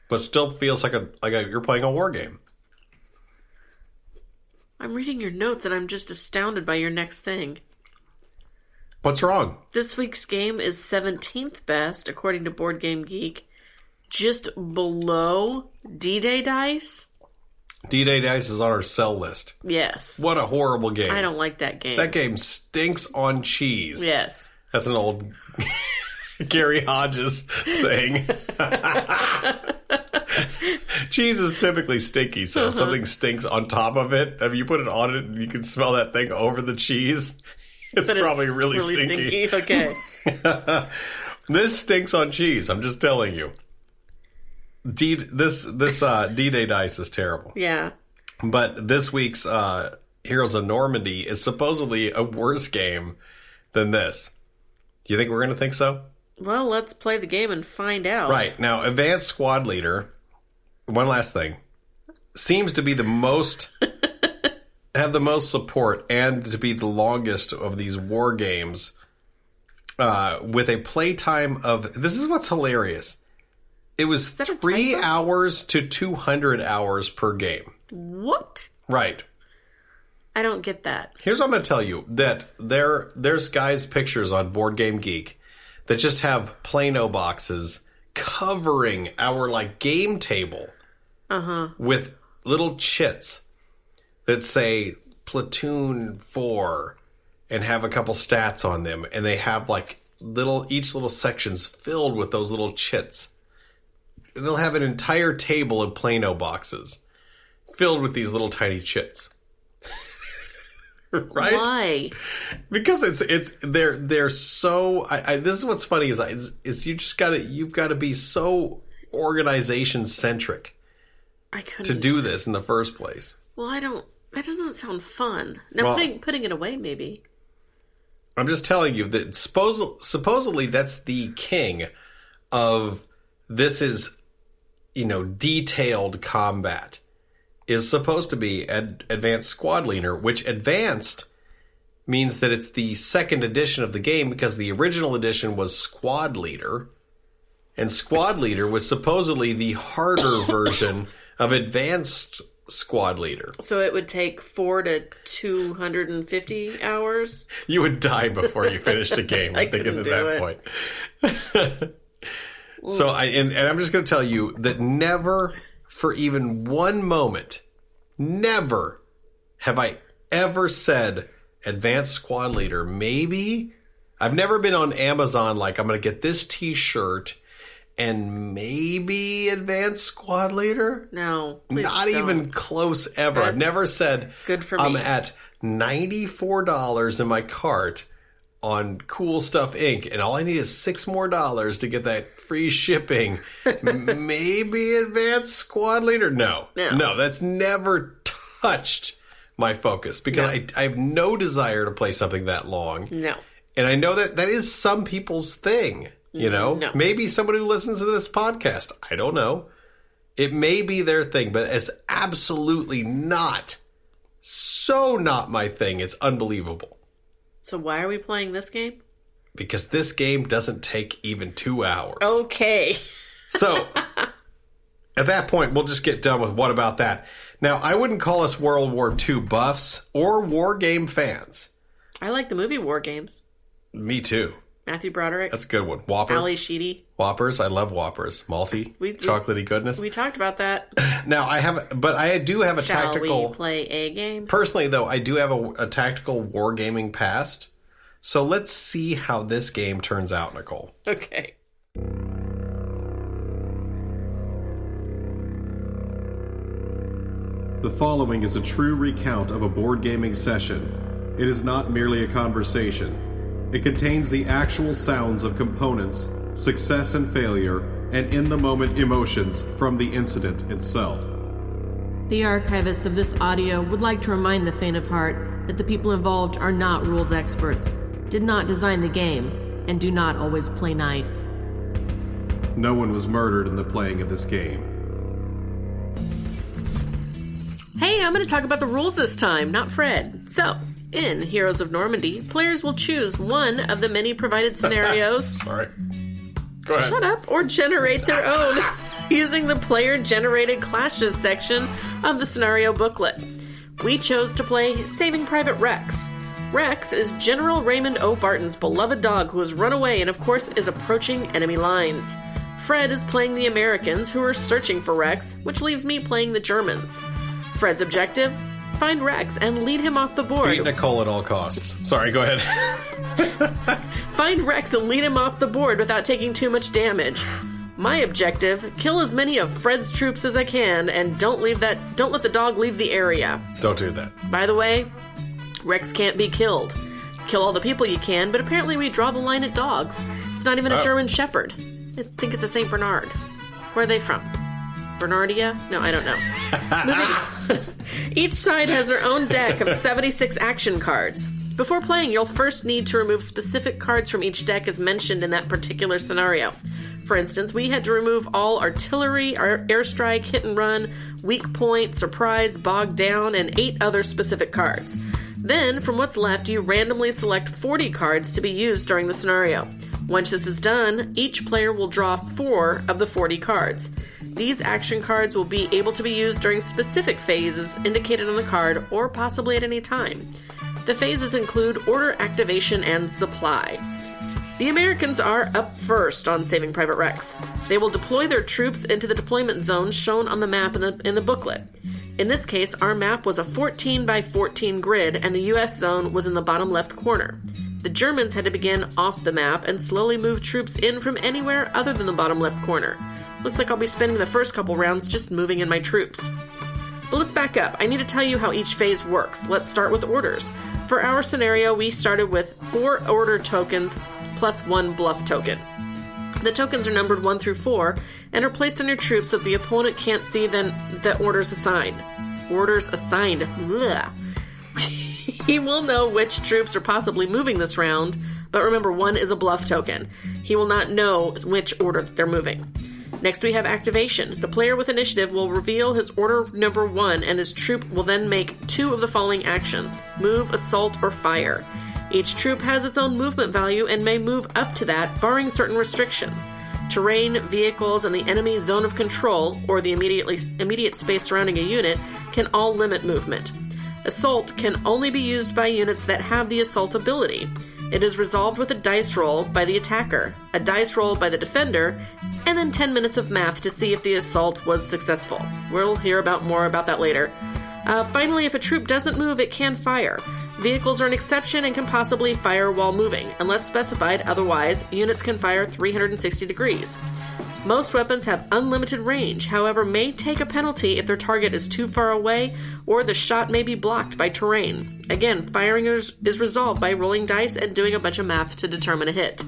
[SPEAKER 1] but still feels like a like a, you're playing a war game.
[SPEAKER 2] I'm reading your notes and I'm just astounded by your next thing.
[SPEAKER 1] What's wrong?
[SPEAKER 2] This week's game is 17th best, according to Board Game Geek, just below D Day Dice.
[SPEAKER 1] D Day Dice is on our sell list.
[SPEAKER 2] Yes.
[SPEAKER 1] What a horrible game!
[SPEAKER 2] I don't like that game.
[SPEAKER 1] that game stinks on cheese.
[SPEAKER 2] Yes.
[SPEAKER 1] That's an old (laughs) Gary Hodges saying. (laughs) cheese is typically stinky, so if something stinks on top of it, if you put it on it and you can smell that thing over the cheese, (laughs) it's
[SPEAKER 2] But
[SPEAKER 1] probably really, stinky. (laughs)
[SPEAKER 2] Okay.
[SPEAKER 1] This stinks on cheese. I'm just telling you. D this this uh, D Day dice is terrible.
[SPEAKER 2] Yeah.
[SPEAKER 1] But this week's uh, Heroes of Normandy is supposedly a worse game than this. Do you think we're going to think so?
[SPEAKER 2] Well, let's play the game and find out.
[SPEAKER 1] Right now, advanced squad leader. One last thing seems to be the most (laughs) have the most support and to be the longest of these war games. Uh, with a playtime of this is what's hilarious. It was
[SPEAKER 2] that a
[SPEAKER 1] three
[SPEAKER 2] typo?
[SPEAKER 1] hours to two hundred hours per game.
[SPEAKER 2] What?
[SPEAKER 1] Right.
[SPEAKER 2] I don't get that.
[SPEAKER 1] Here's what I'm going to tell you that there there's guys pictures on Board Game Geek that just have Plano boxes covering our like game table with little chits that say platoon 4 and have a couple stats on them and they have like little each little section's filled with those little chits. And they'll have an entire table of Plano boxes filled with these little tiny chits. (laughs) right?
[SPEAKER 2] Why?
[SPEAKER 1] because it's it's they're they're so I, I this is what's funny is I, is, is you just gotta you've gotta be so organization centric
[SPEAKER 2] I couldn't.
[SPEAKER 1] to do this in the first place
[SPEAKER 2] well, I don't. That doesn't sound fun. Now
[SPEAKER 1] Well-
[SPEAKER 2] putting putting it away, maybe.
[SPEAKER 1] i'm just telling you that suppos- supposedly that's the king of this is you know detailed combat is supposed to be an advanced squad leader which advanced means that it's the second edition of the game because the original edition was squad leader and squad leader was supposedly the harder version of advanced squad leader
[SPEAKER 2] So it would take four to two hundred and fifty hours.
[SPEAKER 1] you would die before you finished a game. I,
[SPEAKER 2] (laughs) I
[SPEAKER 1] think
[SPEAKER 2] couldn't
[SPEAKER 1] at
[SPEAKER 2] do
[SPEAKER 1] that
[SPEAKER 2] it.
[SPEAKER 1] point. (laughs) so I and, and I'm just going to tell you that never, for even one moment, never have I ever said advanced squad leader. Maybe I've never been on Amazon like I'm going to get this T-shirt and maybe advanced squad leader.
[SPEAKER 2] No, please
[SPEAKER 1] Not
[SPEAKER 2] don't.
[SPEAKER 1] even close ever. I've
[SPEAKER 2] That's
[SPEAKER 1] never said
[SPEAKER 2] good for
[SPEAKER 1] I'm
[SPEAKER 2] me.
[SPEAKER 1] at ninety-four dollars in my cart on Cool Stuff Inc. and all I need is six more dollars to get that free shipping.
[SPEAKER 2] (laughs)
[SPEAKER 1] Maybe advanced squad leader. No.
[SPEAKER 2] No.
[SPEAKER 1] No, that's never touched my focus because I, I have no desire to play something that long.
[SPEAKER 2] No.
[SPEAKER 1] And I know that that is some people's thing, you know?
[SPEAKER 2] No.
[SPEAKER 1] Maybe somebody who listens to this podcast, I don't know. It may be their thing, but it's absolutely not. So not my thing. It's unbelievable.
[SPEAKER 2] So why are we playing this game?
[SPEAKER 1] Because this game doesn't take even two hours.
[SPEAKER 2] Oh. Okay. (laughs)
[SPEAKER 1] So at that point, we'll just get done with what about that. Now, I wouldn't call us World War II buffs or war game fans.
[SPEAKER 2] I like the movie War Games.
[SPEAKER 1] Me too.
[SPEAKER 2] Matthew Broderick,
[SPEAKER 1] That's a good one. Whopper.
[SPEAKER 2] Ali Sheedy.
[SPEAKER 1] Whoppers. I love Whoppers. Malty.
[SPEAKER 2] We- we-
[SPEAKER 1] chocolatey goodness.
[SPEAKER 2] We talked about that.
[SPEAKER 1] now, I have, but I do have a
[SPEAKER 2] Shall
[SPEAKER 1] tactical.
[SPEAKER 2] we play a game?
[SPEAKER 1] personally, though, I do have a, a tactical wargaming past. So let's see how this game turns out, Nicole.
[SPEAKER 2] Okay.
[SPEAKER 1] The following is a true recount of a board gaming session. It is not merely a conversation. It contains the actual sounds of components, success and failure, and in the moment emotions from the incident itself.
[SPEAKER 5] The archivists of this audio would like to remind the faint of heart that the people involved are not rules experts, did not design the game, and do not always play nice.
[SPEAKER 1] No one was murdered in the playing of this game.
[SPEAKER 2] Hey, I'm going to talk about the rules this time, not Fred. So, in Heroes of Normandy, players will choose one of the many provided scenarios
[SPEAKER 1] (laughs) Sorry. Go ahead.
[SPEAKER 2] Shut up or generate their own (laughs) using the player generated clashes section of the scenario booklet. We chose to play Saving Private Rex. Rex is General Raymond O. Barton's beloved dog who has run away and, of course, is approaching enemy lines. Fred is playing the Americans who are searching for Rex, which leaves me playing the Germans. Fred's objective find Rex and lead him off the board.
[SPEAKER 1] Beat Nicole at all costs. Sorry, go ahead.
[SPEAKER 2] Find Rex and lead him off the board without taking too much damage. My objective: kill as many of Fred's troops as I can, and don't leave that. Don't let the dog leave the area.
[SPEAKER 1] (laughs) Don't do that.
[SPEAKER 2] By the way, Rex can't be killed. Kill all the people you can, but apparently we draw the line at dogs. It's not even a
[SPEAKER 1] Oh.
[SPEAKER 2] German Shepherd. I think it's a Saint Bernard. Where are they from? Bernardia? No, I don't know. Each side has their own deck of 76 action cards. Before playing, you'll first need to remove specific cards from each deck as mentioned in that particular scenario. For instance, we had to remove all artillery, air- airstrike, hit and run, weak point, surprise, bog down, and eight other specific cards. Then, from what's left, you randomly select 40 cards to be used during the scenario. Once this is done, each player will draw four of the 40 cards. These action cards will be able to be used during specific phases indicated on the card or possibly at any time. The phases include order activation and supply. The Americans are up first on Saving Private Rex. They will deploy their troops into the deployment zone shown on the map in the, in the booklet. In this case, our map was a 14 by 14 grid, and the US zone was in the bottom left corner. The Germans had to begin off the map and slowly move troops in from anywhere other than the bottom left corner. Looks like I'll be spending the first couple rounds just moving in my troops. But let's back up. I need to tell you how each phase works. Let's start with orders. For our scenario, we started with four order tokens plus one bluff token. The tokens are numbered 1 through 4 and are placed on your troops so the opponent can't see then the orders assigned. Orders assigned. Blah. (laughs) he will know which troops are possibly moving this round, but remember one is a bluff token. He will not know which order that they're moving. Next, we have activation. The player with initiative will reveal his order number one, and his troop will then make two of the following actions move, assault, or fire. Each troop has its own movement value and may move up to that, barring certain restrictions. Terrain, vehicles, and the enemy zone of control, or the immediately, immediate space surrounding a unit, can all limit movement. Assault can only be used by units that have the assault ability. It is resolved with a dice roll by the attacker, a dice roll by the defender, and then 10 minutes of math to see if the assault was successful. We'll hear about more about that later. Uh, finally, if a troop doesn't move, it can fire. Vehicles are an exception and can possibly fire while moving, unless specified otherwise, units can fire 360 degrees. Most weapons have unlimited range, however, may take a penalty if their target is too far away or the shot may be blocked by terrain. Again, firing is, is resolved by rolling dice and doing a bunch of math to determine a hit.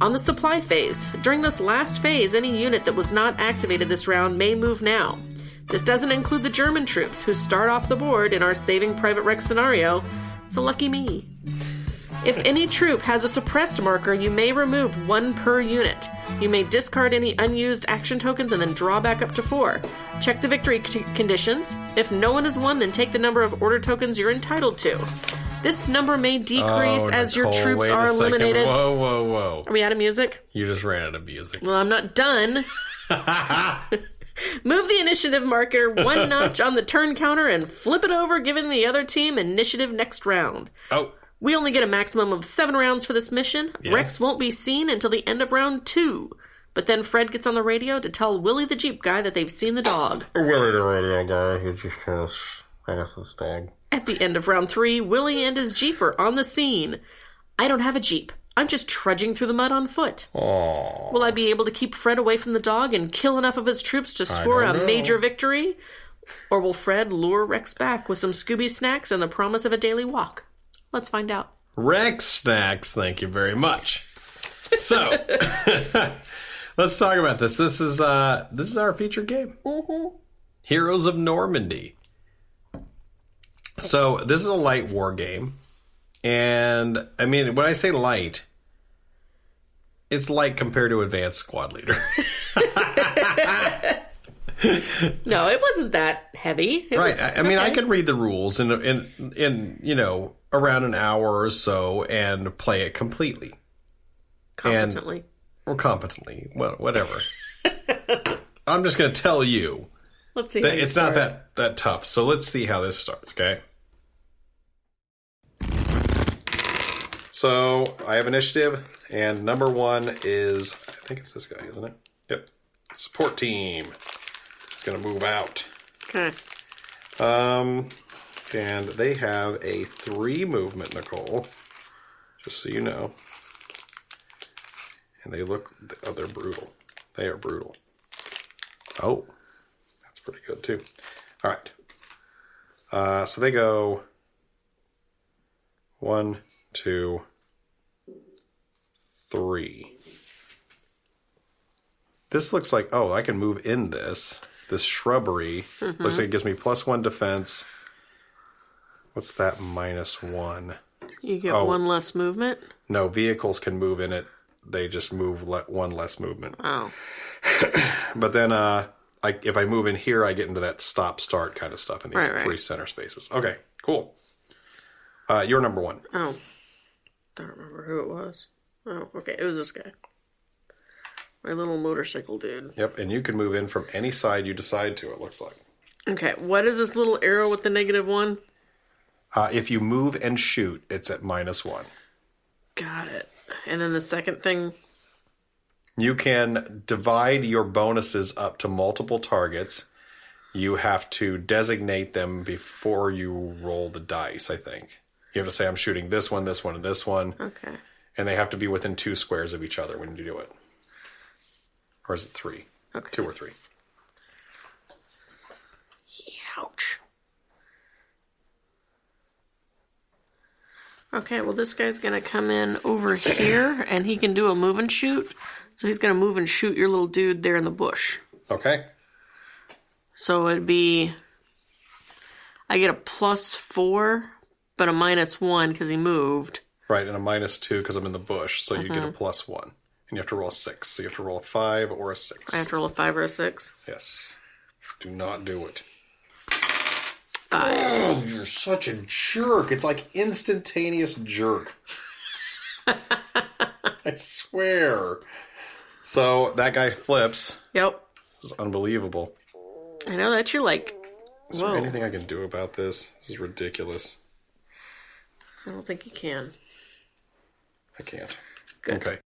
[SPEAKER 2] On the supply phase, during this last phase, any unit that was not activated this round may move now. This doesn't include the German troops who start off the board in our Saving Private Rex scenario, so lucky me. If any troop has a suppressed marker, you may remove one per unit. You may discard any unused action tokens and then draw back up to four. Check the victory c- conditions. If no one has won, then take the number of order tokens you're entitled to. This number may decrease
[SPEAKER 1] Oh,
[SPEAKER 2] as your
[SPEAKER 1] Nicole,
[SPEAKER 2] troops
[SPEAKER 1] wait a
[SPEAKER 2] are
[SPEAKER 1] second.
[SPEAKER 2] eliminated.
[SPEAKER 1] Whoa, whoa, whoa.
[SPEAKER 2] Are we out of music?
[SPEAKER 1] You just ran out of
[SPEAKER 2] (laughs)
[SPEAKER 1] music. (laughs) Oh.
[SPEAKER 2] Well, I'm not done. Move the initiative marker one notch on the turn counter and flip it over, giving the other team initiative next round.
[SPEAKER 1] Oh,
[SPEAKER 2] We only get a maximum of seven rounds for this mission. Rex won't be seen until the end of round two. But then Fred gets on the radio to tell Willie the Jeep guy that they've seen the dog.
[SPEAKER 6] Willie the radio guy who just kind of us this dog.
[SPEAKER 2] At the end of round three, Willie and his Jeep are on the scene. I don't have a Jeep. I'm just trudging through the mud on foot. Will I be able to keep Fred away from the dog and kill enough of his troops to score a major victory? Or will Fred lure Rex back with some Scooby snacks and the promise of a daily walk? Let's find out.
[SPEAKER 1] Rex snacks. Thank you very much. So, (laughs) let's talk about this. This is uh, this is our featured game. Heroes of Normandy. So this is a light war game, and I mean when I say light, it's light compared to Advanced Squad Leader. (laughs)
[SPEAKER 2] No, it wasn't that heavy. It
[SPEAKER 1] right.
[SPEAKER 2] was-
[SPEAKER 1] I, I mean, I could read the rules in in in you know around an hour or so and play it completely.
[SPEAKER 2] competently.
[SPEAKER 1] or competently, well, whatever. I'm just going to tell you
[SPEAKER 2] Let's see. how
[SPEAKER 1] that
[SPEAKER 2] you
[SPEAKER 1] it's not
[SPEAKER 2] start.
[SPEAKER 1] that that tough. So let's see how this starts, okay? So I have initiative, and number one is I think it's this guy, isn't it? Yep. Support team. It's going to move out.
[SPEAKER 2] Okay.
[SPEAKER 1] Um, and they have a three movement, Nicole. Just so you know. And they look, oh, they're brutal. They are brutal. Oh, that's pretty good too. All right. Uh, so they go one, two, three. This looks like oh, I can move in this. This shrubbery
[SPEAKER 2] Mm-hmm.
[SPEAKER 1] looks like it gives me plus one defense. What's that minus one?
[SPEAKER 2] You get
[SPEAKER 1] Oh.
[SPEAKER 2] one less movement.
[SPEAKER 1] No, vehicles can move in it. They just move le- one less movement.
[SPEAKER 2] Oh. Mm-hmm.
[SPEAKER 1] But then, uh, I, if I move in here, I get into that stop start kind of stuff in these
[SPEAKER 2] Right, right.
[SPEAKER 1] three center spaces. Okay, cool. Uh, you're number one.
[SPEAKER 2] Oh. Don't remember who it was. Oh, okay. It was this guy. My little motorcycle dude.
[SPEAKER 1] Yep, and you can move in from any side you decide to. It looks like.
[SPEAKER 2] Okay, what is this little arrow with the negative one?
[SPEAKER 1] Uh, if you move and shoot, it's at minus one.
[SPEAKER 2] Got it. And then the second thing.
[SPEAKER 1] You can divide your bonuses up to multiple targets. You have to designate them before you roll the dice, I think. You have to say, I'm shooting this one, this one, and this one.
[SPEAKER 2] Okay.
[SPEAKER 1] And they have to be within two squares of each other when you do it. Or is it three?
[SPEAKER 2] Okay.
[SPEAKER 1] Two or three.
[SPEAKER 2] Ouch. Okay, well, this guy's going to come in over here and he can do a move and shoot. So he's going to move and shoot your little dude there in the bush.
[SPEAKER 1] Okay.
[SPEAKER 2] So it'd be. I get a plus four, but a minus one because he moved.
[SPEAKER 1] Right. And a minus two because I'm in the bush. So you get a plus one. And you have to roll a six. So you have to roll a five or a six.
[SPEAKER 2] I have to roll a five or a six.
[SPEAKER 1] Yes. Do not do it.
[SPEAKER 2] Five.
[SPEAKER 1] Oh, you're such a jerk. It's like instantaneous
[SPEAKER 2] (laughs)
[SPEAKER 1] jerk. I swear. So that guy flips.
[SPEAKER 2] Yep.
[SPEAKER 1] This is unbelievable.
[SPEAKER 2] I know that you're like.
[SPEAKER 1] Is there
[SPEAKER 2] Whoa.
[SPEAKER 1] anything I can do about this? This is ridiculous.
[SPEAKER 2] I don't think you can.
[SPEAKER 1] I can't.
[SPEAKER 2] Good.
[SPEAKER 1] Okay.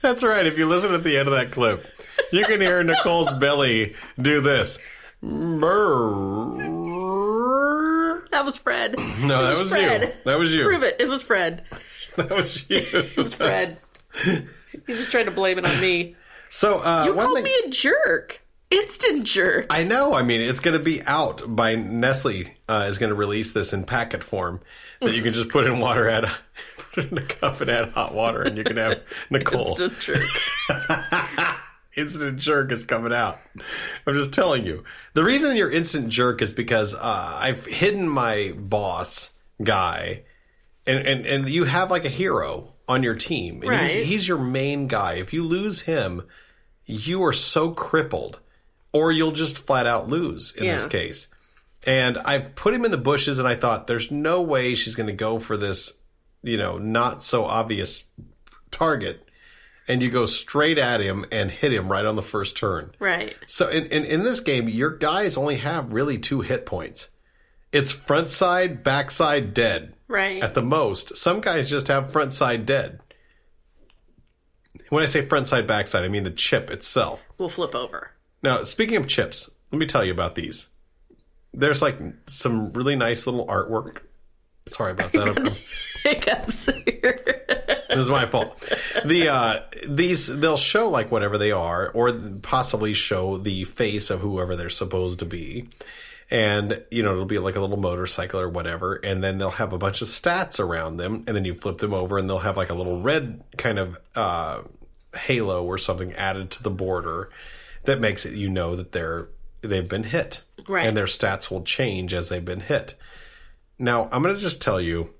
[SPEAKER 1] That's right. If you listen at the end of that clip, you can hear Nicole's belly do this. Brrrr.
[SPEAKER 2] That
[SPEAKER 1] (laughs)
[SPEAKER 2] was Fred.
[SPEAKER 1] No, that was,
[SPEAKER 2] was
[SPEAKER 1] you.
[SPEAKER 2] Fred.
[SPEAKER 1] That was you.
[SPEAKER 2] Prove it. It was Fred.
[SPEAKER 1] (laughs) That was you. (laughs)
[SPEAKER 2] It's Fred. He's just trying to blame it on me.
[SPEAKER 1] So uh,
[SPEAKER 2] You
[SPEAKER 1] one
[SPEAKER 2] called
[SPEAKER 1] thing-
[SPEAKER 2] me a jerk. Instant jerk.
[SPEAKER 1] I know. I mean, it's going to be out by Nestle uh, is going to release this in packet form that you can just put in water, (laughs) add
[SPEAKER 2] (laughs)
[SPEAKER 1] put it in a cup and add hot water, and you can have Nicole.
[SPEAKER 2] Instant jerk.
[SPEAKER 1] instant jerk is coming out. I'm just telling you. The reason you're instant jerk is because uh, I've hidden my boss guy, and, and and you have like a hero on your team, and
[SPEAKER 2] Right.
[SPEAKER 1] he's, he's your main guy. If you lose him, you are so crippled, or you'll just flat out lose in this
[SPEAKER 2] Yeah.
[SPEAKER 1] case. And I put him in the bushes, and I thought, there's no way she's going to go for this, you know, not so obvious target and you go straight at him and hit him right on the first turn.
[SPEAKER 2] Right.
[SPEAKER 1] So in, in, in this game, your guys only have really two hit points. It's front side, back side, dead (laughs)
[SPEAKER 2] Right.
[SPEAKER 1] at the most. Some guys just have front side dead. When I say front side, back side, I mean the chip itself.
[SPEAKER 2] We'll flip over. (laughs)
[SPEAKER 1] Now, speaking of chips, let me tell you about these. There's like some really nice little artwork. Sorry about that. I'm-
[SPEAKER 2] Hiccups here.
[SPEAKER 1] this is my fault. The uh, these they'll show like whatever they are, or possibly show the face of whoever they're supposed to be, and you know it'll be like a little motorcycle or whatever, and then they'll have a bunch of stats around them, and then you flip them over, and they'll have like a little red kind of uh, halo or something added to the border that makes it you know that they're they've been hit,
[SPEAKER 2] Right.
[SPEAKER 1] And their stats will change as they've been hit. Now I'm gonna just tell you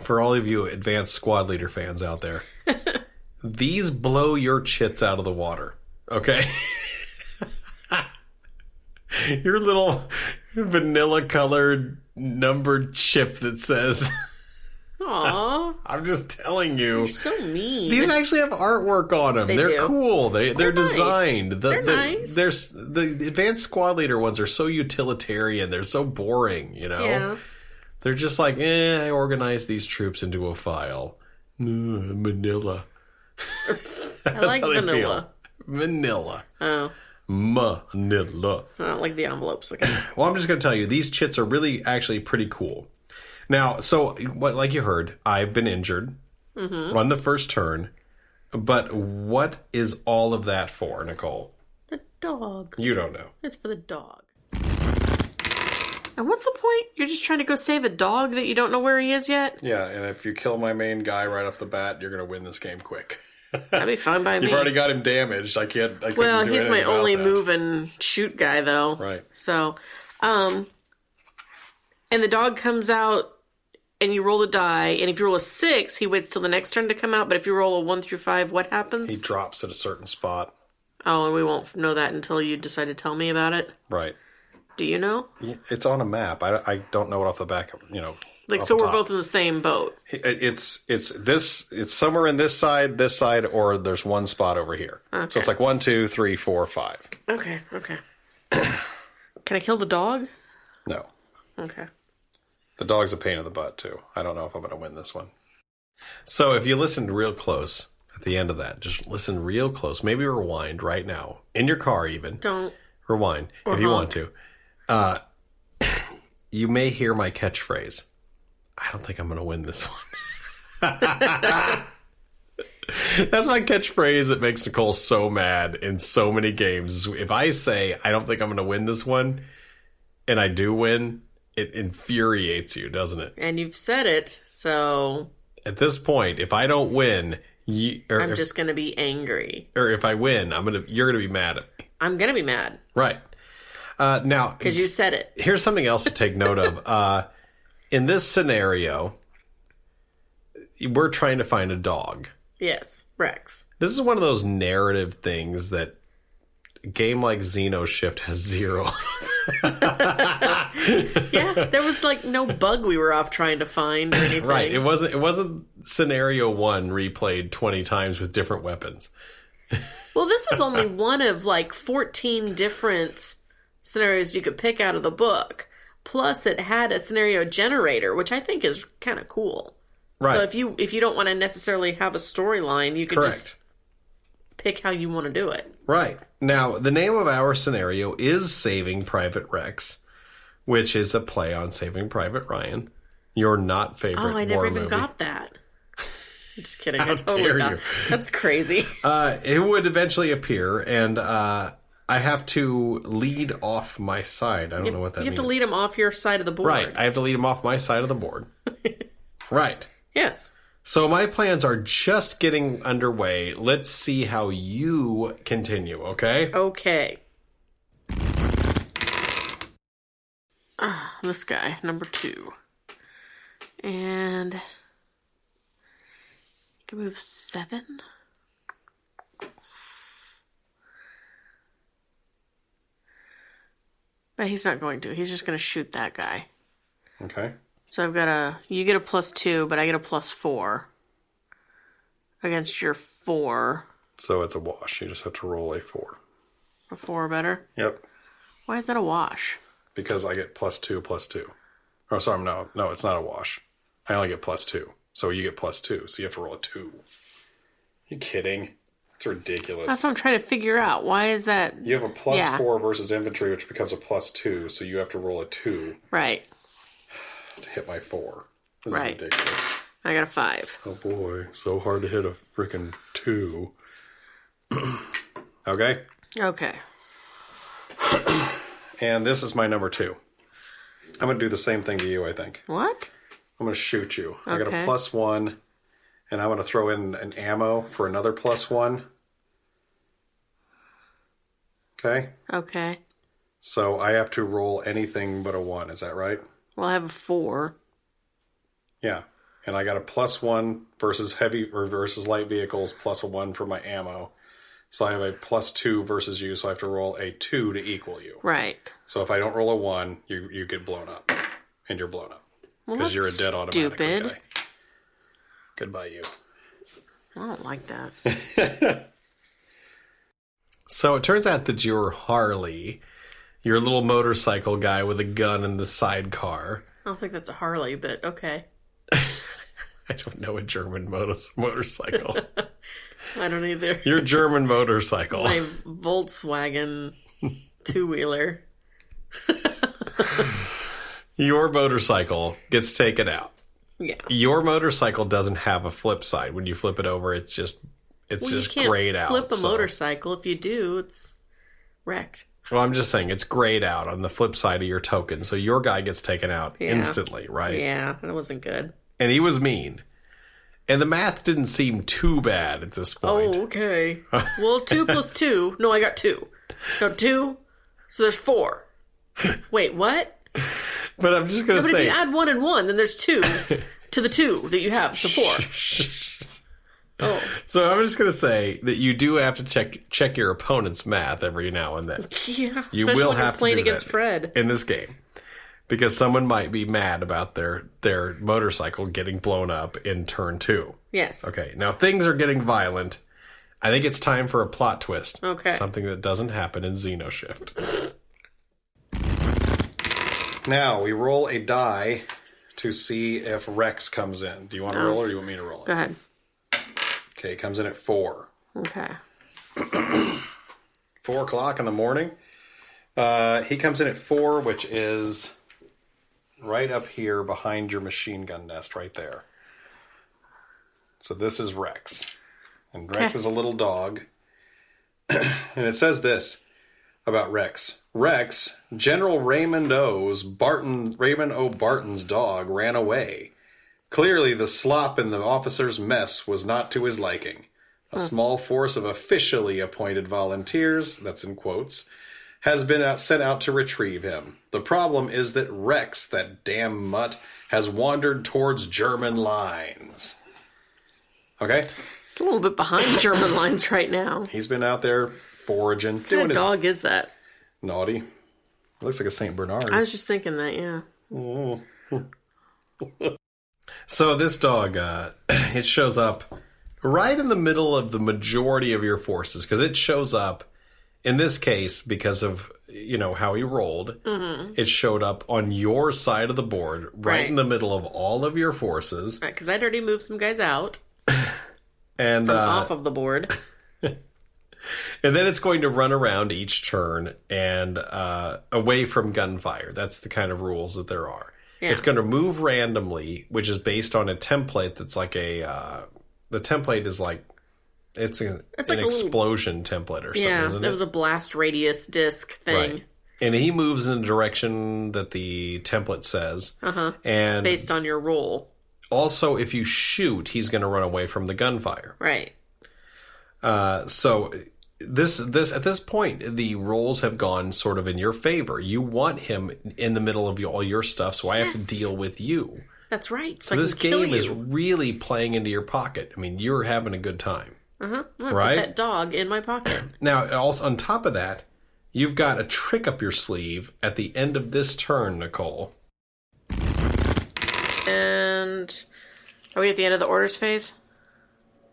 [SPEAKER 1] for all of you advanced squad leader fans out
[SPEAKER 2] (laughs)
[SPEAKER 1] there, these blow your chits out of the water. Okay. (laughs) your little vanilla colored numbered chip that says, (laughs)
[SPEAKER 2] Aw.
[SPEAKER 1] I'm just telling you.
[SPEAKER 2] So mean.
[SPEAKER 1] These actually have artwork on them. They are
[SPEAKER 2] do.
[SPEAKER 1] cool. They they're,
[SPEAKER 2] nice.
[SPEAKER 1] designed. The,
[SPEAKER 2] They're
[SPEAKER 1] the,
[SPEAKER 2] nice.
[SPEAKER 1] There's the the advanced squad leader ones are so utilitarian. They're so boring. You know.
[SPEAKER 2] yeah.
[SPEAKER 1] They're just like, eh, I organized these troops into a file. Mm, Manila.
[SPEAKER 2] I like
[SPEAKER 1] how they feel.
[SPEAKER 2] vanilla.
[SPEAKER 1] Manila.
[SPEAKER 2] Oh.
[SPEAKER 1] Manila.
[SPEAKER 2] I don't like the envelopes. Okay.
[SPEAKER 1] Well, I'm just going to tell you, these chits are really actually pretty cool. Now, so what, like you heard, I've been injured
[SPEAKER 2] Mm-hmm.
[SPEAKER 1] on the first turn, but what is all of that for, Nicole?
[SPEAKER 2] the dog.
[SPEAKER 1] You don't know.
[SPEAKER 2] It's for the dog. And what's the point? You're just trying to go save a dog that you don't know where he is yet?
[SPEAKER 1] Yeah, and if you kill my main guy right off the bat, you're going to win this game quick.
[SPEAKER 2] That'd be fine by me.
[SPEAKER 1] You've already got him damaged. I can't. I couldn't
[SPEAKER 2] well,
[SPEAKER 1] do
[SPEAKER 2] he's
[SPEAKER 1] anything
[SPEAKER 2] my
[SPEAKER 1] about
[SPEAKER 2] only
[SPEAKER 1] that.
[SPEAKER 2] move and shoot guy, though.
[SPEAKER 1] Right.
[SPEAKER 2] So, um, and the dog comes out, and you roll the die. And if you roll a six, he waits till the next turn to come out. But if you roll a one through five, what happens?
[SPEAKER 1] He drops at a certain spot.
[SPEAKER 2] oh, and we won't know that until you decide to tell me about it.
[SPEAKER 1] Right.
[SPEAKER 2] Do you know?
[SPEAKER 1] It's on a map. I, I don't know it off the back. of You know,
[SPEAKER 2] Like,
[SPEAKER 1] off
[SPEAKER 2] so
[SPEAKER 1] the
[SPEAKER 2] we're
[SPEAKER 1] top.
[SPEAKER 2] both in the same boat.
[SPEAKER 1] It- It's it's this. It's somewhere in this side, this side, or there's one spot over here. So it's like one, two, three, four, five.
[SPEAKER 2] Okay. Okay. (coughs) Can I kill the dog?
[SPEAKER 1] No,
[SPEAKER 2] Okay.
[SPEAKER 1] the dog's a pain in the butt too. I don't know if I'm going to win this one. So if you listen real close at the end of that, just listen real close. Maybe rewind right now in your car, even
[SPEAKER 2] Don't.
[SPEAKER 1] rewind if
[SPEAKER 2] Uh-huh.
[SPEAKER 1] you want to. Uh, (coughs) you may hear my catchphrase. I don't think I'm going to win this one. (laughs) That's my catchphrase that makes Nicole so mad in so many games. If I say I don't think I'm going to win this one, and I do win, it infuriates you, doesn't it?
[SPEAKER 2] And you've said it, so
[SPEAKER 1] At this point, if I don't win, you, or,
[SPEAKER 2] I'm
[SPEAKER 1] if,
[SPEAKER 2] just gonna be angry.
[SPEAKER 1] or if I win, I'm gonna you're gonna be mad at me,
[SPEAKER 2] I'm gonna be mad
[SPEAKER 1] right? Uh, now,
[SPEAKER 2] because you said it.
[SPEAKER 1] here's something else to take note
[SPEAKER 2] (laughs)
[SPEAKER 1] of. Uh, in this scenario, we're trying to find a dog.
[SPEAKER 2] Yes, Rex.
[SPEAKER 1] This is one of those narrative things that a game like Xeno Shift has zero.
[SPEAKER 2] (laughs)
[SPEAKER 1] (laughs)
[SPEAKER 2] Yeah, there was like no bug we were off trying to find or anything.
[SPEAKER 1] right. It wasn't it wasn't scenario one replayed twenty times with different weapons.
[SPEAKER 2] Well, this was only one of like 14 different scenarios you could pick out of the book. Plus, it had a scenario generator, which I think is kind of cool.
[SPEAKER 1] Right.
[SPEAKER 2] So if you if you don't want to necessarily have a storyline, you can
[SPEAKER 1] Correct.
[SPEAKER 2] just pick how you want to do it.
[SPEAKER 1] Right. Now, the name of our scenario is Saving Private Rex, which is a play on Saving Private Ryan, your not favorite
[SPEAKER 2] Oh, I never
[SPEAKER 1] war
[SPEAKER 2] even
[SPEAKER 1] movie.
[SPEAKER 2] got that. (laughs) I'm just kidding. I
[SPEAKER 1] How
[SPEAKER 2] totally
[SPEAKER 1] dare
[SPEAKER 2] got
[SPEAKER 1] you.
[SPEAKER 2] (laughs)
[SPEAKER 1] (laughs)
[SPEAKER 2] That's crazy.
[SPEAKER 1] Uh, it would eventually appear, and uh, I have to lead off my side. I don't know what that
[SPEAKER 2] you have
[SPEAKER 1] means.
[SPEAKER 2] to lead them off your side of the board. (laughs)
[SPEAKER 1] right. I have to lead him off my side of the board. right.
[SPEAKER 2] Yes.
[SPEAKER 1] So my plans are just getting underway. Let's see how you continue, okay?
[SPEAKER 2] Okay. Ah, this guy, number two. And. You can move seven? But he's not going to. He's just going to shoot that guy.
[SPEAKER 1] Okay.
[SPEAKER 2] So I've got a. You get a plus two, but I get a plus four. Against your four.
[SPEAKER 1] So it's a wash. You just have to roll a four.
[SPEAKER 2] A four or better.
[SPEAKER 1] Yep.
[SPEAKER 2] Why is that a wash?
[SPEAKER 1] Because I get plus two, plus two. Oh, sorry, no, no, it's not a wash. I only get plus two. So you get plus two. So you have to roll a two. you kidding? That's ridiculous.
[SPEAKER 2] That's what I'm trying to figure out. Why is that
[SPEAKER 1] you have a plus
[SPEAKER 2] Yeah.
[SPEAKER 1] four versus infantry, which becomes a plus two. So you have to roll a two
[SPEAKER 2] right?
[SPEAKER 1] to hit my four. This
[SPEAKER 2] Right.
[SPEAKER 1] is ridiculous.
[SPEAKER 2] I got a five.
[SPEAKER 1] Oh boy, so hard to hit a freaking two. (clears throat) okay,
[SPEAKER 2] Okay.
[SPEAKER 1] and this is my number two. I'm gonna do the same thing to you. I think
[SPEAKER 2] What?
[SPEAKER 1] I'm gonna shoot you. I got a
[SPEAKER 2] Okay.
[SPEAKER 1] plus one, and I'm gonna throw in an ammo for another plus one. Okay,
[SPEAKER 2] Okay.
[SPEAKER 1] so I have to roll anything but a one. Is that right?
[SPEAKER 2] Well, I have a four.
[SPEAKER 1] Yeah. And I got a plus one versus heavy or versus light vehicles, plus a one for my ammo. So I have a plus two versus you, so I have to roll a two to equal you.
[SPEAKER 2] Right.
[SPEAKER 1] So if I don't roll a one, you you get blown up. And you're blown up.
[SPEAKER 2] Well,
[SPEAKER 1] Because you're a
[SPEAKER 2] that's
[SPEAKER 1] dead automatic
[SPEAKER 2] Stupid.
[SPEAKER 1] guy. Goodbye you.
[SPEAKER 2] I don't like that. (laughs)
[SPEAKER 1] So it turns out that you're Harley, your little motorcycle guy with a gun in the sidecar.
[SPEAKER 2] I don't think that's a Harley, but okay.
[SPEAKER 1] I don't know a German
[SPEAKER 2] (laughs)
[SPEAKER 1] motorcycle.
[SPEAKER 2] I
[SPEAKER 1] (laughs)
[SPEAKER 2] don't either.
[SPEAKER 1] your German motorcycle.
[SPEAKER 2] My Volkswagen two wheeler.
[SPEAKER 1] Your motorcycle gets taken out.
[SPEAKER 2] Yeah.
[SPEAKER 1] Your motorcycle doesn't have a flip side. When you flip it over, it's just it's
[SPEAKER 2] Well, you
[SPEAKER 1] just
[SPEAKER 2] can't
[SPEAKER 1] grayed out.
[SPEAKER 2] flip a
[SPEAKER 1] so-
[SPEAKER 2] motorcycle. If you do, it's wrecked.
[SPEAKER 1] Well, I'm just saying it's grayed out on the flip side of your token. So your guy gets taken out
[SPEAKER 2] Yeah.
[SPEAKER 1] instantly, right?
[SPEAKER 2] Yeah, that wasn't good.
[SPEAKER 1] And he was mean. And the math didn't seem too bad at this point.
[SPEAKER 2] Oh, okay.
[SPEAKER 1] (laughs)
[SPEAKER 2] Well, two plus two. No, I got two. No, two. So there's four.
[SPEAKER 1] (laughs)
[SPEAKER 2] Wait, what?
[SPEAKER 1] But I'm just gonna
[SPEAKER 2] But if
[SPEAKER 1] say
[SPEAKER 2] you add one and one, then there's two to the two that you have, so four.
[SPEAKER 1] (laughs)
[SPEAKER 2] Oh,
[SPEAKER 1] so I'm just gonna say that you do have to check check your opponent's math every now and then.
[SPEAKER 2] yeah.
[SPEAKER 1] You
[SPEAKER 2] Especially
[SPEAKER 1] will
[SPEAKER 2] when you're
[SPEAKER 1] have to
[SPEAKER 2] playing
[SPEAKER 1] do
[SPEAKER 2] against
[SPEAKER 1] that.
[SPEAKER 2] Fred.
[SPEAKER 1] in this game because someone might be mad about their their motorcycle getting blown up in turn 2.
[SPEAKER 2] Yes.
[SPEAKER 1] Okay, now things are getting violent. I think it's time for a plot twist.
[SPEAKER 2] Okay.
[SPEAKER 1] Something that doesn't happen in Xeno Shift. Now we roll a die to see if Rex comes in. Do you want to roll or do you want me to roll
[SPEAKER 2] Go
[SPEAKER 1] it?
[SPEAKER 2] ahead.
[SPEAKER 1] Okay, it comes in at four.
[SPEAKER 2] Okay.
[SPEAKER 1] four o'clock in the morning. Uh, he comes in at four, which is right up here behind your machine gun nest, right there. So this is Rex, and Rex
[SPEAKER 2] Okay.
[SPEAKER 1] is a little dog, (clears throat) and it says this about Rex. Rex, General Raymond O's Barton Raymond O. Barton's dog ran away. Clearly, the slop in the officer's mess was not to his liking. A small force of officially appointed volunteers, that's in quotes, has been out, sent out to retrieve him. The problem is that Rex, that damn mutt, has wandered towards German lines. Okay?
[SPEAKER 2] It's a little bit behind (laughs) German lines right now.
[SPEAKER 1] He's been out there foraging,
[SPEAKER 2] What
[SPEAKER 1] doing
[SPEAKER 2] kind of
[SPEAKER 1] his
[SPEAKER 2] dog is that?
[SPEAKER 1] naughty. Looks like a St. Bernard.
[SPEAKER 2] I was just thinking that, yeah.
[SPEAKER 1] So this dog, uh, (clears throat) it shows up right in the middle of the majority of your forces because it shows up in this case because of you know how he rolled. It showed up on your side of the board, right,
[SPEAKER 2] Right.
[SPEAKER 1] in the middle of all of your forces,
[SPEAKER 2] Because I'd already moved some guys out
[SPEAKER 1] and uh,
[SPEAKER 2] off of
[SPEAKER 1] (laughs)
[SPEAKER 2] the board.
[SPEAKER 1] and then it's going to run around each turn and uh, away from gunfire. That's the kind of rules that there are.
[SPEAKER 2] Yeah.
[SPEAKER 1] It's going to move randomly, which is based on a template that's like a uh, the template is like it's an,
[SPEAKER 2] It's
[SPEAKER 1] an
[SPEAKER 2] like a little-
[SPEAKER 1] explosion template or something,
[SPEAKER 2] Yeah,
[SPEAKER 1] isn't
[SPEAKER 2] that
[SPEAKER 1] it?
[SPEAKER 2] was a blast radius disc thing
[SPEAKER 1] Right. Mm-hmm. And he moves in the direction that the template says, uh-huh. and
[SPEAKER 2] based on your roll.
[SPEAKER 1] Also, if you shoot, he's going to run away from the gunfire.
[SPEAKER 2] Right.
[SPEAKER 1] Uh, so this this at this point, the roles have gone sort of in your favor. You want him in the middle of your, all your stuff, so I have to deal with you.
[SPEAKER 2] That's right.
[SPEAKER 1] So this game is really playing into your pocket. I mean, you're having a good time.
[SPEAKER 2] right.
[SPEAKER 1] right?
[SPEAKER 2] Uh-huh. Put that dog in my pocket.
[SPEAKER 1] Now, also on top of that, you've got a trick up your sleeve at the end of this turn, Nicole.
[SPEAKER 2] and are we at the end of the orders phase?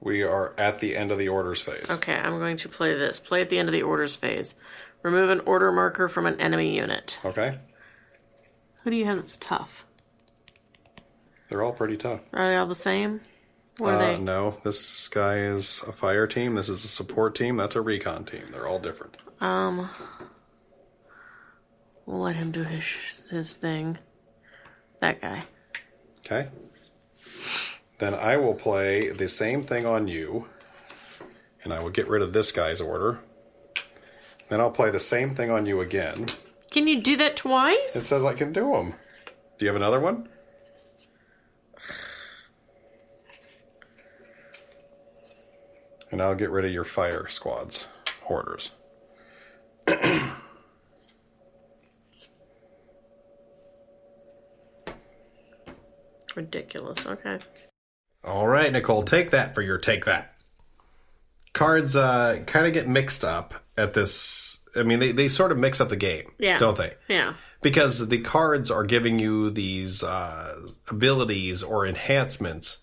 [SPEAKER 1] We are at the end of the orders phase.
[SPEAKER 2] Okay, I'm going to play this. Play at the end of the orders phase. Remove an order marker from an enemy unit.
[SPEAKER 1] Okay.
[SPEAKER 2] Who do you have that's tough?
[SPEAKER 1] They're all pretty tough.
[SPEAKER 2] Are they all the same? What are
[SPEAKER 1] Uh,
[SPEAKER 2] they?
[SPEAKER 1] no, this guy is a fire team. This is a support team. That's a recon team. They're all different.
[SPEAKER 2] Um, We'll let him do his his thing. That guy.
[SPEAKER 1] Okay. Then I will play the same thing on you, and I will get rid of this guy's order. Then I'll play the same thing on you again.
[SPEAKER 2] Can you do that twice?
[SPEAKER 1] It says I can do them. Do you have another one? And I'll get rid of your fire squads, hoarders.
[SPEAKER 2] Ridiculous. Okay.
[SPEAKER 1] All right, Nicole, take that for your take that. Cards uh, kind of get mixed up at this. I mean, they, they sort of mix up the game,
[SPEAKER 2] Yeah.
[SPEAKER 1] don't they?
[SPEAKER 2] Yeah.
[SPEAKER 1] Because the cards are giving you these uh, abilities or enhancements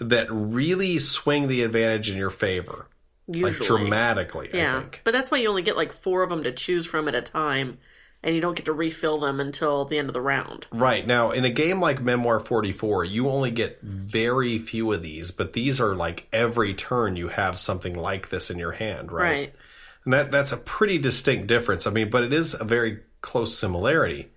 [SPEAKER 1] that really swing the advantage in your favor,
[SPEAKER 2] Usually.
[SPEAKER 1] like dramatically. I
[SPEAKER 2] yeah.
[SPEAKER 1] think.
[SPEAKER 2] But that's why you only get like four of them to choose from at a time, and you don't get to refill them until the end of the round.
[SPEAKER 1] Right now, in a game like Memoir 44, you only get very few of these, but these are like every turn you have something like this in your hand, right?
[SPEAKER 2] Right.
[SPEAKER 1] And that that's a pretty distinct difference. I mean, but it is a very close similarity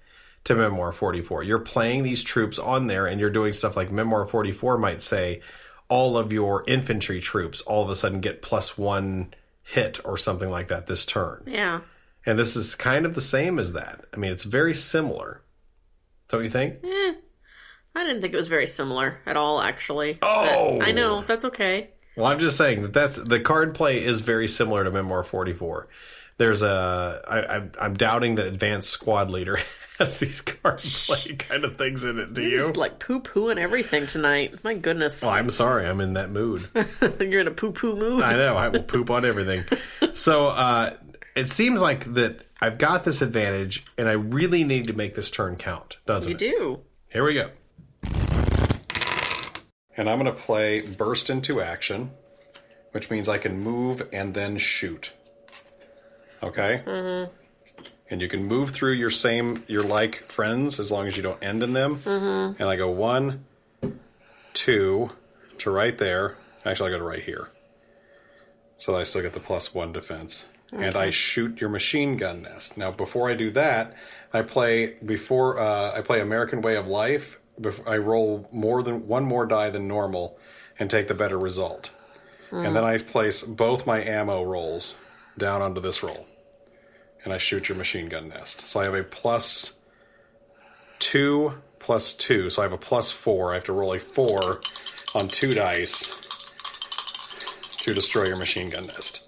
[SPEAKER 1] to Memoir 44. You're playing these troops on there and you're doing stuff like Memoir 44 might say all of your infantry troops all of a sudden get plus 1 hit or something like that this turn.
[SPEAKER 2] Yeah.
[SPEAKER 1] And this is kind of the same as that. I mean, it's very similar. Don't you think?
[SPEAKER 2] I didn't think it was very similar at all, actually.
[SPEAKER 1] Oh!
[SPEAKER 2] I know. That's okay.
[SPEAKER 1] Well, I'm just saying that that's the card play is very similar to Memoir 44. There's a I, I'm I'm doubting that Advanced Squad Leader (laughs) has these card play kind of things in it. Do
[SPEAKER 2] You're
[SPEAKER 1] you?
[SPEAKER 2] just like poo pooing everything tonight. My goodness.
[SPEAKER 1] Well, I'm sorry, I'm in that mood.
[SPEAKER 2] (laughs) You're in a poo poo mood.
[SPEAKER 1] I know I will poop on
[SPEAKER 2] (laughs)
[SPEAKER 1] everything. So uh, it seems like that I've got this advantage, and I really need to make this turn count, doesn't
[SPEAKER 2] You
[SPEAKER 1] it?
[SPEAKER 2] do.
[SPEAKER 1] Here we go. And I'm going to play burst into action, which means I can move and then shoot. Okay? Mm-hmm. And you can move through your same, your like friends as long as you don't end in them. Mm-hmm. And I go one, two, to right there. Actually, I go to right here. So I still get the plus one defense. And I shoot your machine gun nest. Now, before I do that, I play before uh, I play American Way of Life. bef- I roll more than one more die than normal, and take the better result. And then I place both my ammo rolls down onto this roll, and I shoot your machine gun nest. So I have a plus two, plus two. So I have a plus four. I have to roll a four on two dice to destroy your machine gun nest.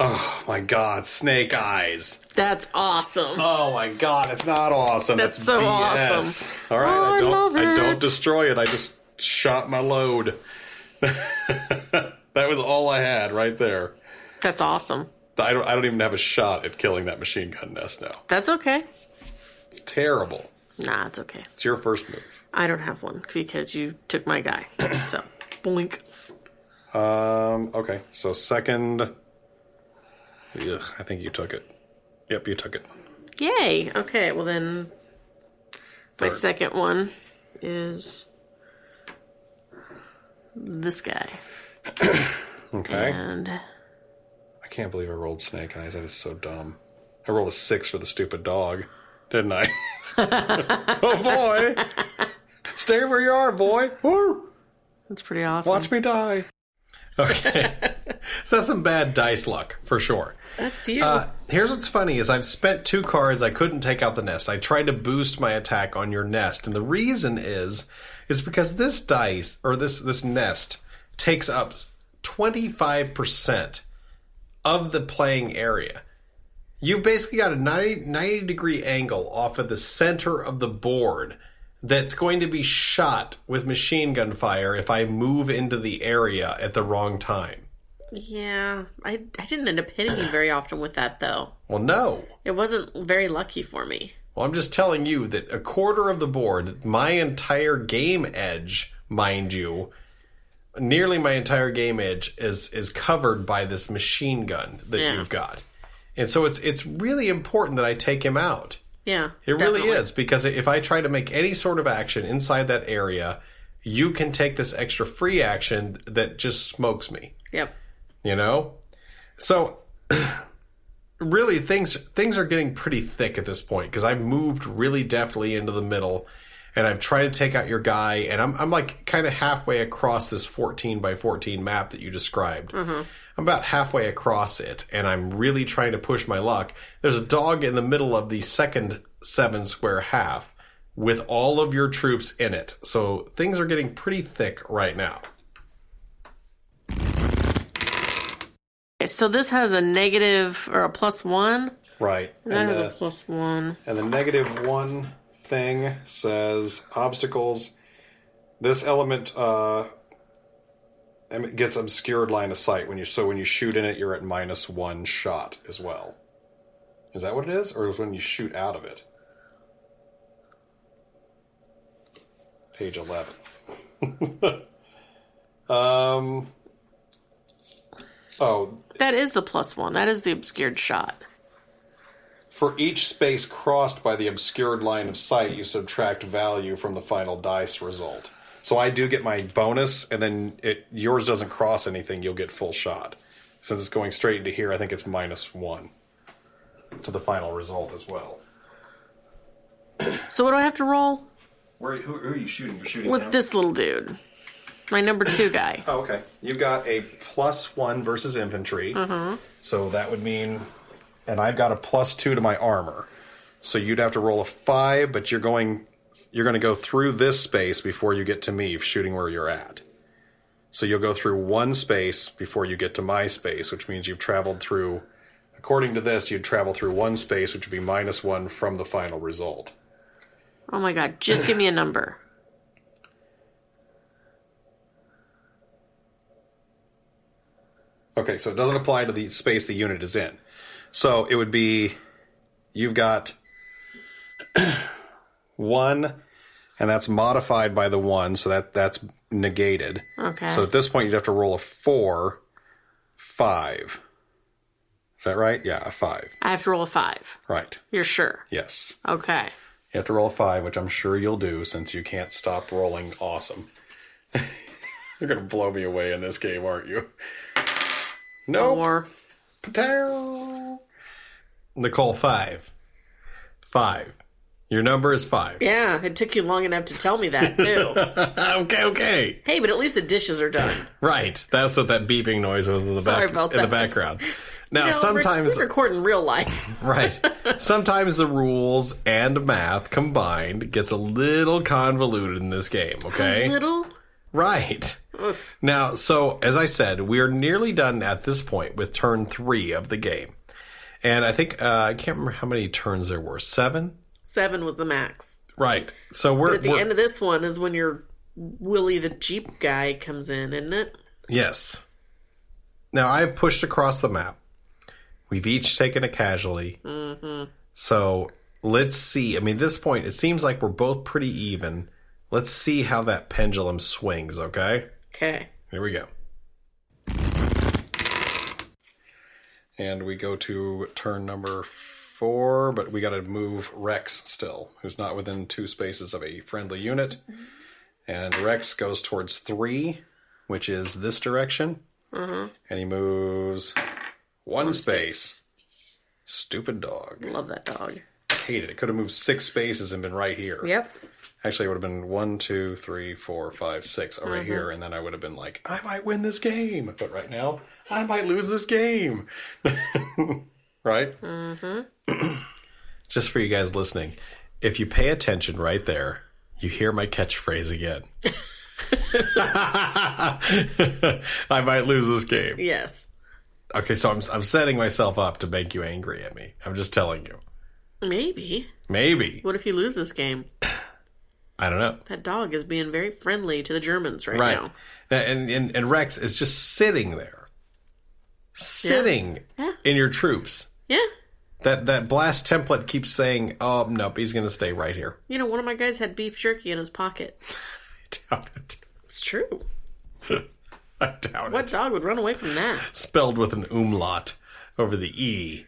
[SPEAKER 1] Oh my god, snake eyes.
[SPEAKER 2] That's awesome.
[SPEAKER 1] Oh my god, it's not awesome.
[SPEAKER 2] That's
[SPEAKER 1] That's
[SPEAKER 2] so
[SPEAKER 1] BS.
[SPEAKER 2] awesome.
[SPEAKER 1] All right,
[SPEAKER 2] Oh, I
[SPEAKER 1] I don't
[SPEAKER 2] love
[SPEAKER 1] I
[SPEAKER 2] it.
[SPEAKER 1] don't destroy it. I just shot my load. (laughs) that was all I had right there.
[SPEAKER 2] That's awesome.
[SPEAKER 1] I don't I don't even have a shot at killing that machine gun nest now.
[SPEAKER 2] That's okay.
[SPEAKER 1] It's terrible.
[SPEAKER 2] Nah, it's okay.
[SPEAKER 1] It's your first move.
[SPEAKER 2] I don't have one because you took my guy.
[SPEAKER 1] (clears throat)
[SPEAKER 2] So, boink.
[SPEAKER 1] Um okay, so second Ugh, I think you took it. Yep, you took it.
[SPEAKER 2] Yay. Okay, well then, my
[SPEAKER 1] Third.
[SPEAKER 2] second one is this guy.
[SPEAKER 1] (clears throat) Okay.
[SPEAKER 2] And
[SPEAKER 1] I can't believe I rolled snake eyes. That is so dumb. I rolled a six for the stupid dog, didn't I? (laughs) oh boy! Stay where you are, boy. Woo!
[SPEAKER 2] that's pretty awesome.
[SPEAKER 1] Watch me die. Okay. (laughs) So that's some bad dice luck for sure.
[SPEAKER 2] That's you.
[SPEAKER 1] Uh, here's what's funny is I've spent two cards I couldn't take out the nest. I tried to boost my attack on your nest, and the reason is is because this dice or this this nest takes up 25% of the playing area. You basically got a 90, 90 degree angle off of the center of the board that's going to be shot with machine gun fire if I move into the area at the wrong time.
[SPEAKER 2] yeah, I I didn't end up hitting you very often with that though.
[SPEAKER 1] Well, no.
[SPEAKER 2] It wasn't very lucky for me.
[SPEAKER 1] Well, I'm just telling you that a quarter of the board, my entire game edge, mind you, nearly my entire game edge is is covered by this machine gun that
[SPEAKER 2] Yeah.
[SPEAKER 1] you've got. And so it's it's really important that I take him out.
[SPEAKER 2] Yeah,
[SPEAKER 1] It
[SPEAKER 2] definitely.
[SPEAKER 1] really is because if I try to make any sort of action inside that area, you can take this extra free action that just smokes me
[SPEAKER 2] Yep.
[SPEAKER 1] you know so (clears throat) really things things are getting pretty thick at this point because i've moved really deftly into the middle and i've tried to take out your guy and i'm, I'm like kind of halfway across this 14 by 14 map that you described i'm about halfway across it and i'm really trying to push my luck there's a dog in the middle of the second seven square half with all of your troops in it so things are getting pretty thick right now
[SPEAKER 2] Okay, So this has a negative or a plus one.
[SPEAKER 1] right
[SPEAKER 2] That has a plus one.
[SPEAKER 1] And the negative one thing says obstacles. This element uh, and it gets obscured line of sight when you so when you shoot in it, you're at minus one shot as well. Is that what it is, or is when you shoot out of it? Page eleven. (laughs) um. Oh,
[SPEAKER 2] That is the plus one. That is the obscured shot.
[SPEAKER 1] For each space crossed by the obscured line of sight, you subtract value from the final dice result. So I do get my bonus, and then it yours doesn't cross anything. You'll get full shot. Since it's going straight into here, I think it's minus one to the final result as well.
[SPEAKER 2] So what do I have to roll
[SPEAKER 1] Where who, who are you shooting? You're shooting
[SPEAKER 2] with
[SPEAKER 1] him?
[SPEAKER 2] this little dude? My number two guy.
[SPEAKER 1] Oh, okay. You've got a plus one versus infantry, so that would mean, and I've got a plus two to my armor, so you'd have to roll a five. But you're going, you're going to go through this space before you get to me, shooting where you're at. So you'll go through one space before you get to my space, which means you've traveled through. According to this, you'd travel through one space, which would be minus one from the final result.
[SPEAKER 2] Oh my god, just give me a number.
[SPEAKER 1] Okay, so it doesn't apply to the space the unit is in. So it would be you've got (clears throat) one, and that's modified by the one, so that that's negated.
[SPEAKER 2] Okay.
[SPEAKER 1] So at this point, you'd have to roll a four, five. Is that right? Yeah, a five.
[SPEAKER 2] I have to roll a five.
[SPEAKER 1] Right.
[SPEAKER 2] You're sure?
[SPEAKER 1] Yes.
[SPEAKER 2] Okay.
[SPEAKER 1] You have to roll a five, which I'm sure you'll do since you can't stop rolling awesome. (laughs) You're going to blow me away in this game, aren't you? Nope.
[SPEAKER 2] Or
[SPEAKER 1] Potato. Nicole, five. Five. Your number is
[SPEAKER 2] (laughs)
[SPEAKER 1] five. Ah,
[SPEAKER 2] yeah, it took you long enough to tell
[SPEAKER 1] (laughs)
[SPEAKER 2] me that too.
[SPEAKER 1] okay, okay.
[SPEAKER 2] hey, but at least the dishes are done.
[SPEAKER 1] Right. That's what that beeping noise was in the,
[SPEAKER 2] Sorry
[SPEAKER 1] back,
[SPEAKER 2] about
[SPEAKER 1] in the
[SPEAKER 2] that. (laughs)
[SPEAKER 1] background. Now,
[SPEAKER 2] You know, we're-
[SPEAKER 1] sometimes,
[SPEAKER 2] we record in real life.
[SPEAKER 1] (laughs) right. Sometimes the rules and math combined gets a little convoluted in this game, okay?
[SPEAKER 2] (laughs) Little.
[SPEAKER 1] Right. Now, so as I said, we are nearly done at this point with turn three of the game. And I think, uh, I can't remember how many turns there were. Seven?
[SPEAKER 2] Seven was the max.
[SPEAKER 1] Right. So we're,
[SPEAKER 2] At the
[SPEAKER 1] we're-
[SPEAKER 2] end of this one is when your Willie the Jeep guy comes in, isn't it?
[SPEAKER 1] yes. Now I have pushed across the map. We've each taken a casualty. Mm-hmm. So let's see. I mean, this point it seems like we're both pretty even. Let's see how that pendulum swings. Okay.
[SPEAKER 2] Okay.
[SPEAKER 1] Here we go. And we go to turn number four, but we got to move Rex still, who's not within two spaces of a friendly unit. And Rex goes towards three, which is this direction. And he moves one, space. Stupid dog.
[SPEAKER 2] Love that dog.
[SPEAKER 1] hated. It could have moved six spaces and been right here.
[SPEAKER 2] Yep.
[SPEAKER 1] Actually, it would have been one, two, three, four, five, six right here, and then I would have been like, I might win this game, but right now I might lose this game. (laughs) right? Mm-hmm. (clears throat) Just for you guys listening, if you pay attention right there, you hear my catchphrase again. (laughs) I might lose this game.
[SPEAKER 2] Yes.
[SPEAKER 1] Okay, so I'm I'm setting myself up to make you angry at me. I'm just telling you.
[SPEAKER 2] Maybe.
[SPEAKER 1] Maybe
[SPEAKER 2] What if you lose this game?
[SPEAKER 1] I don't know.
[SPEAKER 2] That dog is being very friendly to the Germans right,
[SPEAKER 1] Right.
[SPEAKER 2] now.
[SPEAKER 1] And, and and Rex is just sitting there. Sitting
[SPEAKER 2] Yeah.
[SPEAKER 1] in your troops.
[SPEAKER 2] Yeah.
[SPEAKER 1] That that blast template keeps saying, "Oh, nope, he's going to stay right here." (laughs)
[SPEAKER 2] You know, one of my guys had beef jerky in his pocket.
[SPEAKER 1] I doubt it.
[SPEAKER 2] It's true.
[SPEAKER 1] I doubt
[SPEAKER 2] What
[SPEAKER 1] it.
[SPEAKER 2] dog would run away from that?
[SPEAKER 1] Spelled with an umlaut over the e.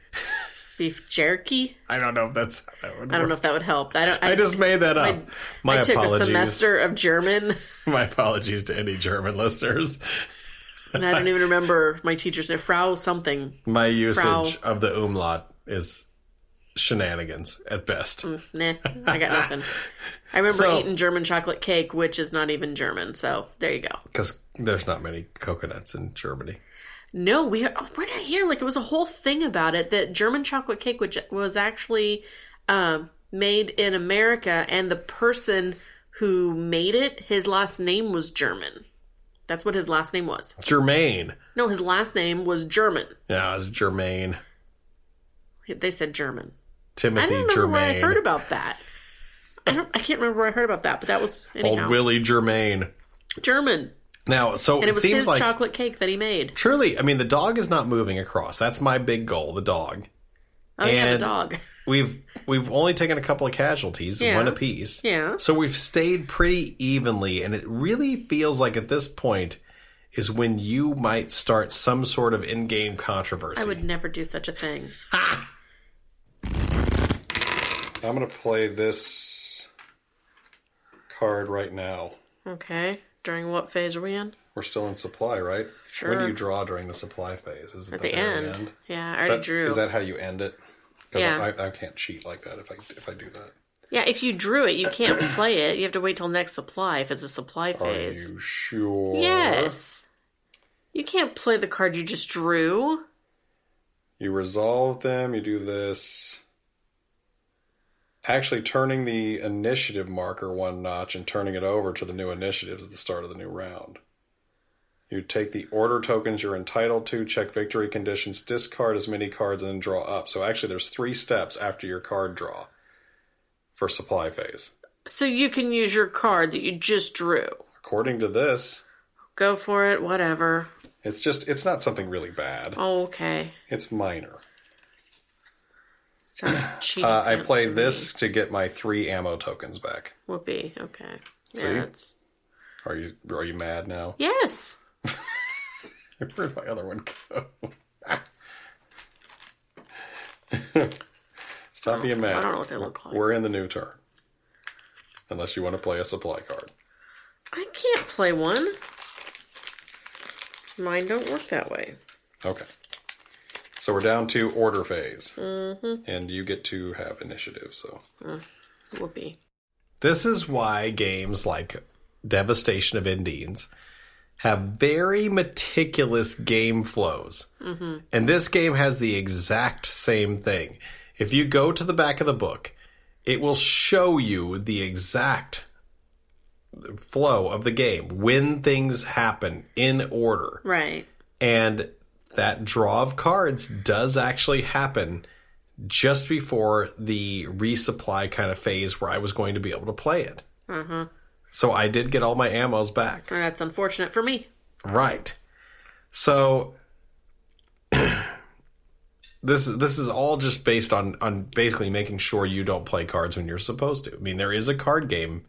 [SPEAKER 2] Beef jerky?
[SPEAKER 1] I don't know if that's how that would
[SPEAKER 2] I don't know
[SPEAKER 1] work.
[SPEAKER 2] if that would help. I don't. I,
[SPEAKER 1] I just made that up. My
[SPEAKER 2] I took
[SPEAKER 1] apologies.
[SPEAKER 2] a semester of German,
[SPEAKER 1] My apologies to any German listeners.
[SPEAKER 2] and I don't even remember my teacher said Frau something.
[SPEAKER 1] My usage
[SPEAKER 2] Frau.
[SPEAKER 1] of the umlaut is shenanigans at best.
[SPEAKER 2] Nah, I got nothing. I remember
[SPEAKER 1] So-
[SPEAKER 2] eating German chocolate cake, which is not even German. So there you go.
[SPEAKER 1] because there's not many coconuts in Germany.
[SPEAKER 2] No, we oh, where did I hear? Like it was a whole thing about it that German chocolate cake, which was actually um, made in America, and the person who made it, his last name was German. That's what his last name was.
[SPEAKER 1] Germaine.
[SPEAKER 2] No, his last name was German.
[SPEAKER 1] Yeah, it's Germaine.
[SPEAKER 2] They said German. I
[SPEAKER 1] Timothy
[SPEAKER 2] don't remember where I
[SPEAKER 1] Germaine.
[SPEAKER 2] heard about that. I don't. I can't remember where I heard about that, but that was anyhow
[SPEAKER 1] Old Willie Germaine.
[SPEAKER 2] German,
[SPEAKER 1] Now, so
[SPEAKER 2] and it
[SPEAKER 1] it,
[SPEAKER 2] was
[SPEAKER 1] seems
[SPEAKER 2] his
[SPEAKER 1] like
[SPEAKER 2] chocolate cake that he made.
[SPEAKER 1] truly, I mean, the dog is not moving across. That's my big goal, the dog.
[SPEAKER 2] Oh yeah, the
[SPEAKER 1] And-
[SPEAKER 2] dog.
[SPEAKER 1] We've we've only taken a couple of casualties,
[SPEAKER 2] Yeah.
[SPEAKER 1] one apiece.
[SPEAKER 2] Yeah.
[SPEAKER 1] So we've stayed pretty evenly, and it really feels like at this point is when you might start some sort of in-game controversy.
[SPEAKER 2] I would never do such a thing.
[SPEAKER 1] I'm gonna play this card right now.
[SPEAKER 2] Okay. During what phase are we in?
[SPEAKER 1] We're still in supply, right? When
[SPEAKER 2] Sure.
[SPEAKER 1] do you draw during the supply phase? Is it
[SPEAKER 2] At the
[SPEAKER 1] very
[SPEAKER 2] end. Yeah, I
[SPEAKER 1] Is
[SPEAKER 2] already
[SPEAKER 1] that,
[SPEAKER 2] drew.
[SPEAKER 1] is that how you end it? Because
[SPEAKER 2] Yeah.
[SPEAKER 1] I, I can't cheat like that if I if I do that.
[SPEAKER 2] yeah, if you drew it, you can't play it. You have to wait till next supply if it's a supply phase.
[SPEAKER 1] Are you sure?
[SPEAKER 2] Yes. You can't play the card you just drew.
[SPEAKER 1] You resolve them. You do this. Actually, turning the initiative marker one notch and turning it over to the new initiatives at the start of the new round. You take the order tokens you're entitled to, check victory conditions, discard as many cards, and then draw up. So actually, there's three steps after your card draw for supply phase.
[SPEAKER 2] So you can use your card that you just drew.
[SPEAKER 1] According to this,
[SPEAKER 2] Go for it, whatever.
[SPEAKER 1] it's just it's not something really bad.
[SPEAKER 2] Oh, okay.
[SPEAKER 1] It's minor.
[SPEAKER 2] Sounds cheap.
[SPEAKER 1] Uh, I play this to get my three ammo tokens back.
[SPEAKER 2] Whoopee. Okay. Yeah,
[SPEAKER 1] See?
[SPEAKER 2] that's-
[SPEAKER 1] Are you are you mad now?
[SPEAKER 2] Yes.
[SPEAKER 1] (laughs) Where'd my other one go? (laughs) Stop being mad.
[SPEAKER 2] I don't know what they look like.
[SPEAKER 1] We're in the new turn. Unless you want to play a supply card.
[SPEAKER 2] I can't play one. Mine don't work that way.
[SPEAKER 1] Okay. So we're down to order phase.
[SPEAKER 2] Mm-hmm.
[SPEAKER 1] And you get to have initiative, so.
[SPEAKER 2] Whoopee.
[SPEAKER 1] This is why games like Devastation of Indians have very meticulous game flows.
[SPEAKER 2] Mm-hmm.
[SPEAKER 1] And this game has the exact same thing. If you go to the back of the book, it will show you the exact flow of the game when things happen in order.
[SPEAKER 2] Right.
[SPEAKER 1] And that draw of cards does actually happen just before the resupply kind of phase where I was going to be able to play it. Mm-hmm. So I did get all my ammos back.
[SPEAKER 2] Well, that's unfortunate for me.
[SPEAKER 1] Right. So (clears throat) this this is all just based on on basically making sure you don't play cards when you're supposed to. I mean, there is a card game.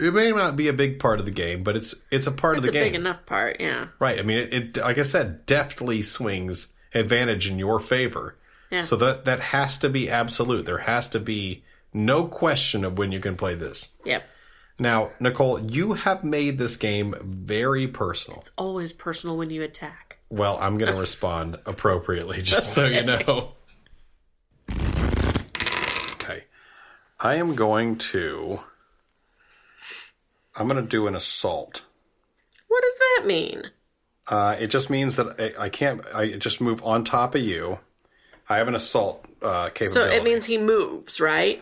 [SPEAKER 1] It may not be a big part of the game, but it's it's a part of the
[SPEAKER 2] the
[SPEAKER 1] game.
[SPEAKER 2] big enough part, yeah.
[SPEAKER 1] Right. I mean, it, it like I said, deftly swings advantage in your favor.
[SPEAKER 2] Yeah.
[SPEAKER 1] So that that has to be absolute. There has to be no question of when you can play this.
[SPEAKER 2] Yep.
[SPEAKER 1] Now, Nicole, you have made this game very personal. (laughs)
[SPEAKER 2] Always personal when you attack.
[SPEAKER 1] Well, I'm
[SPEAKER 7] (laughs)
[SPEAKER 1] going to respond appropriately, just so you know.
[SPEAKER 7] (laughs) I am going to. I'm going to do an assault.
[SPEAKER 2] What does that mean?
[SPEAKER 7] Uh, it just means that I, I can't. I just move on top of you. I have an assault uh,
[SPEAKER 2] So
[SPEAKER 7] capability.
[SPEAKER 2] it means he moves, right?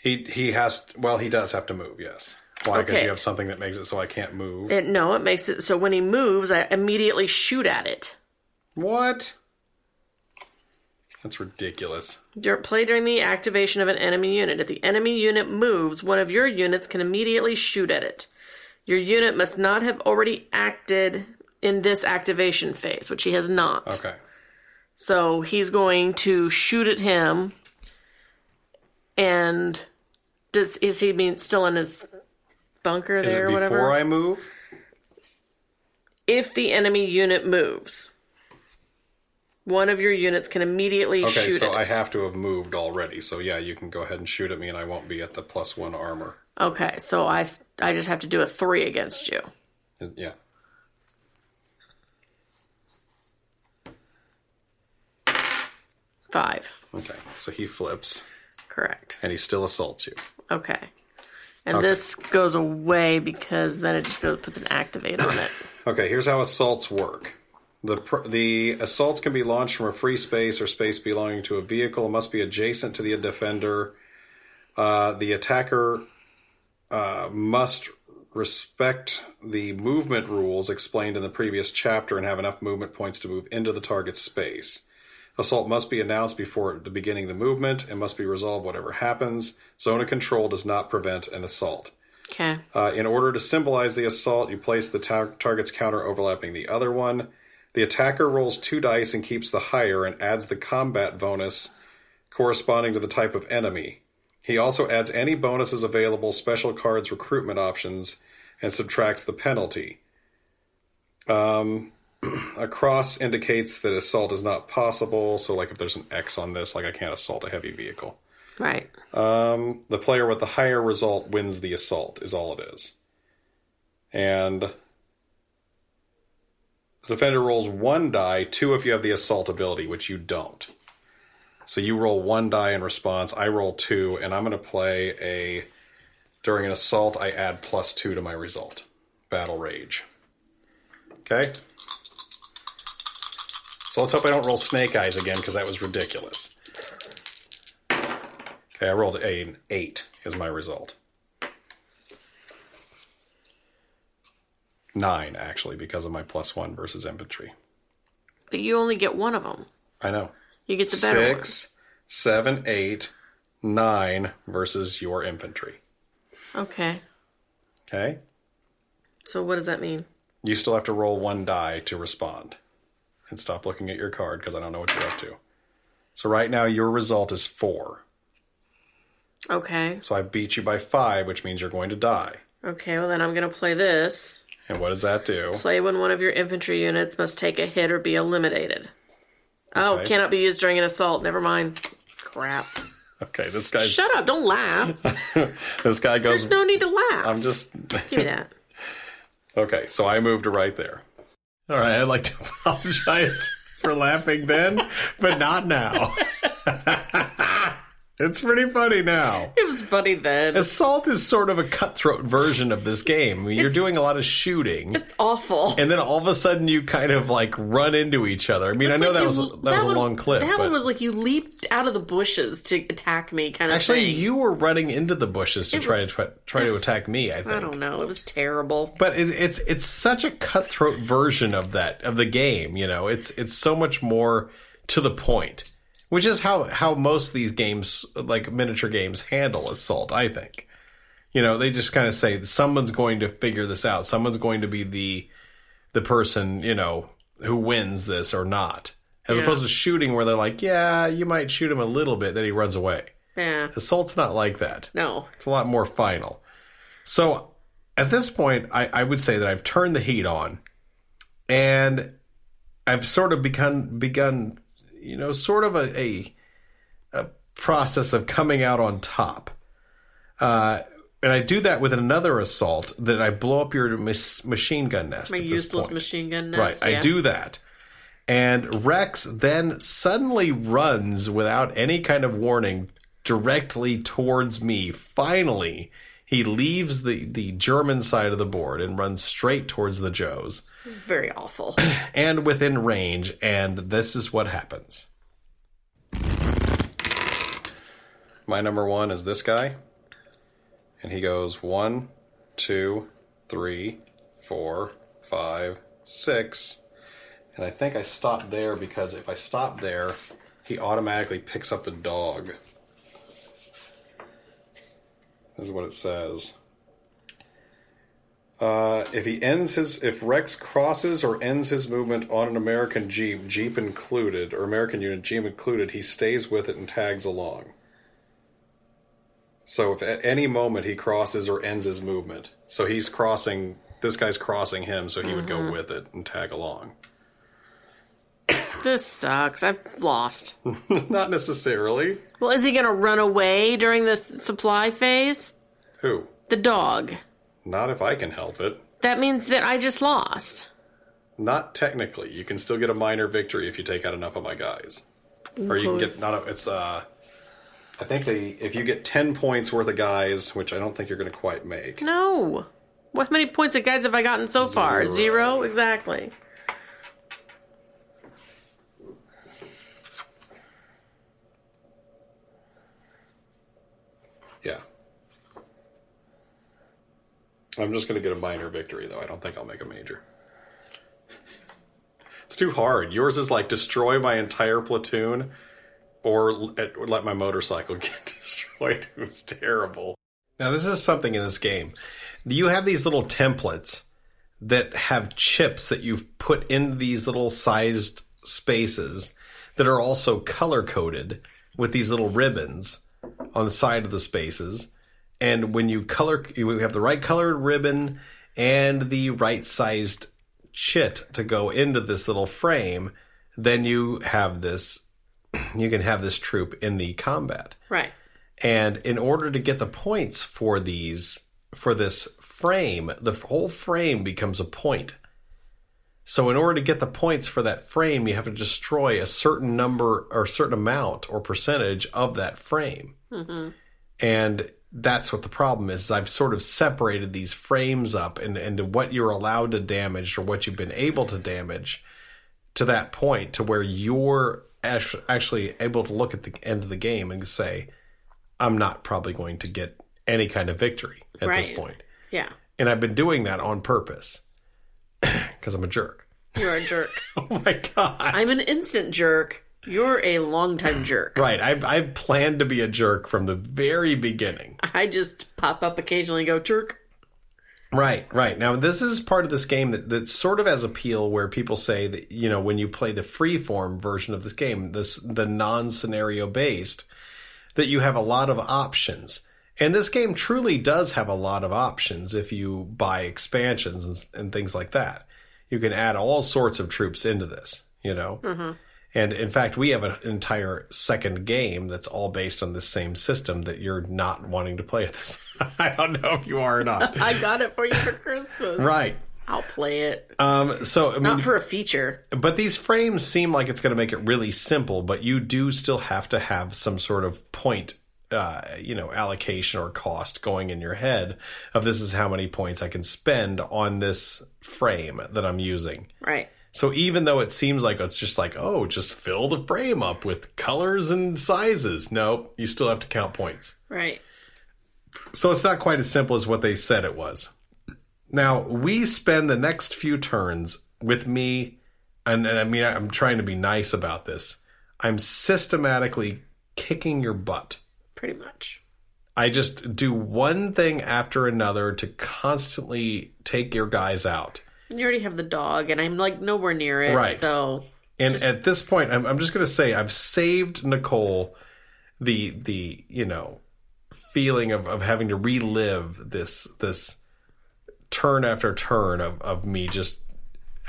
[SPEAKER 7] he he has. Well, he does have to move. Yes. Why? Because
[SPEAKER 2] Okay.
[SPEAKER 7] you have something that makes it so I can't move.
[SPEAKER 2] It, no, it makes it so when he moves, I immediately shoot at it.
[SPEAKER 7] what? That's ridiculous.
[SPEAKER 2] Dur- play during the activation of an enemy unit. If the enemy unit moves, one of your units can immediately shoot at it. Your unit must not have already acted in this activation phase, which he has not.
[SPEAKER 7] Okay.
[SPEAKER 2] So he's going to shoot at him. And does is he mean still in his bunker
[SPEAKER 7] Is
[SPEAKER 2] there or
[SPEAKER 7] it before
[SPEAKER 2] whatever?
[SPEAKER 7] I move?
[SPEAKER 2] if the enemy unit moves, one of your units can immediately
[SPEAKER 7] Okay,
[SPEAKER 2] shoot
[SPEAKER 7] so
[SPEAKER 2] at
[SPEAKER 7] I
[SPEAKER 2] it.
[SPEAKER 7] have to have moved already. So yeah, you can go ahead and shoot at me, and I won't be at the plus one armor.
[SPEAKER 2] Okay, so I, s- I just have to do a three against you.
[SPEAKER 7] Is- Yeah.
[SPEAKER 2] Five.
[SPEAKER 7] Okay. So he flips,
[SPEAKER 2] Correct.
[SPEAKER 7] and he still assaults you.
[SPEAKER 2] Okay. And this goes away because then it just goes, puts an activate on it. (clears throat)
[SPEAKER 7] Okay, here's how assaults work. The, pr- the assaults can be launched from a free space or space belonging to a vehicle. It must be adjacent to the defender. Uh, the attacker uh, must respect the movement rules explained in the previous chapter and have enough movement points to move into the target's space. Assault must be announced before the beginning of the movement and must be resolved whatever happens. Zone of control does not prevent an assault.
[SPEAKER 2] Okay.
[SPEAKER 7] Uh, in order to symbolize the assault, you place the tar- target's counter overlapping the other one. The attacker rolls two dice and keeps the higher and adds the combat bonus corresponding to the type of enemy. He also adds any bonuses available, special cards, recruitment options, and subtracts the penalty. Um, (clears throat) a cross indicates that assault is not possible, so like if there's an X on this, like I can't assault a heavy vehicle.
[SPEAKER 2] Right.
[SPEAKER 7] The player with the higher result wins the assault, is all it is. And the defender rolls one die, two if you have the assault ability, which you don't. So you roll one die in response, I roll two, and I'm going to play a. During an assault, I add plus two to my result. Battle Rage. Okay? So let's hope I don't roll Snake Eyes again, because that was ridiculous. Okay, I rolled an eight is my result. Nine, actually, because of my plus one versus infantry.
[SPEAKER 2] But you only get one of them.
[SPEAKER 7] I know.
[SPEAKER 2] You get the better
[SPEAKER 7] Six, seven, eight, nine versus your infantry.
[SPEAKER 2] one. Okay.
[SPEAKER 7] Okay?
[SPEAKER 2] So what does that mean?
[SPEAKER 7] You still have to roll one die to respond. And stop looking at your card because I don't know what you're up to. So right now, your result is four.
[SPEAKER 2] Okay.
[SPEAKER 7] So I beat you by five, which means you're going to die.
[SPEAKER 2] Okay, well then I'm going to play this.
[SPEAKER 7] And what does that do?
[SPEAKER 2] Play when one of your infantry units must take a hit or be eliminated. Oh,
[SPEAKER 7] Okay.
[SPEAKER 2] cannot be used during an assault. Never mind. Crap.
[SPEAKER 7] Okay, this guy's
[SPEAKER 2] Shut up. Don't laugh.
[SPEAKER 7] this guy goes
[SPEAKER 2] There's no need to laugh.
[SPEAKER 7] I'm just
[SPEAKER 2] Give me that.
[SPEAKER 7] okay. So I moved to right there. All right, I'd like to (laughs) apologize for laughing then, but not now. (laughs) it's pretty funny now.
[SPEAKER 2] It was funny then. It's,
[SPEAKER 7] Assault is sort of a cutthroat version of this game. I mean, You're doing a lot of shooting,
[SPEAKER 2] awful.
[SPEAKER 7] and then all of a sudden you kind of like run into each other. I mean, I know that was that, was a long clip,
[SPEAKER 2] That
[SPEAKER 7] but
[SPEAKER 2] one was like you leaped out of the bushes to attack me, kind of
[SPEAKER 7] actually
[SPEAKER 2] thing.
[SPEAKER 7] you were running into the bushes to
[SPEAKER 2] It
[SPEAKER 7] try
[SPEAKER 2] was-
[SPEAKER 7] to try, try to attack me. I think.
[SPEAKER 2] I don't know. It was terrible.
[SPEAKER 7] But it, it's it's such a cutthroat version of that of the game. You know, it's it's so much more to the point, which is how how most of these games, like miniature games, handle assault. I think. You know, they just kind of say someone's going to figure this out. Someone's going to be the the person you know who wins this or not, as opposed to shooting where they're like, yeah, you might shoot him a little bit, then he runs away.
[SPEAKER 2] Yeah.
[SPEAKER 7] Assault's not like that.
[SPEAKER 2] No.
[SPEAKER 7] It's a lot more final. So at this point, I, I would say that I've turned the heat on, and I've sort of begun begun, you know, sort of a a, a process of coming out on top. Uh, and I do that with another assault that I blow up your mis- machine gun nest.
[SPEAKER 2] My
[SPEAKER 7] at this
[SPEAKER 2] useless
[SPEAKER 7] point.
[SPEAKER 2] machine gun
[SPEAKER 7] Right,
[SPEAKER 2] nest.
[SPEAKER 7] I
[SPEAKER 2] yeah.
[SPEAKER 7] do that. And Rex then suddenly runs without any kind of warning directly towards me. Finally, he leaves the, the German side of the board and runs straight towards the Joes
[SPEAKER 2] Very awful. (coughs)
[SPEAKER 7] and within range, and this is what happens. My number one is this guy, and he goes one, two, three, four, five, six, and I think I stopped there because if I stop there, he automatically picks up the dog. This is what it says. If he ends his, if Rex crosses or ends his movement on an American Jeep, Jeep included, or American unit, Jeep included, he stays with it and tags along. So if at any moment he crosses or ends his movement, so he's crossing, this guy's crossing him, so he would go with it and tag along. (laughs)
[SPEAKER 2] this sucks. I'm lost.
[SPEAKER 7] Not necessarily.
[SPEAKER 2] Well, is he going to run away during this supply phase?
[SPEAKER 7] Who?
[SPEAKER 2] The dog.
[SPEAKER 7] Not if I can help it.
[SPEAKER 2] That means that I just lost.
[SPEAKER 7] Not technically. You can still get a minor victory if you take out enough of my guys. Or you can get not a, it's uh I think they if you get 10 points worth of guys, which I don't think you're going to quite make.
[SPEAKER 2] No. What many points of guides have I gotten so far?
[SPEAKER 7] Zero.
[SPEAKER 2] Zero? Exactly.
[SPEAKER 7] Yeah. I'm just going to get a minor victory though. I don't think I'll make a major. (laughs) It's too hard. Yours is like destroy my entire platoon or let, or let my motorcycle (laughs) get destroyed. It was terrible. Now, this is something in this game. You have these little templates that have chips that you've put in these little sized spaces that are also color coded with these little ribbons on the side of the spaces. And when you color, you have the right colored ribbon and the right sized chit to go into this little frame, then you have this, (clears throat) you can have this troop in the combat.
[SPEAKER 2] Right.
[SPEAKER 7] And in order to get the points for these for this frame, the whole frame becomes a point. So in order to get the points for that frame, you have to destroy a certain number or certain amount or percentage of that frame. And that's what the problem is. is I've sort of separated these frames up and into what you're allowed to damage or what you've been able to damage to that point to where you're actu- actually able to look at the end of the game and say, I'm not probably going to get any kind of victory at this
[SPEAKER 2] Right.
[SPEAKER 7] point.
[SPEAKER 2] Yeah.
[SPEAKER 7] And I've been doing that on purpose (clears throat) because I'm a jerk.
[SPEAKER 2] You're a
[SPEAKER 7] (laughs)
[SPEAKER 2] jerk.
[SPEAKER 7] Oh my God.
[SPEAKER 2] I'm an instant jerk. You're a longtime jerk.
[SPEAKER 7] Right. I've, I've planned to be a jerk from the very beginning.
[SPEAKER 2] I just pop up occasionally and go, jerk.
[SPEAKER 7] Right, right. Now, this is part of this game that, that sort of has appeal where people say that, you know, when you play the freeform version of this game, this the non scenario based, that you have a lot of options. And this game truly does have a lot of options if you buy expansions and, and things like that. You can add all sorts of troops into this, you know? And in fact, we have an entire second game that's all based on this same system that you're not wanting to play. This, (laughs) I don't know if you are or not.
[SPEAKER 2] I got it for you for Christmas.
[SPEAKER 7] Right.
[SPEAKER 2] I'll play it.
[SPEAKER 7] Um, so I mean,
[SPEAKER 2] Not for a feature.
[SPEAKER 7] but these frames seem like it's going to make it really simple, but you do still have to have some sort of point, uh, you know, allocation or cost going in your head of this is how many points I can spend on this frame that I'm using.
[SPEAKER 2] Right.
[SPEAKER 7] So even though it seems like it's just like, oh, just fill the frame up with colors and sizes, no, you still have to count points.
[SPEAKER 2] Right.
[SPEAKER 7] So it's not quite as simple as what they said it was. Now, we spend the next few turns with me, and, and I mean, I'm trying to be nice about this. I'm systematically kicking your butt.
[SPEAKER 2] Pretty much.
[SPEAKER 7] I just do one thing after another to constantly take your guys out.
[SPEAKER 2] And you already have the dog, and I'm like nowhere near it.
[SPEAKER 7] Right.
[SPEAKER 2] So
[SPEAKER 7] And at this point, I'm, I'm just going to say I've saved Nicole the the you know feeling of, of having to relive this this turn after turn of, of me just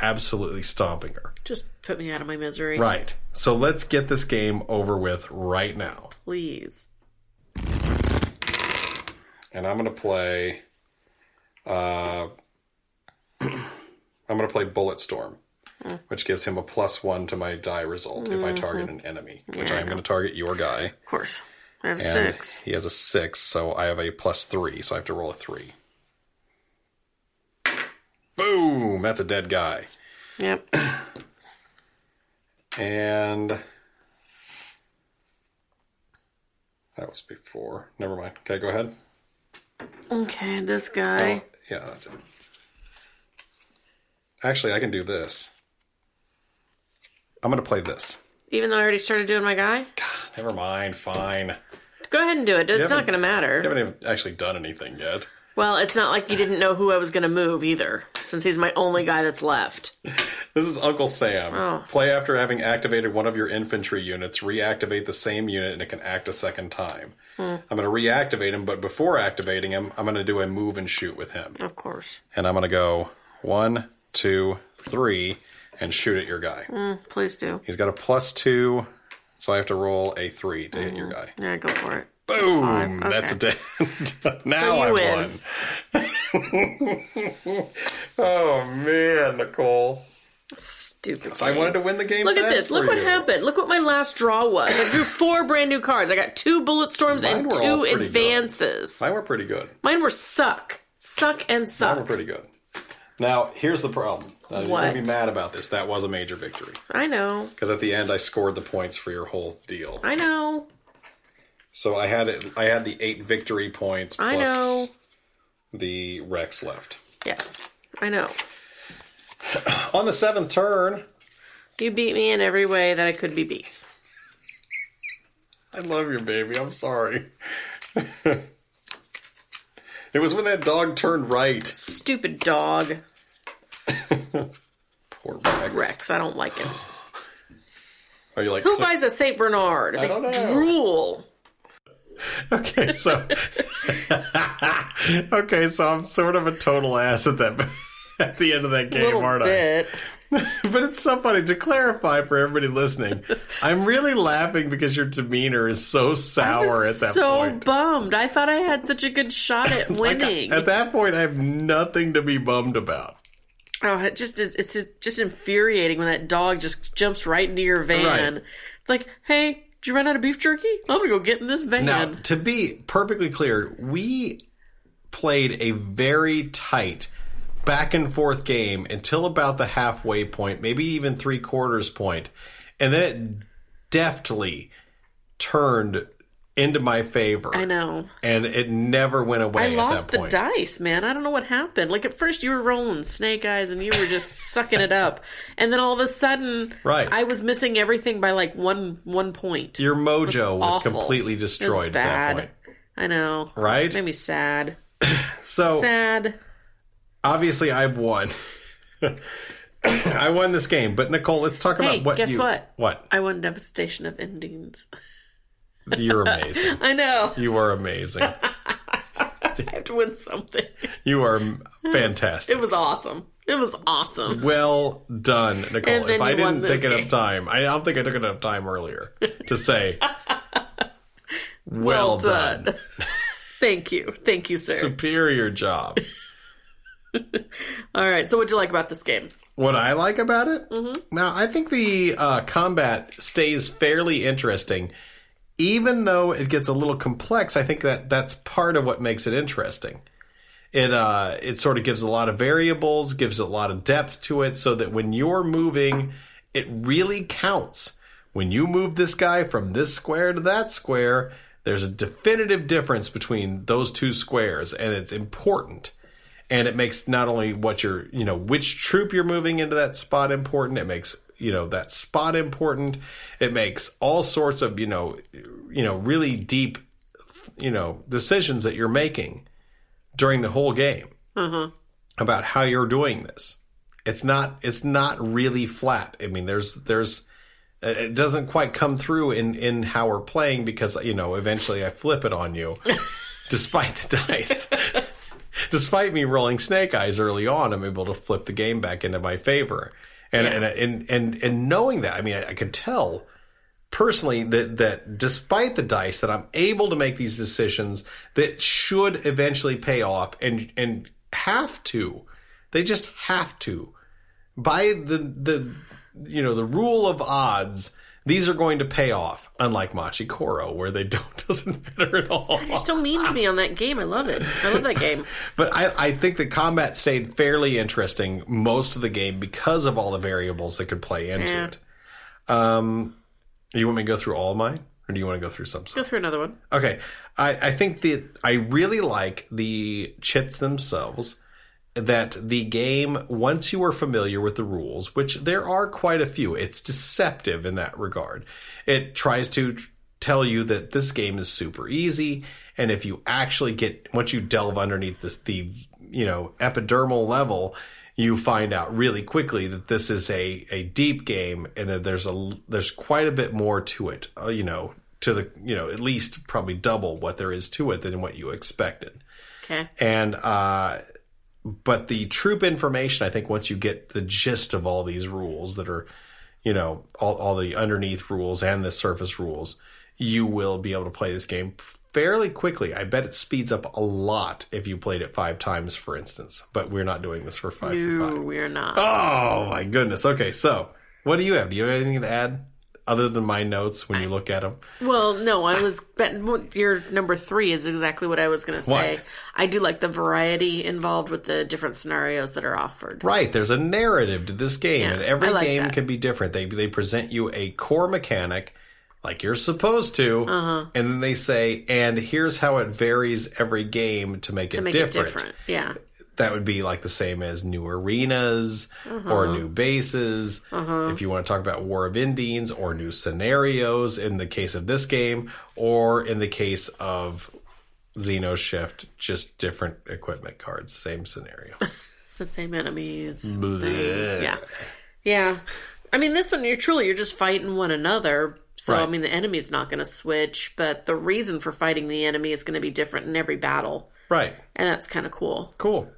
[SPEAKER 7] absolutely stomping her.
[SPEAKER 2] just put me out of my misery.
[SPEAKER 7] Right. So let's get this game over with right now.
[SPEAKER 2] Please.
[SPEAKER 7] And I'm going to play. Uh, (clears throat) I'm going to play Bulletstorm, which gives him a Mm-hmm. plus one to my die result if I target an enemy, which I am going to target your guy.
[SPEAKER 2] Of course. I have
[SPEAKER 7] And
[SPEAKER 2] six.
[SPEAKER 7] He has a six, so I have a plus three, so I have to roll a three. Boom! That's a dead guy. (coughs)
[SPEAKER 2] Yep.
[SPEAKER 7] And that was before. Never mind. Okay, go ahead. Oh,
[SPEAKER 2] Okay, this guy.
[SPEAKER 7] Yeah, that's it. Actually, I can do this. I'm going to play this.
[SPEAKER 2] Even though I already started doing my guy,
[SPEAKER 7] Never mind. Fine. I
[SPEAKER 2] go ahead and do it. It's not
[SPEAKER 7] haven't-
[SPEAKER 2] going to matter.
[SPEAKER 7] haven't even actually done anything yet.
[SPEAKER 2] Well, it's not like you didn't know who I was going to move either, since he's my only guy that's left.
[SPEAKER 7] This is Uncle Sam.
[SPEAKER 2] Oh.
[SPEAKER 7] Play after having activated one of your infantry units. Reactivate the same unit and it can act a second time.
[SPEAKER 2] Hmm.
[SPEAKER 7] I'm going to reactivate him, but before activating him, I'm going to do a move and shoot with him.
[SPEAKER 2] Of course.
[SPEAKER 7] And I'm going to go one, two, three, and shoot at your guy.
[SPEAKER 2] Hmm. Please do.
[SPEAKER 7] He's got a plus two, so I have to roll a three to hit your guy.
[SPEAKER 2] Yeah, go for it.
[SPEAKER 7] Boom!
[SPEAKER 2] Hmm. okay.
[SPEAKER 7] That's a dead. (laughs) now
[SPEAKER 2] you
[SPEAKER 7] I
[SPEAKER 2] win.
[SPEAKER 7] won. (laughs) oh man, Nicole!
[SPEAKER 2] Stupid.
[SPEAKER 7] I wanted to win the game.
[SPEAKER 2] Look at
[SPEAKER 7] fast
[SPEAKER 2] this.
[SPEAKER 7] for
[SPEAKER 2] Look what
[SPEAKER 7] you.
[SPEAKER 2] happened. Look what my last draw was. I drew four brand new cards. I got two bullet storms
[SPEAKER 7] Mine
[SPEAKER 2] and
[SPEAKER 7] were all
[SPEAKER 2] two
[SPEAKER 7] pretty good.
[SPEAKER 2] advances.
[SPEAKER 7] Mine were pretty good.
[SPEAKER 2] Mine were suck. Suck and
[SPEAKER 7] Mine were
[SPEAKER 2] suck.
[SPEAKER 7] pretty good. Now here's the problem. Now, you're gonna
[SPEAKER 2] What?
[SPEAKER 7] be mad about this. That was a major victory
[SPEAKER 2] I know.
[SPEAKER 7] because at the end I scored the points for your whole deal.
[SPEAKER 2] I know.
[SPEAKER 7] So I had it. I had the eight victory points plus
[SPEAKER 2] I know.
[SPEAKER 7] the Rex left.
[SPEAKER 2] Yes. I know.
[SPEAKER 7] On the seventh turn,
[SPEAKER 2] You beat me in every way that I could be beat.
[SPEAKER 7] I love you, baby. I'm sorry. (laughs) it was when that dog turned right.
[SPEAKER 2] Stupid dog.
[SPEAKER 7] Poor Rex.
[SPEAKER 2] Rex. I don't like him.
[SPEAKER 7] Are you like?
[SPEAKER 2] Who buys a St. Bernard?
[SPEAKER 7] I don't
[SPEAKER 2] They
[SPEAKER 7] know.
[SPEAKER 2] Drool.
[SPEAKER 7] okay, so (laughs) okay, so I'm sort of a total ass at that at the end of that game,
[SPEAKER 2] little
[SPEAKER 7] aren't
[SPEAKER 2] bit.
[SPEAKER 7] I? But it's so funny to clarify for everybody listening. I'm really laughing because your demeanor is so sour at that
[SPEAKER 2] so
[SPEAKER 7] point.
[SPEAKER 2] bummed. I thought I had such a good shot at
[SPEAKER 7] (laughs) Like,
[SPEAKER 2] winning.
[SPEAKER 7] at that point, I have nothing to be bummed about.
[SPEAKER 2] oh, it just it's just infuriating when that dog just jumps right into your van.
[SPEAKER 7] Right.
[SPEAKER 2] It's like, hey, did you run out of beef jerky? I'm gonna go get in this van.
[SPEAKER 7] Now, to be perfectly clear, we played a very tight back and forth game until about the halfway point, maybe even three quarters point, and then it deftly turned into my favor.
[SPEAKER 2] I know.
[SPEAKER 7] and it never went away.
[SPEAKER 2] I lost the
[SPEAKER 7] at that point.
[SPEAKER 2] dice, man. I don't know what happened. Like at first you were rolling snake eyes and you were just
[SPEAKER 7] (laughs)
[SPEAKER 2] sucking it up. And then all of a sudden
[SPEAKER 7] Right.
[SPEAKER 2] I was missing everything by like one one point.
[SPEAKER 7] Your mojo was,
[SPEAKER 2] awful.
[SPEAKER 7] completely
[SPEAKER 2] It was
[SPEAKER 7] destroyed at that
[SPEAKER 2] bad.
[SPEAKER 7] point,
[SPEAKER 2] I know.
[SPEAKER 7] right? Oh.
[SPEAKER 2] Made me sad.
[SPEAKER 7] so
[SPEAKER 2] Sad.
[SPEAKER 7] obviously, I've won. (laughs) I won this game, but Nicole, let's talk
[SPEAKER 2] Hey,
[SPEAKER 7] about what
[SPEAKER 2] guess
[SPEAKER 7] you
[SPEAKER 2] what?
[SPEAKER 7] what
[SPEAKER 2] I won Devastation of Endings. (laughs)
[SPEAKER 7] you're amazing.
[SPEAKER 2] I know.
[SPEAKER 7] You are
[SPEAKER 2] (laughs)
[SPEAKER 7] amazing.
[SPEAKER 2] I have to win something.
[SPEAKER 7] You are m- fantastic.
[SPEAKER 2] It was awesome. It was awesome.
[SPEAKER 7] Well done,
[SPEAKER 2] And
[SPEAKER 7] Nicole.
[SPEAKER 2] then
[SPEAKER 7] If I
[SPEAKER 2] you won
[SPEAKER 7] didn't take
[SPEAKER 2] this
[SPEAKER 7] enough
[SPEAKER 2] game.
[SPEAKER 7] time, I don't think I took enough time earlier
[SPEAKER 2] (laughs)
[SPEAKER 7] to say, well, done.
[SPEAKER 2] Thank you. Thank you, sir.
[SPEAKER 7] Superior job.
[SPEAKER 2] All right. So, what'd you like about this game?
[SPEAKER 7] What I like about it? Now, I think the uh, combat stays fairly interesting. Even though it gets a little complex, I think that that's part of what makes it interesting. It uh, it sort of gives a lot of variables, gives a lot of depth to it, so that when you're moving, it really counts. When you move this guy from this square to that square, there's a definitive difference between those two squares, and it's important and it makes not only what you're you know which troop you're moving into that spot important it makes you know that spot important it makes all sorts of you know you know really deep you know decisions that you're making during the whole game about how you're doing this it's not it's not really flat i mean there's there's it it doesn't quite come through in in how we're playing because you know eventually i flip it on you despite the dice despite me rolling snake eyes early on, I'm able to flip the game back into my favor. And and, and and and knowing that, I mean, I, I could tell personally that that despite the dice, that I'm able to make these decisions that should eventually pay off and and have to. They just have to by the the you know the rule of odds. These are going to pay off, unlike Machi Koro, where they (laughs) don't doesn't matter at all.
[SPEAKER 2] You're so mean to me on that game. I love it. I love that game.
[SPEAKER 7] But I, I think the combat stayed fairly interesting most of the game because of all the variables that could play into
[SPEAKER 2] Yeah.
[SPEAKER 7] it. Um, you want me to go through all mine, or do you want to go through some?
[SPEAKER 2] Go through another one.
[SPEAKER 7] Okay, I, I think that I really like the chits themselves. That the game, once you are familiar with the rules, which there are quite a few, it's deceptive in that regard. It tries to tr- tell you that this game is super easy, and if you actually get once you delve underneath this, the you know epidermal level, you find out really quickly that this is a, a deep game and that there's a there's quite a bit more to it uh, you know to the you know at least probably double what there is to it than what you expected
[SPEAKER 2] Okay.
[SPEAKER 7] and uh but the troop information i think once you get the gist of all these rules that are you know all, all the underneath rules and the surface rules you will be able to play this game fairly quickly i bet it speeds up a lot if you played it five times for instance but we're not doing this for five for
[SPEAKER 2] No,
[SPEAKER 7] five
[SPEAKER 2] we're not.
[SPEAKER 7] oh my goodness okay so what do you have do you have anything to add other than my notes when you look at them
[SPEAKER 2] Well, no, I was. But your number three is exactly what I was going to say.
[SPEAKER 7] What?
[SPEAKER 2] I do like the variety involved with the different scenarios that are offered.
[SPEAKER 7] Right, there's a narrative to this game,
[SPEAKER 2] Yeah,
[SPEAKER 7] and every
[SPEAKER 2] I like
[SPEAKER 7] game
[SPEAKER 2] that.
[SPEAKER 7] can be different. They they present you a core mechanic, like you're supposed to,
[SPEAKER 2] Uh-huh.
[SPEAKER 7] and then they say, "And here's how it varies every game to make, it,
[SPEAKER 2] Make
[SPEAKER 7] different.
[SPEAKER 2] it different. Yeah.
[SPEAKER 7] That would be like the same as new arenas
[SPEAKER 2] Uh-huh.
[SPEAKER 7] or new bases. If you want to talk about War of Indians or new scenarios, in the case of this game, or in the case of Xeno Shift, just different equipment cards,
[SPEAKER 2] (laughs)
[SPEAKER 7] same scenario.
[SPEAKER 2] The same enemies. Same, yeah. Yeah. I mean, this one, you're truly, you're just fighting one another. So, I
[SPEAKER 7] Right.
[SPEAKER 2] mean, the enemy's not going to switch, but the reason for fighting the enemy is going to be different in every battle.
[SPEAKER 7] right.
[SPEAKER 2] And that's kind of cool.
[SPEAKER 7] Cool.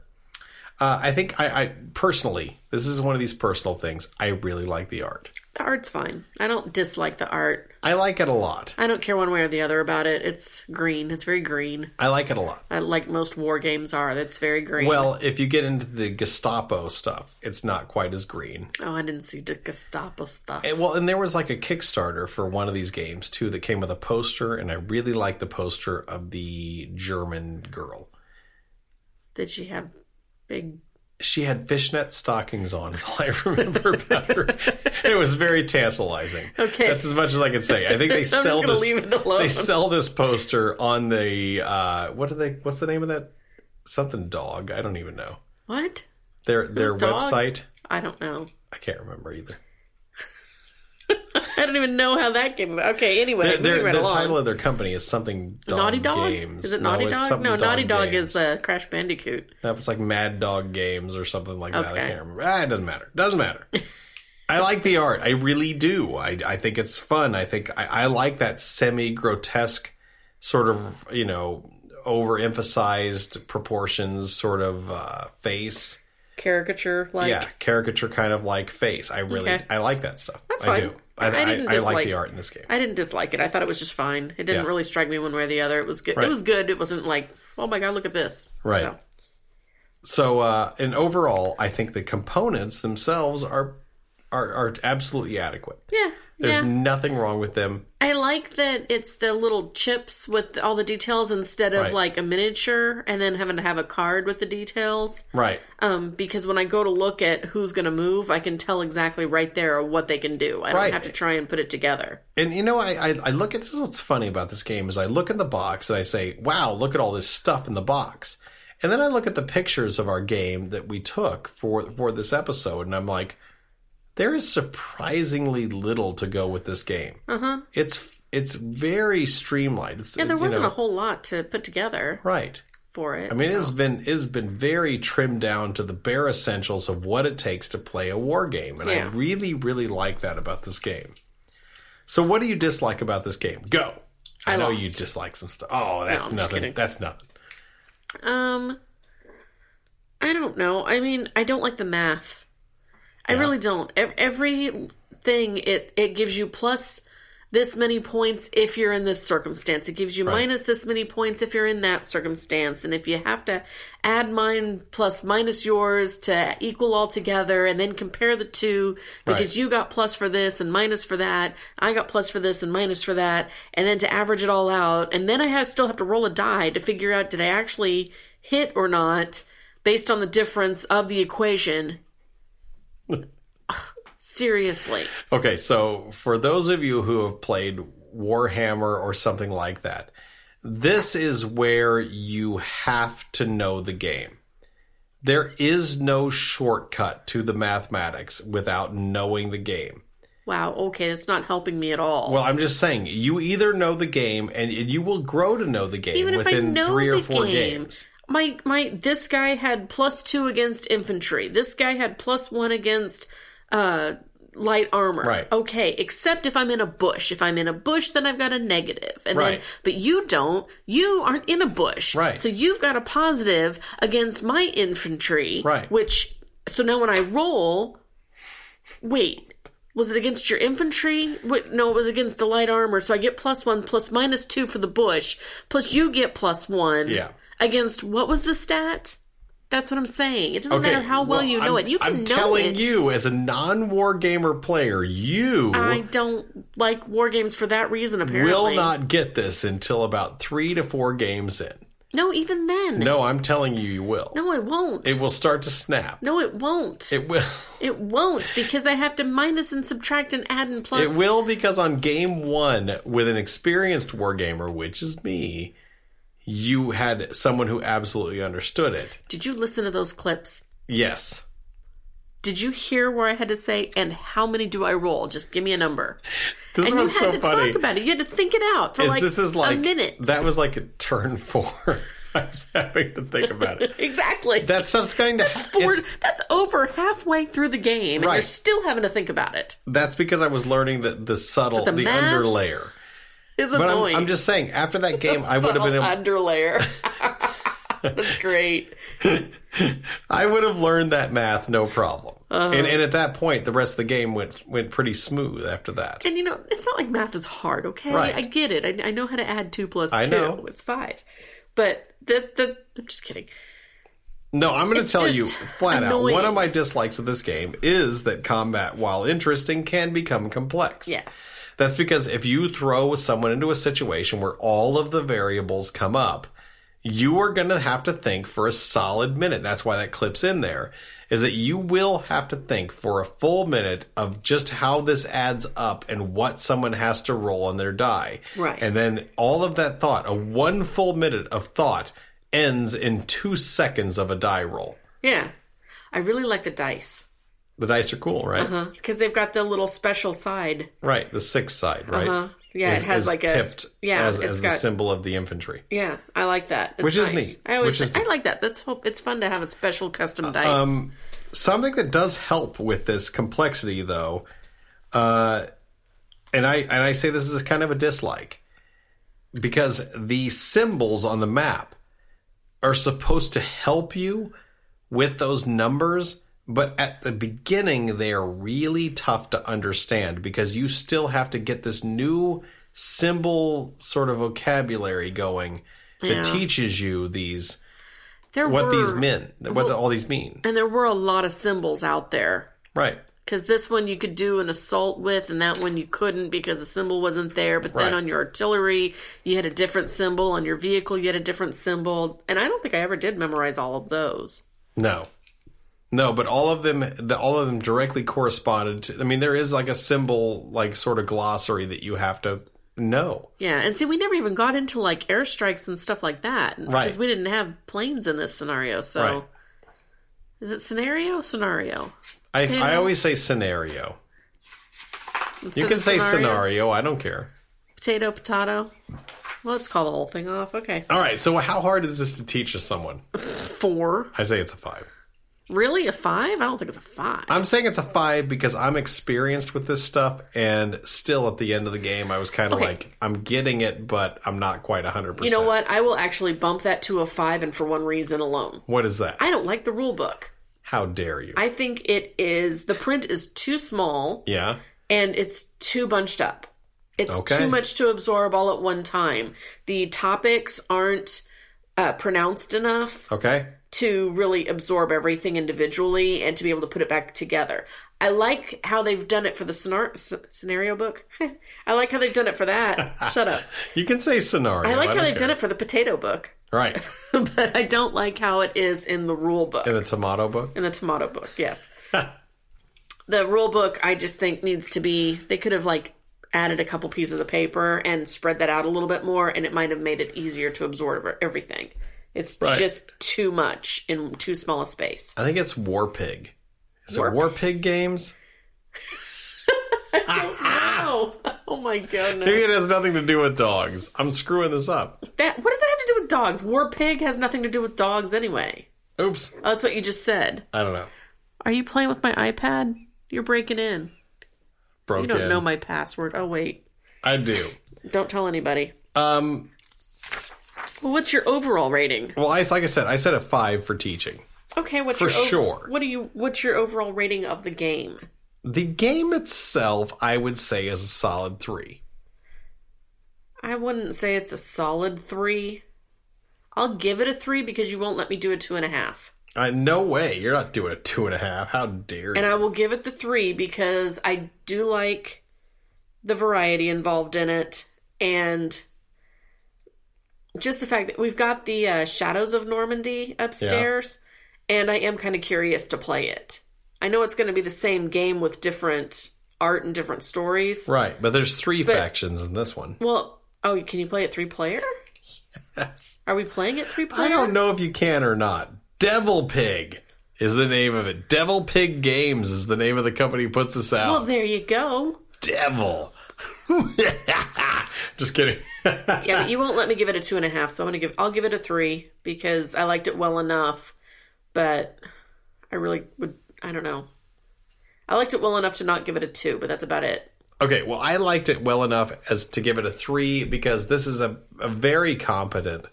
[SPEAKER 7] Uh, I think I, I personally, this is one of these personal things. I really like the art.
[SPEAKER 2] The art's fine. I don't dislike the art.
[SPEAKER 7] I like it a lot.
[SPEAKER 2] I don't care one way or the other about it. It's green. It's very green.
[SPEAKER 7] I like it a lot.
[SPEAKER 2] I, like most war games are, that's very green.
[SPEAKER 7] Well, if you get into the Gestapo stuff, it's not quite as green.
[SPEAKER 2] oh, I didn't see the Gestapo stuff.
[SPEAKER 7] And- well, and there was like a Kickstarter for one of these games too that came with a poster, and I really liked the poster of the German girl.
[SPEAKER 2] Did she have big?
[SPEAKER 7] She had fishnet stockings on, (laughs) is all I remember about her. it was very tantalizing.
[SPEAKER 2] Okay.
[SPEAKER 7] that's as much as I can say. I
[SPEAKER 2] (laughs)
[SPEAKER 7] think they
[SPEAKER 2] just
[SPEAKER 7] sell
[SPEAKER 2] gonna
[SPEAKER 7] this.
[SPEAKER 2] leave it alone.
[SPEAKER 7] They sell this poster on the uh, what do they? What's the name of that? Something dog. I don't even know
[SPEAKER 2] What?
[SPEAKER 7] their their
[SPEAKER 2] Whose dog?
[SPEAKER 7] website.
[SPEAKER 2] I don't know.
[SPEAKER 7] I can't remember either.
[SPEAKER 2] I don't even know how that came about. Okay, anyway,
[SPEAKER 7] Their,
[SPEAKER 2] moving
[SPEAKER 7] their,
[SPEAKER 2] right
[SPEAKER 7] the
[SPEAKER 2] along.
[SPEAKER 7] title of their company is something dog
[SPEAKER 2] Naughty Dog?
[SPEAKER 7] Games.
[SPEAKER 2] Is it
[SPEAKER 7] No,
[SPEAKER 2] Naughty
[SPEAKER 7] it's
[SPEAKER 2] Dog?
[SPEAKER 7] something
[SPEAKER 2] No, Naughty Dog
[SPEAKER 7] Games.
[SPEAKER 2] is uh, Crash Bandicoot.
[SPEAKER 7] No, It's like Mad Dog Games or something like that.
[SPEAKER 2] Okay.
[SPEAKER 7] I can't remember. Ah, it doesn't matter. Doesn't matter. I like the art. I really do. I, I think it's fun. I think I, I like that semi grotesque sort of, you know, overemphasized proportions sort of uh, face.
[SPEAKER 2] Caricature, like
[SPEAKER 7] yeah, caricature kind of like face. I really,
[SPEAKER 2] Okay.
[SPEAKER 7] I like that stuff.
[SPEAKER 2] That's
[SPEAKER 7] I
[SPEAKER 2] fine.
[SPEAKER 7] do. I,
[SPEAKER 2] I
[SPEAKER 7] I,
[SPEAKER 2] didn't
[SPEAKER 7] I, like
[SPEAKER 2] dislike-
[SPEAKER 7] the art in this game.
[SPEAKER 2] I didn't dislike it. I thought it was just fine. It didn't
[SPEAKER 7] Yeah.
[SPEAKER 2] really strike me one way or the other. It was good. It
[SPEAKER 7] Right.
[SPEAKER 2] was good. It wasn't like, oh my god, look at this.
[SPEAKER 7] Right.
[SPEAKER 2] So,
[SPEAKER 7] so uh and overall i think the components themselves are are, are absolutely adequate
[SPEAKER 2] yeah.
[SPEAKER 7] there's
[SPEAKER 2] yeah.
[SPEAKER 7] nothing wrong with them
[SPEAKER 2] I like that it's the little chips with all the details instead of
[SPEAKER 7] Right.
[SPEAKER 2] like a miniature and then having to have a card with the details.
[SPEAKER 7] right
[SPEAKER 2] Um, because when I go to look at who's going to move, I can tell exactly right there what they can do. I don't
[SPEAKER 7] Right.
[SPEAKER 2] have to try and put it together.
[SPEAKER 7] and you know I, I i look at this is what's funny about this game is i look in the box and i say wow look at all this stuff in the box and then i look at the pictures of our game that we took for for this episode and i'm like there is surprisingly little to go with this game uh-huh. it's it's very streamlined it's,
[SPEAKER 2] Yeah, there
[SPEAKER 7] it's, you
[SPEAKER 2] wasn't
[SPEAKER 7] know,
[SPEAKER 2] a whole lot to put together
[SPEAKER 7] right
[SPEAKER 2] for it.
[SPEAKER 7] I mean, it's been it's been very trimmed down to the bare essentials of what it takes to play a war game, and
[SPEAKER 2] Yeah.
[SPEAKER 7] I really, really like that about this game. So, what do you dislike about this game? Go. I, know you dislike some stuff. Oh, that's
[SPEAKER 2] I'm just kidding.
[SPEAKER 7] nothing. That's nothing.
[SPEAKER 2] Um, I don't know. I mean, I don't like the math. I really don't. Ev- Everything it it gives you plus this many points if you're in this circumstance. It gives you minus this many points if you're in that circumstance. And if you have to add mine plus minus yours to equal all together and then compare the two because
[SPEAKER 7] Right.
[SPEAKER 2] you got plus for this and minus for that, I got plus for this and minus for that, and then to average it all out. And then I have, still have to roll a die to figure out did I actually hit or not based on the difference of the equation. Seriously.
[SPEAKER 7] Okay, so for those of you who have played Warhammer or something like that, this is where you have to know the game. There is no shortcut to the mathematics without knowing the game.
[SPEAKER 2] Wow, okay, that's not helping me at all.
[SPEAKER 7] Well, I'm just saying, you either know the game and and you will grow to know the game
[SPEAKER 2] Even if I
[SPEAKER 7] within
[SPEAKER 2] know
[SPEAKER 7] three or
[SPEAKER 2] the
[SPEAKER 7] four
[SPEAKER 2] game.
[SPEAKER 7] games.
[SPEAKER 2] my my this guy had plus two against infantry. This guy had plus one against uh light armor.
[SPEAKER 7] Right.
[SPEAKER 2] Okay, except if I'm in a bush. If I'm in a bush, then I've got a negative. And
[SPEAKER 7] Right.
[SPEAKER 2] then but you don't. You aren't in a bush.
[SPEAKER 7] Right.
[SPEAKER 2] So you've got a positive against my infantry.
[SPEAKER 7] Right.
[SPEAKER 2] Which so now when I roll wait. Was it against your infantry? Wait, no, it was against the light armor. So I get plus one, plus minus two for the bush, plus you get plus one
[SPEAKER 7] Yeah.
[SPEAKER 2] against what was the stat? That's what I'm saying. It doesn't matter how well, you know
[SPEAKER 7] I'm-
[SPEAKER 2] it. You can
[SPEAKER 7] I'm
[SPEAKER 2] know
[SPEAKER 7] telling
[SPEAKER 2] it.
[SPEAKER 7] you, as a non-war gamer player, you
[SPEAKER 2] I don't like war games for that reason. Apparently,
[SPEAKER 7] will not get this until about three to four games in.
[SPEAKER 2] No, even then.
[SPEAKER 7] No, I'm telling you, you will.
[SPEAKER 2] no, it won't.
[SPEAKER 7] It will start to snap.
[SPEAKER 2] no, it won't. It,
[SPEAKER 7] It will.
[SPEAKER 2] won't because I have to minus and subtract and add and plus.
[SPEAKER 7] It will because on game one, with an experienced wargamer, which is me, you had someone who absolutely understood it.
[SPEAKER 2] Did you listen to those clips?
[SPEAKER 7] Yes.
[SPEAKER 2] Did you hear where I had to say and how many do I roll? Just give me a number.
[SPEAKER 7] This
[SPEAKER 2] and you had
[SPEAKER 7] was so
[SPEAKER 2] to
[SPEAKER 7] funny.
[SPEAKER 2] talk about it. You had to think it out for
[SPEAKER 7] is
[SPEAKER 2] like,
[SPEAKER 7] this is like
[SPEAKER 2] a minute.
[SPEAKER 7] That was like a turn four. (laughs) I was having to think about it.
[SPEAKER 2] exactly.
[SPEAKER 7] That stuff's going to.
[SPEAKER 2] We're-
[SPEAKER 7] it's-
[SPEAKER 2] that's over halfway through the game, and you're
[SPEAKER 7] Right.
[SPEAKER 2] still having to think about it.
[SPEAKER 7] That's because I was learning the the subtle,
[SPEAKER 2] The
[SPEAKER 7] the,
[SPEAKER 2] math?
[SPEAKER 7] underlayer.
[SPEAKER 2] It's
[SPEAKER 7] But I'm,
[SPEAKER 2] annoying.
[SPEAKER 7] I'm just saying, after that game, I would have been.
[SPEAKER 2] Subtle
[SPEAKER 7] able- (laughs)
[SPEAKER 2] underlayer. (laughs) that's great.
[SPEAKER 7] I would have learned that math, no problem.
[SPEAKER 2] Uh-huh.
[SPEAKER 7] And, and at that point, the rest of the game went went pretty smooth. After that,
[SPEAKER 2] And you know, it's not like math is hard. Okay,
[SPEAKER 7] Right.
[SPEAKER 2] I get it. I, I know how to add two plus
[SPEAKER 7] I
[SPEAKER 2] two.
[SPEAKER 7] know.
[SPEAKER 2] It's five. But the the I'm just kidding.
[SPEAKER 7] no, I'm going to
[SPEAKER 2] It's
[SPEAKER 7] tell
[SPEAKER 2] just
[SPEAKER 7] you flat out. One
[SPEAKER 2] annoying.
[SPEAKER 7] of my dislikes of this game is that combat, while interesting, can become complex.
[SPEAKER 2] Yes.
[SPEAKER 7] That's because if you throw someone into a situation where all of the variables come up, you are going to have to think for a solid minute. That's why that clip's in there, is that you will have to think for a full minute of just how this adds up and what someone has to roll on their die.
[SPEAKER 2] Right.
[SPEAKER 7] And then all of that thought, a one full minute of thought, ends in two seconds of a die roll.
[SPEAKER 2] Yeah, I really like the dice
[SPEAKER 7] The dice are cool, right?
[SPEAKER 2] because they've got the little special side.
[SPEAKER 7] Right. The six side, right?
[SPEAKER 2] Uh, yeah,
[SPEAKER 7] Is-
[SPEAKER 2] it has
[SPEAKER 7] is
[SPEAKER 2] like a
[SPEAKER 7] pipped
[SPEAKER 2] yeah.
[SPEAKER 7] as,
[SPEAKER 2] it's
[SPEAKER 7] as
[SPEAKER 2] got
[SPEAKER 7] the symbol of the infantry.
[SPEAKER 2] yeah. I like that. It's
[SPEAKER 7] Which is
[SPEAKER 2] nice.
[SPEAKER 7] neat.
[SPEAKER 2] I always
[SPEAKER 7] Which is
[SPEAKER 2] I
[SPEAKER 7] neat.
[SPEAKER 2] like that. That's hope. It's fun to have a special custom dice.
[SPEAKER 7] Um, something that does help with this complexity, though, uh, and I and I say this is kind of a dislike because the symbols on the map are supposed to help you with those numbers, but at the beginning they are really tough to understand because you still have to get this new symbol sort of vocabulary going that teaches you these
[SPEAKER 2] there
[SPEAKER 7] what these
[SPEAKER 2] were-
[SPEAKER 7] mean, what the- all these mean,
[SPEAKER 2] And there were a lot of symbols out there.
[SPEAKER 7] right?
[SPEAKER 2] Because this one you could do an assault with, and that one you couldn't because the symbol wasn't there. But
[SPEAKER 7] Right.
[SPEAKER 2] then on your artillery, you had a different symbol. On your vehicle, you had a different symbol. And I don't think I ever did memorize all of those.
[SPEAKER 7] No, no, but all of them, the, all of them directly corresponded. To, I mean, there is like a symbol, like sort of glossary that you have to know.
[SPEAKER 2] Yeah, and see, we never even got into like airstrikes and stuff like that.
[SPEAKER 7] Right.
[SPEAKER 2] Because we didn't have planes in this scenario. So
[SPEAKER 7] Right.
[SPEAKER 2] is it scenario? Scenario.
[SPEAKER 7] I, I always say scenario.
[SPEAKER 2] It's
[SPEAKER 7] You
[SPEAKER 2] a
[SPEAKER 7] can say scenario. I don't care.
[SPEAKER 2] Potato, potato. Well, let's call the whole thing off. Okay.
[SPEAKER 7] All right. So how hard is this to teach to someone?
[SPEAKER 2] Four.
[SPEAKER 7] I say it's a five.
[SPEAKER 2] Really? A five? I don't think it's a five.
[SPEAKER 7] I'm saying it's a five because I'm experienced with this stuff, and still at the end of the game, I was kind of
[SPEAKER 2] Okay.
[SPEAKER 7] like, I'm getting it, but I'm not quite 100%.
[SPEAKER 2] You know what? I will actually bump that to a five, and for one reason alone.
[SPEAKER 7] What is that?
[SPEAKER 2] I don't like the rule book.
[SPEAKER 7] How dare you?
[SPEAKER 2] I think it is the print is too small
[SPEAKER 7] yeah.
[SPEAKER 2] and it's too bunched up. It's
[SPEAKER 7] Okay.
[SPEAKER 2] too much to absorb all at one time. The topics aren't uh, pronounced enough
[SPEAKER 7] Okay.
[SPEAKER 2] to really absorb everything individually and to be able to put it back together. I like how they've done it for the scenar- s- scenario book. (laughs) I like how they've done it for
[SPEAKER 7] (laughs)
[SPEAKER 2] that. Shut up.
[SPEAKER 7] You can say scenario.
[SPEAKER 2] I like how
[SPEAKER 7] don't
[SPEAKER 2] they've
[SPEAKER 7] care.
[SPEAKER 2] done it for the potato book, (laughs)
[SPEAKER 7] Right.
[SPEAKER 2] but I don't like how it is in the rule book.
[SPEAKER 7] In the tomato book.
[SPEAKER 2] in the tomato book yes (laughs) the rule book i just think needs to be they could have like added a couple pieces of paper and spread that out a little bit more and it might have made it easier to absorb everything it's
[SPEAKER 7] Right.
[SPEAKER 2] just too much in too small a space
[SPEAKER 7] I think it's War Pig. Is
[SPEAKER 2] War
[SPEAKER 7] it War Pig games?
[SPEAKER 2] oh, (laughs) oh my goodness
[SPEAKER 7] Maybe it has nothing to do with dogs. I'm screwing this up.
[SPEAKER 2] that what does that have to do with dogs war pig has nothing to do with dogs anyway
[SPEAKER 7] Oops.
[SPEAKER 2] oh, that's what you just said
[SPEAKER 7] I don't know.
[SPEAKER 2] are you playing with my ipad you're breaking in
[SPEAKER 7] Broke
[SPEAKER 2] you don't
[SPEAKER 7] in.
[SPEAKER 2] know my password oh wait
[SPEAKER 7] I do.
[SPEAKER 2] don't tell anybody
[SPEAKER 7] Um,
[SPEAKER 2] well what's your overall rating
[SPEAKER 7] well, I like I said, I said a five for teaching.
[SPEAKER 2] Okay, what's
[SPEAKER 7] For
[SPEAKER 2] your ov-
[SPEAKER 7] sure.
[SPEAKER 2] What do you? What's your overall rating of the game?
[SPEAKER 7] The game itself, I would say, is a solid three.
[SPEAKER 2] I wouldn't say it's a solid three. I'll give it a three because you won't let me do a two and a half.
[SPEAKER 7] Uh, no way. You're not doing a two and a half. How dare
[SPEAKER 2] And
[SPEAKER 7] you?
[SPEAKER 2] I will give it the three because I do like the variety involved in it and just the fact that we've got the uh, Shadows of Normandy upstairs, and I am kind of curious to play it. I know it's going to be the same game with different art and different stories.
[SPEAKER 7] right. But there's three factions in this one.
[SPEAKER 2] Well, oh, can you play it three
[SPEAKER 7] (laughs)
[SPEAKER 2] player? Yes. Are we playing it three player?
[SPEAKER 7] I don't know if you can or not. Devil Pig is the name of it. Devil Pig Games is the name of the company who puts this out.
[SPEAKER 2] Well, there you go.
[SPEAKER 7] Devil. (laughs) Just kidding. (laughs)
[SPEAKER 2] Yeah, but you won't let me give it a two and a half, so I'm gonna give. I'll give it a three because I liked it well enough, but I really would. I don't know. I liked it well enough to not give it a two, but that's about it.
[SPEAKER 7] Okay, well, I liked it well enough as to give it a three because this is a, a very competent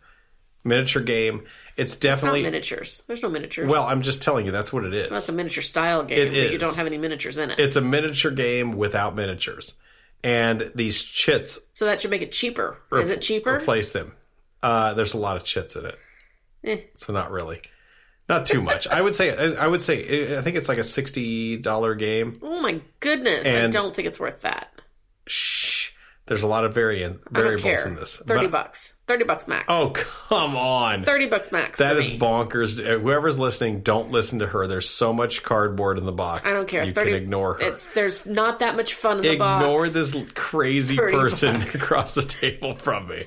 [SPEAKER 7] miniature game. It's
[SPEAKER 2] Not
[SPEAKER 7] definitely
[SPEAKER 2] miniatures. There's no miniatures.
[SPEAKER 7] well. I'm just telling you that's what it is.
[SPEAKER 2] that's a miniature style game.
[SPEAKER 7] It
[SPEAKER 2] but You
[SPEAKER 7] is.
[SPEAKER 2] don't have any miniatures in it,
[SPEAKER 7] it's a miniature game without miniatures, and these chits
[SPEAKER 2] so that should make it cheaper. Is it cheaper?
[SPEAKER 7] replace them. Uh, there's a lot of chits in it,
[SPEAKER 2] Eh.
[SPEAKER 7] so not really, not too much. I would say I I would say I think it's like a sixty dollar game.
[SPEAKER 2] Oh my goodness! I
[SPEAKER 7] And-
[SPEAKER 2] don't think it's worth that.
[SPEAKER 7] Shh, there's a lot of variant
[SPEAKER 2] I don't
[SPEAKER 7] variables
[SPEAKER 2] care.
[SPEAKER 7] in this.
[SPEAKER 2] Thirty
[SPEAKER 7] But-
[SPEAKER 2] bucks. Thirty bucks max.
[SPEAKER 7] Oh come on.
[SPEAKER 2] 30 bucks max.
[SPEAKER 7] That
[SPEAKER 2] for
[SPEAKER 7] is
[SPEAKER 2] me.
[SPEAKER 7] bonkers. Whoever's listening, don't listen to her. There's so much cardboard in the box.
[SPEAKER 2] I don't care.
[SPEAKER 7] You
[SPEAKER 2] 30,
[SPEAKER 7] can ignore her.
[SPEAKER 2] It's, there's not that much fun in the box.
[SPEAKER 7] Ignore this l- crazy
[SPEAKER 2] 30
[SPEAKER 7] person
[SPEAKER 2] bucks.
[SPEAKER 7] (laughs) across the table from me.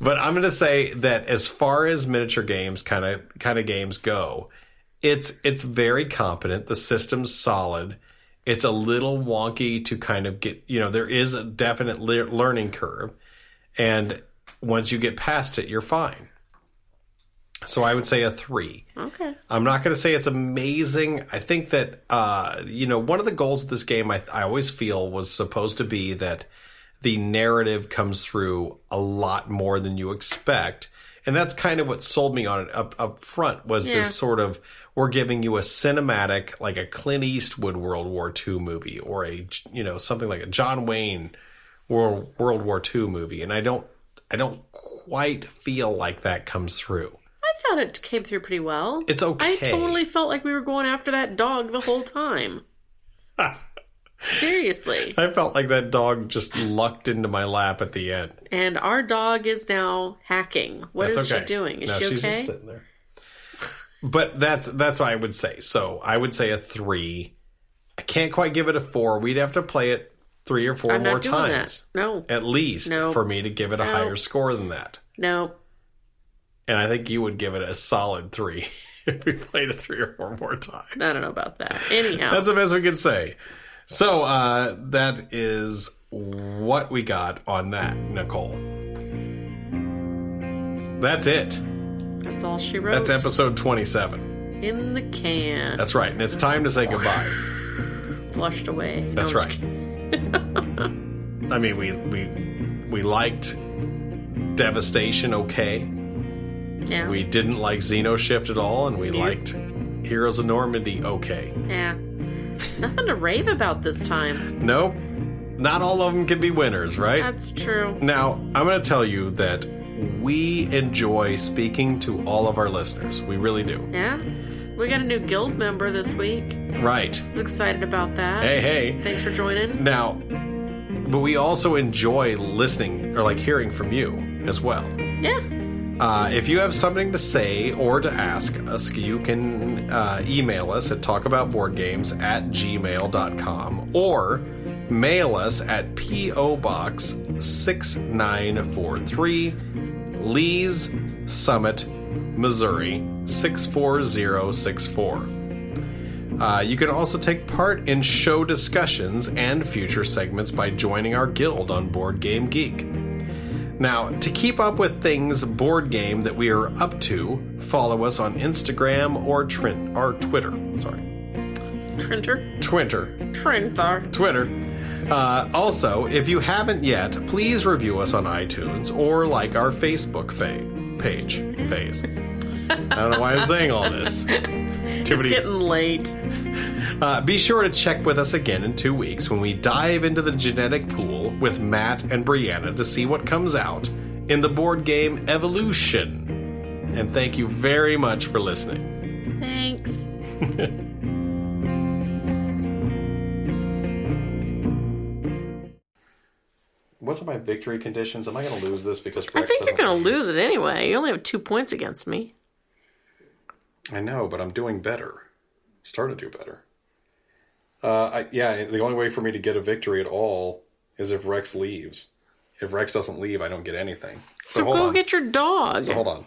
[SPEAKER 7] But I'm going to say that as far as miniature games kind of kind of games go, it's it's very competent. The system's solid. It's a little wonky to kind of get, you know, there is a definite le- learning curve and once you get past it, you're fine. So I would say a 3.
[SPEAKER 2] Okay.
[SPEAKER 7] I'm not going to say it's amazing. I think that uh, you know one of the goals of this game, I, I always feel, was supposed to be that the narrative comes through a lot more than you expect, and that's kind of what sold me on it up up front was
[SPEAKER 2] Yeah.
[SPEAKER 7] this sort of we're giving you a cinematic like a Clint Eastwood World War II movie or a you know something like a John Wayne World World War II movie, and I don't I don't quite feel like that comes through.
[SPEAKER 2] I thought it came through pretty well.
[SPEAKER 7] It's okay.
[SPEAKER 2] I totally felt like we were going after that dog the whole
[SPEAKER 7] (laughs)
[SPEAKER 2] time. Seriously.
[SPEAKER 7] I felt like that dog just lucked into my lap at the end.
[SPEAKER 2] And our dog is now hacking. What is
[SPEAKER 7] That's okay.
[SPEAKER 2] she doing? Is
[SPEAKER 7] No,
[SPEAKER 2] she
[SPEAKER 7] she's
[SPEAKER 2] okay?
[SPEAKER 7] just sitting there. But that's that's what I would say. So I would say a three. I can't quite give it a four. We'd have to play it three or 4
[SPEAKER 2] I'm
[SPEAKER 7] more
[SPEAKER 2] not doing
[SPEAKER 7] times
[SPEAKER 2] that. No.
[SPEAKER 7] at least
[SPEAKER 2] No.
[SPEAKER 7] for me to give it a higher score than that.
[SPEAKER 2] No.
[SPEAKER 7] And I think you would give it a solid three (laughs) if we played it three or four more times.
[SPEAKER 2] I don't know about that. Anyhow.
[SPEAKER 7] That's the best we can say. So uh, that is what we got on that, Nicole. That's it.
[SPEAKER 2] That's all she wrote.
[SPEAKER 7] That's episode 27.
[SPEAKER 2] in the can.
[SPEAKER 7] That's right. And it's time to say goodbye.
[SPEAKER 2] flushed away. No,
[SPEAKER 7] That's
[SPEAKER 2] I'm just (laughs)
[SPEAKER 7] right.
[SPEAKER 2] kidding.
[SPEAKER 7] I mean, we we we liked Devastation okay.
[SPEAKER 2] Yeah.
[SPEAKER 7] We didn't like Xeno Shift at all and we liked Heroes of Normandy okay. (laughs)
[SPEAKER 2] yeah. Nothing to rave about this time.
[SPEAKER 7] Nope. not all of them can be winners, right?
[SPEAKER 2] That's true.
[SPEAKER 7] Now, I'm going to tell you that we enjoy speaking to all of our listeners. We really do.
[SPEAKER 2] Yeah. We got a new guild member this week.
[SPEAKER 7] Right.
[SPEAKER 2] I was excited about that.
[SPEAKER 7] Hey, hey.
[SPEAKER 2] Thanks for joining.
[SPEAKER 7] Now, but we also enjoy listening or like hearing from you as well.
[SPEAKER 2] Yeah.
[SPEAKER 7] Uh, if you have something to say or to ask us, you can uh, email us at talkaboutboardgames at gmail.com or mail us at P.O. Box 6943, Lee's Summit, Missouri 64064. Uh, you can also take part in show discussions and future segments by joining our guild on Board Game Geek. Now, to keep up with things board game that we are up to, follow us on Instagram or Trent or Twitter. Sorry,
[SPEAKER 2] Trinter.
[SPEAKER 7] Twitter,
[SPEAKER 2] Trinter.
[SPEAKER 7] Twitter. Uh, also, if you haven't yet, please review us on iTunes or like our Facebook fa- page. Phase. I don't know why I'm saying all
[SPEAKER 2] (laughs)
[SPEAKER 7] this. Too
[SPEAKER 2] It's
[SPEAKER 7] many-
[SPEAKER 2] getting late.
[SPEAKER 7] Uh, be sure to check with us again in two weeks when we dive into the genetic pool with Matt and Brianna to see what comes out in the board game Evolution. And thank you very much for listening.
[SPEAKER 2] Thanks.
[SPEAKER 7] What's my victory conditions? Am I going to lose this because
[SPEAKER 2] I think you're going to lose it anyway. You only have two points against me.
[SPEAKER 7] I know, but I'm doing better. Starting to do better. Uh, I, yeah, the only way for me to get a victory at all is if Rex leaves. If Rex doesn't leave, I don't get anything. So,
[SPEAKER 2] So,
[SPEAKER 7] hold
[SPEAKER 2] go
[SPEAKER 7] on.
[SPEAKER 2] get your dog.
[SPEAKER 7] so hold on.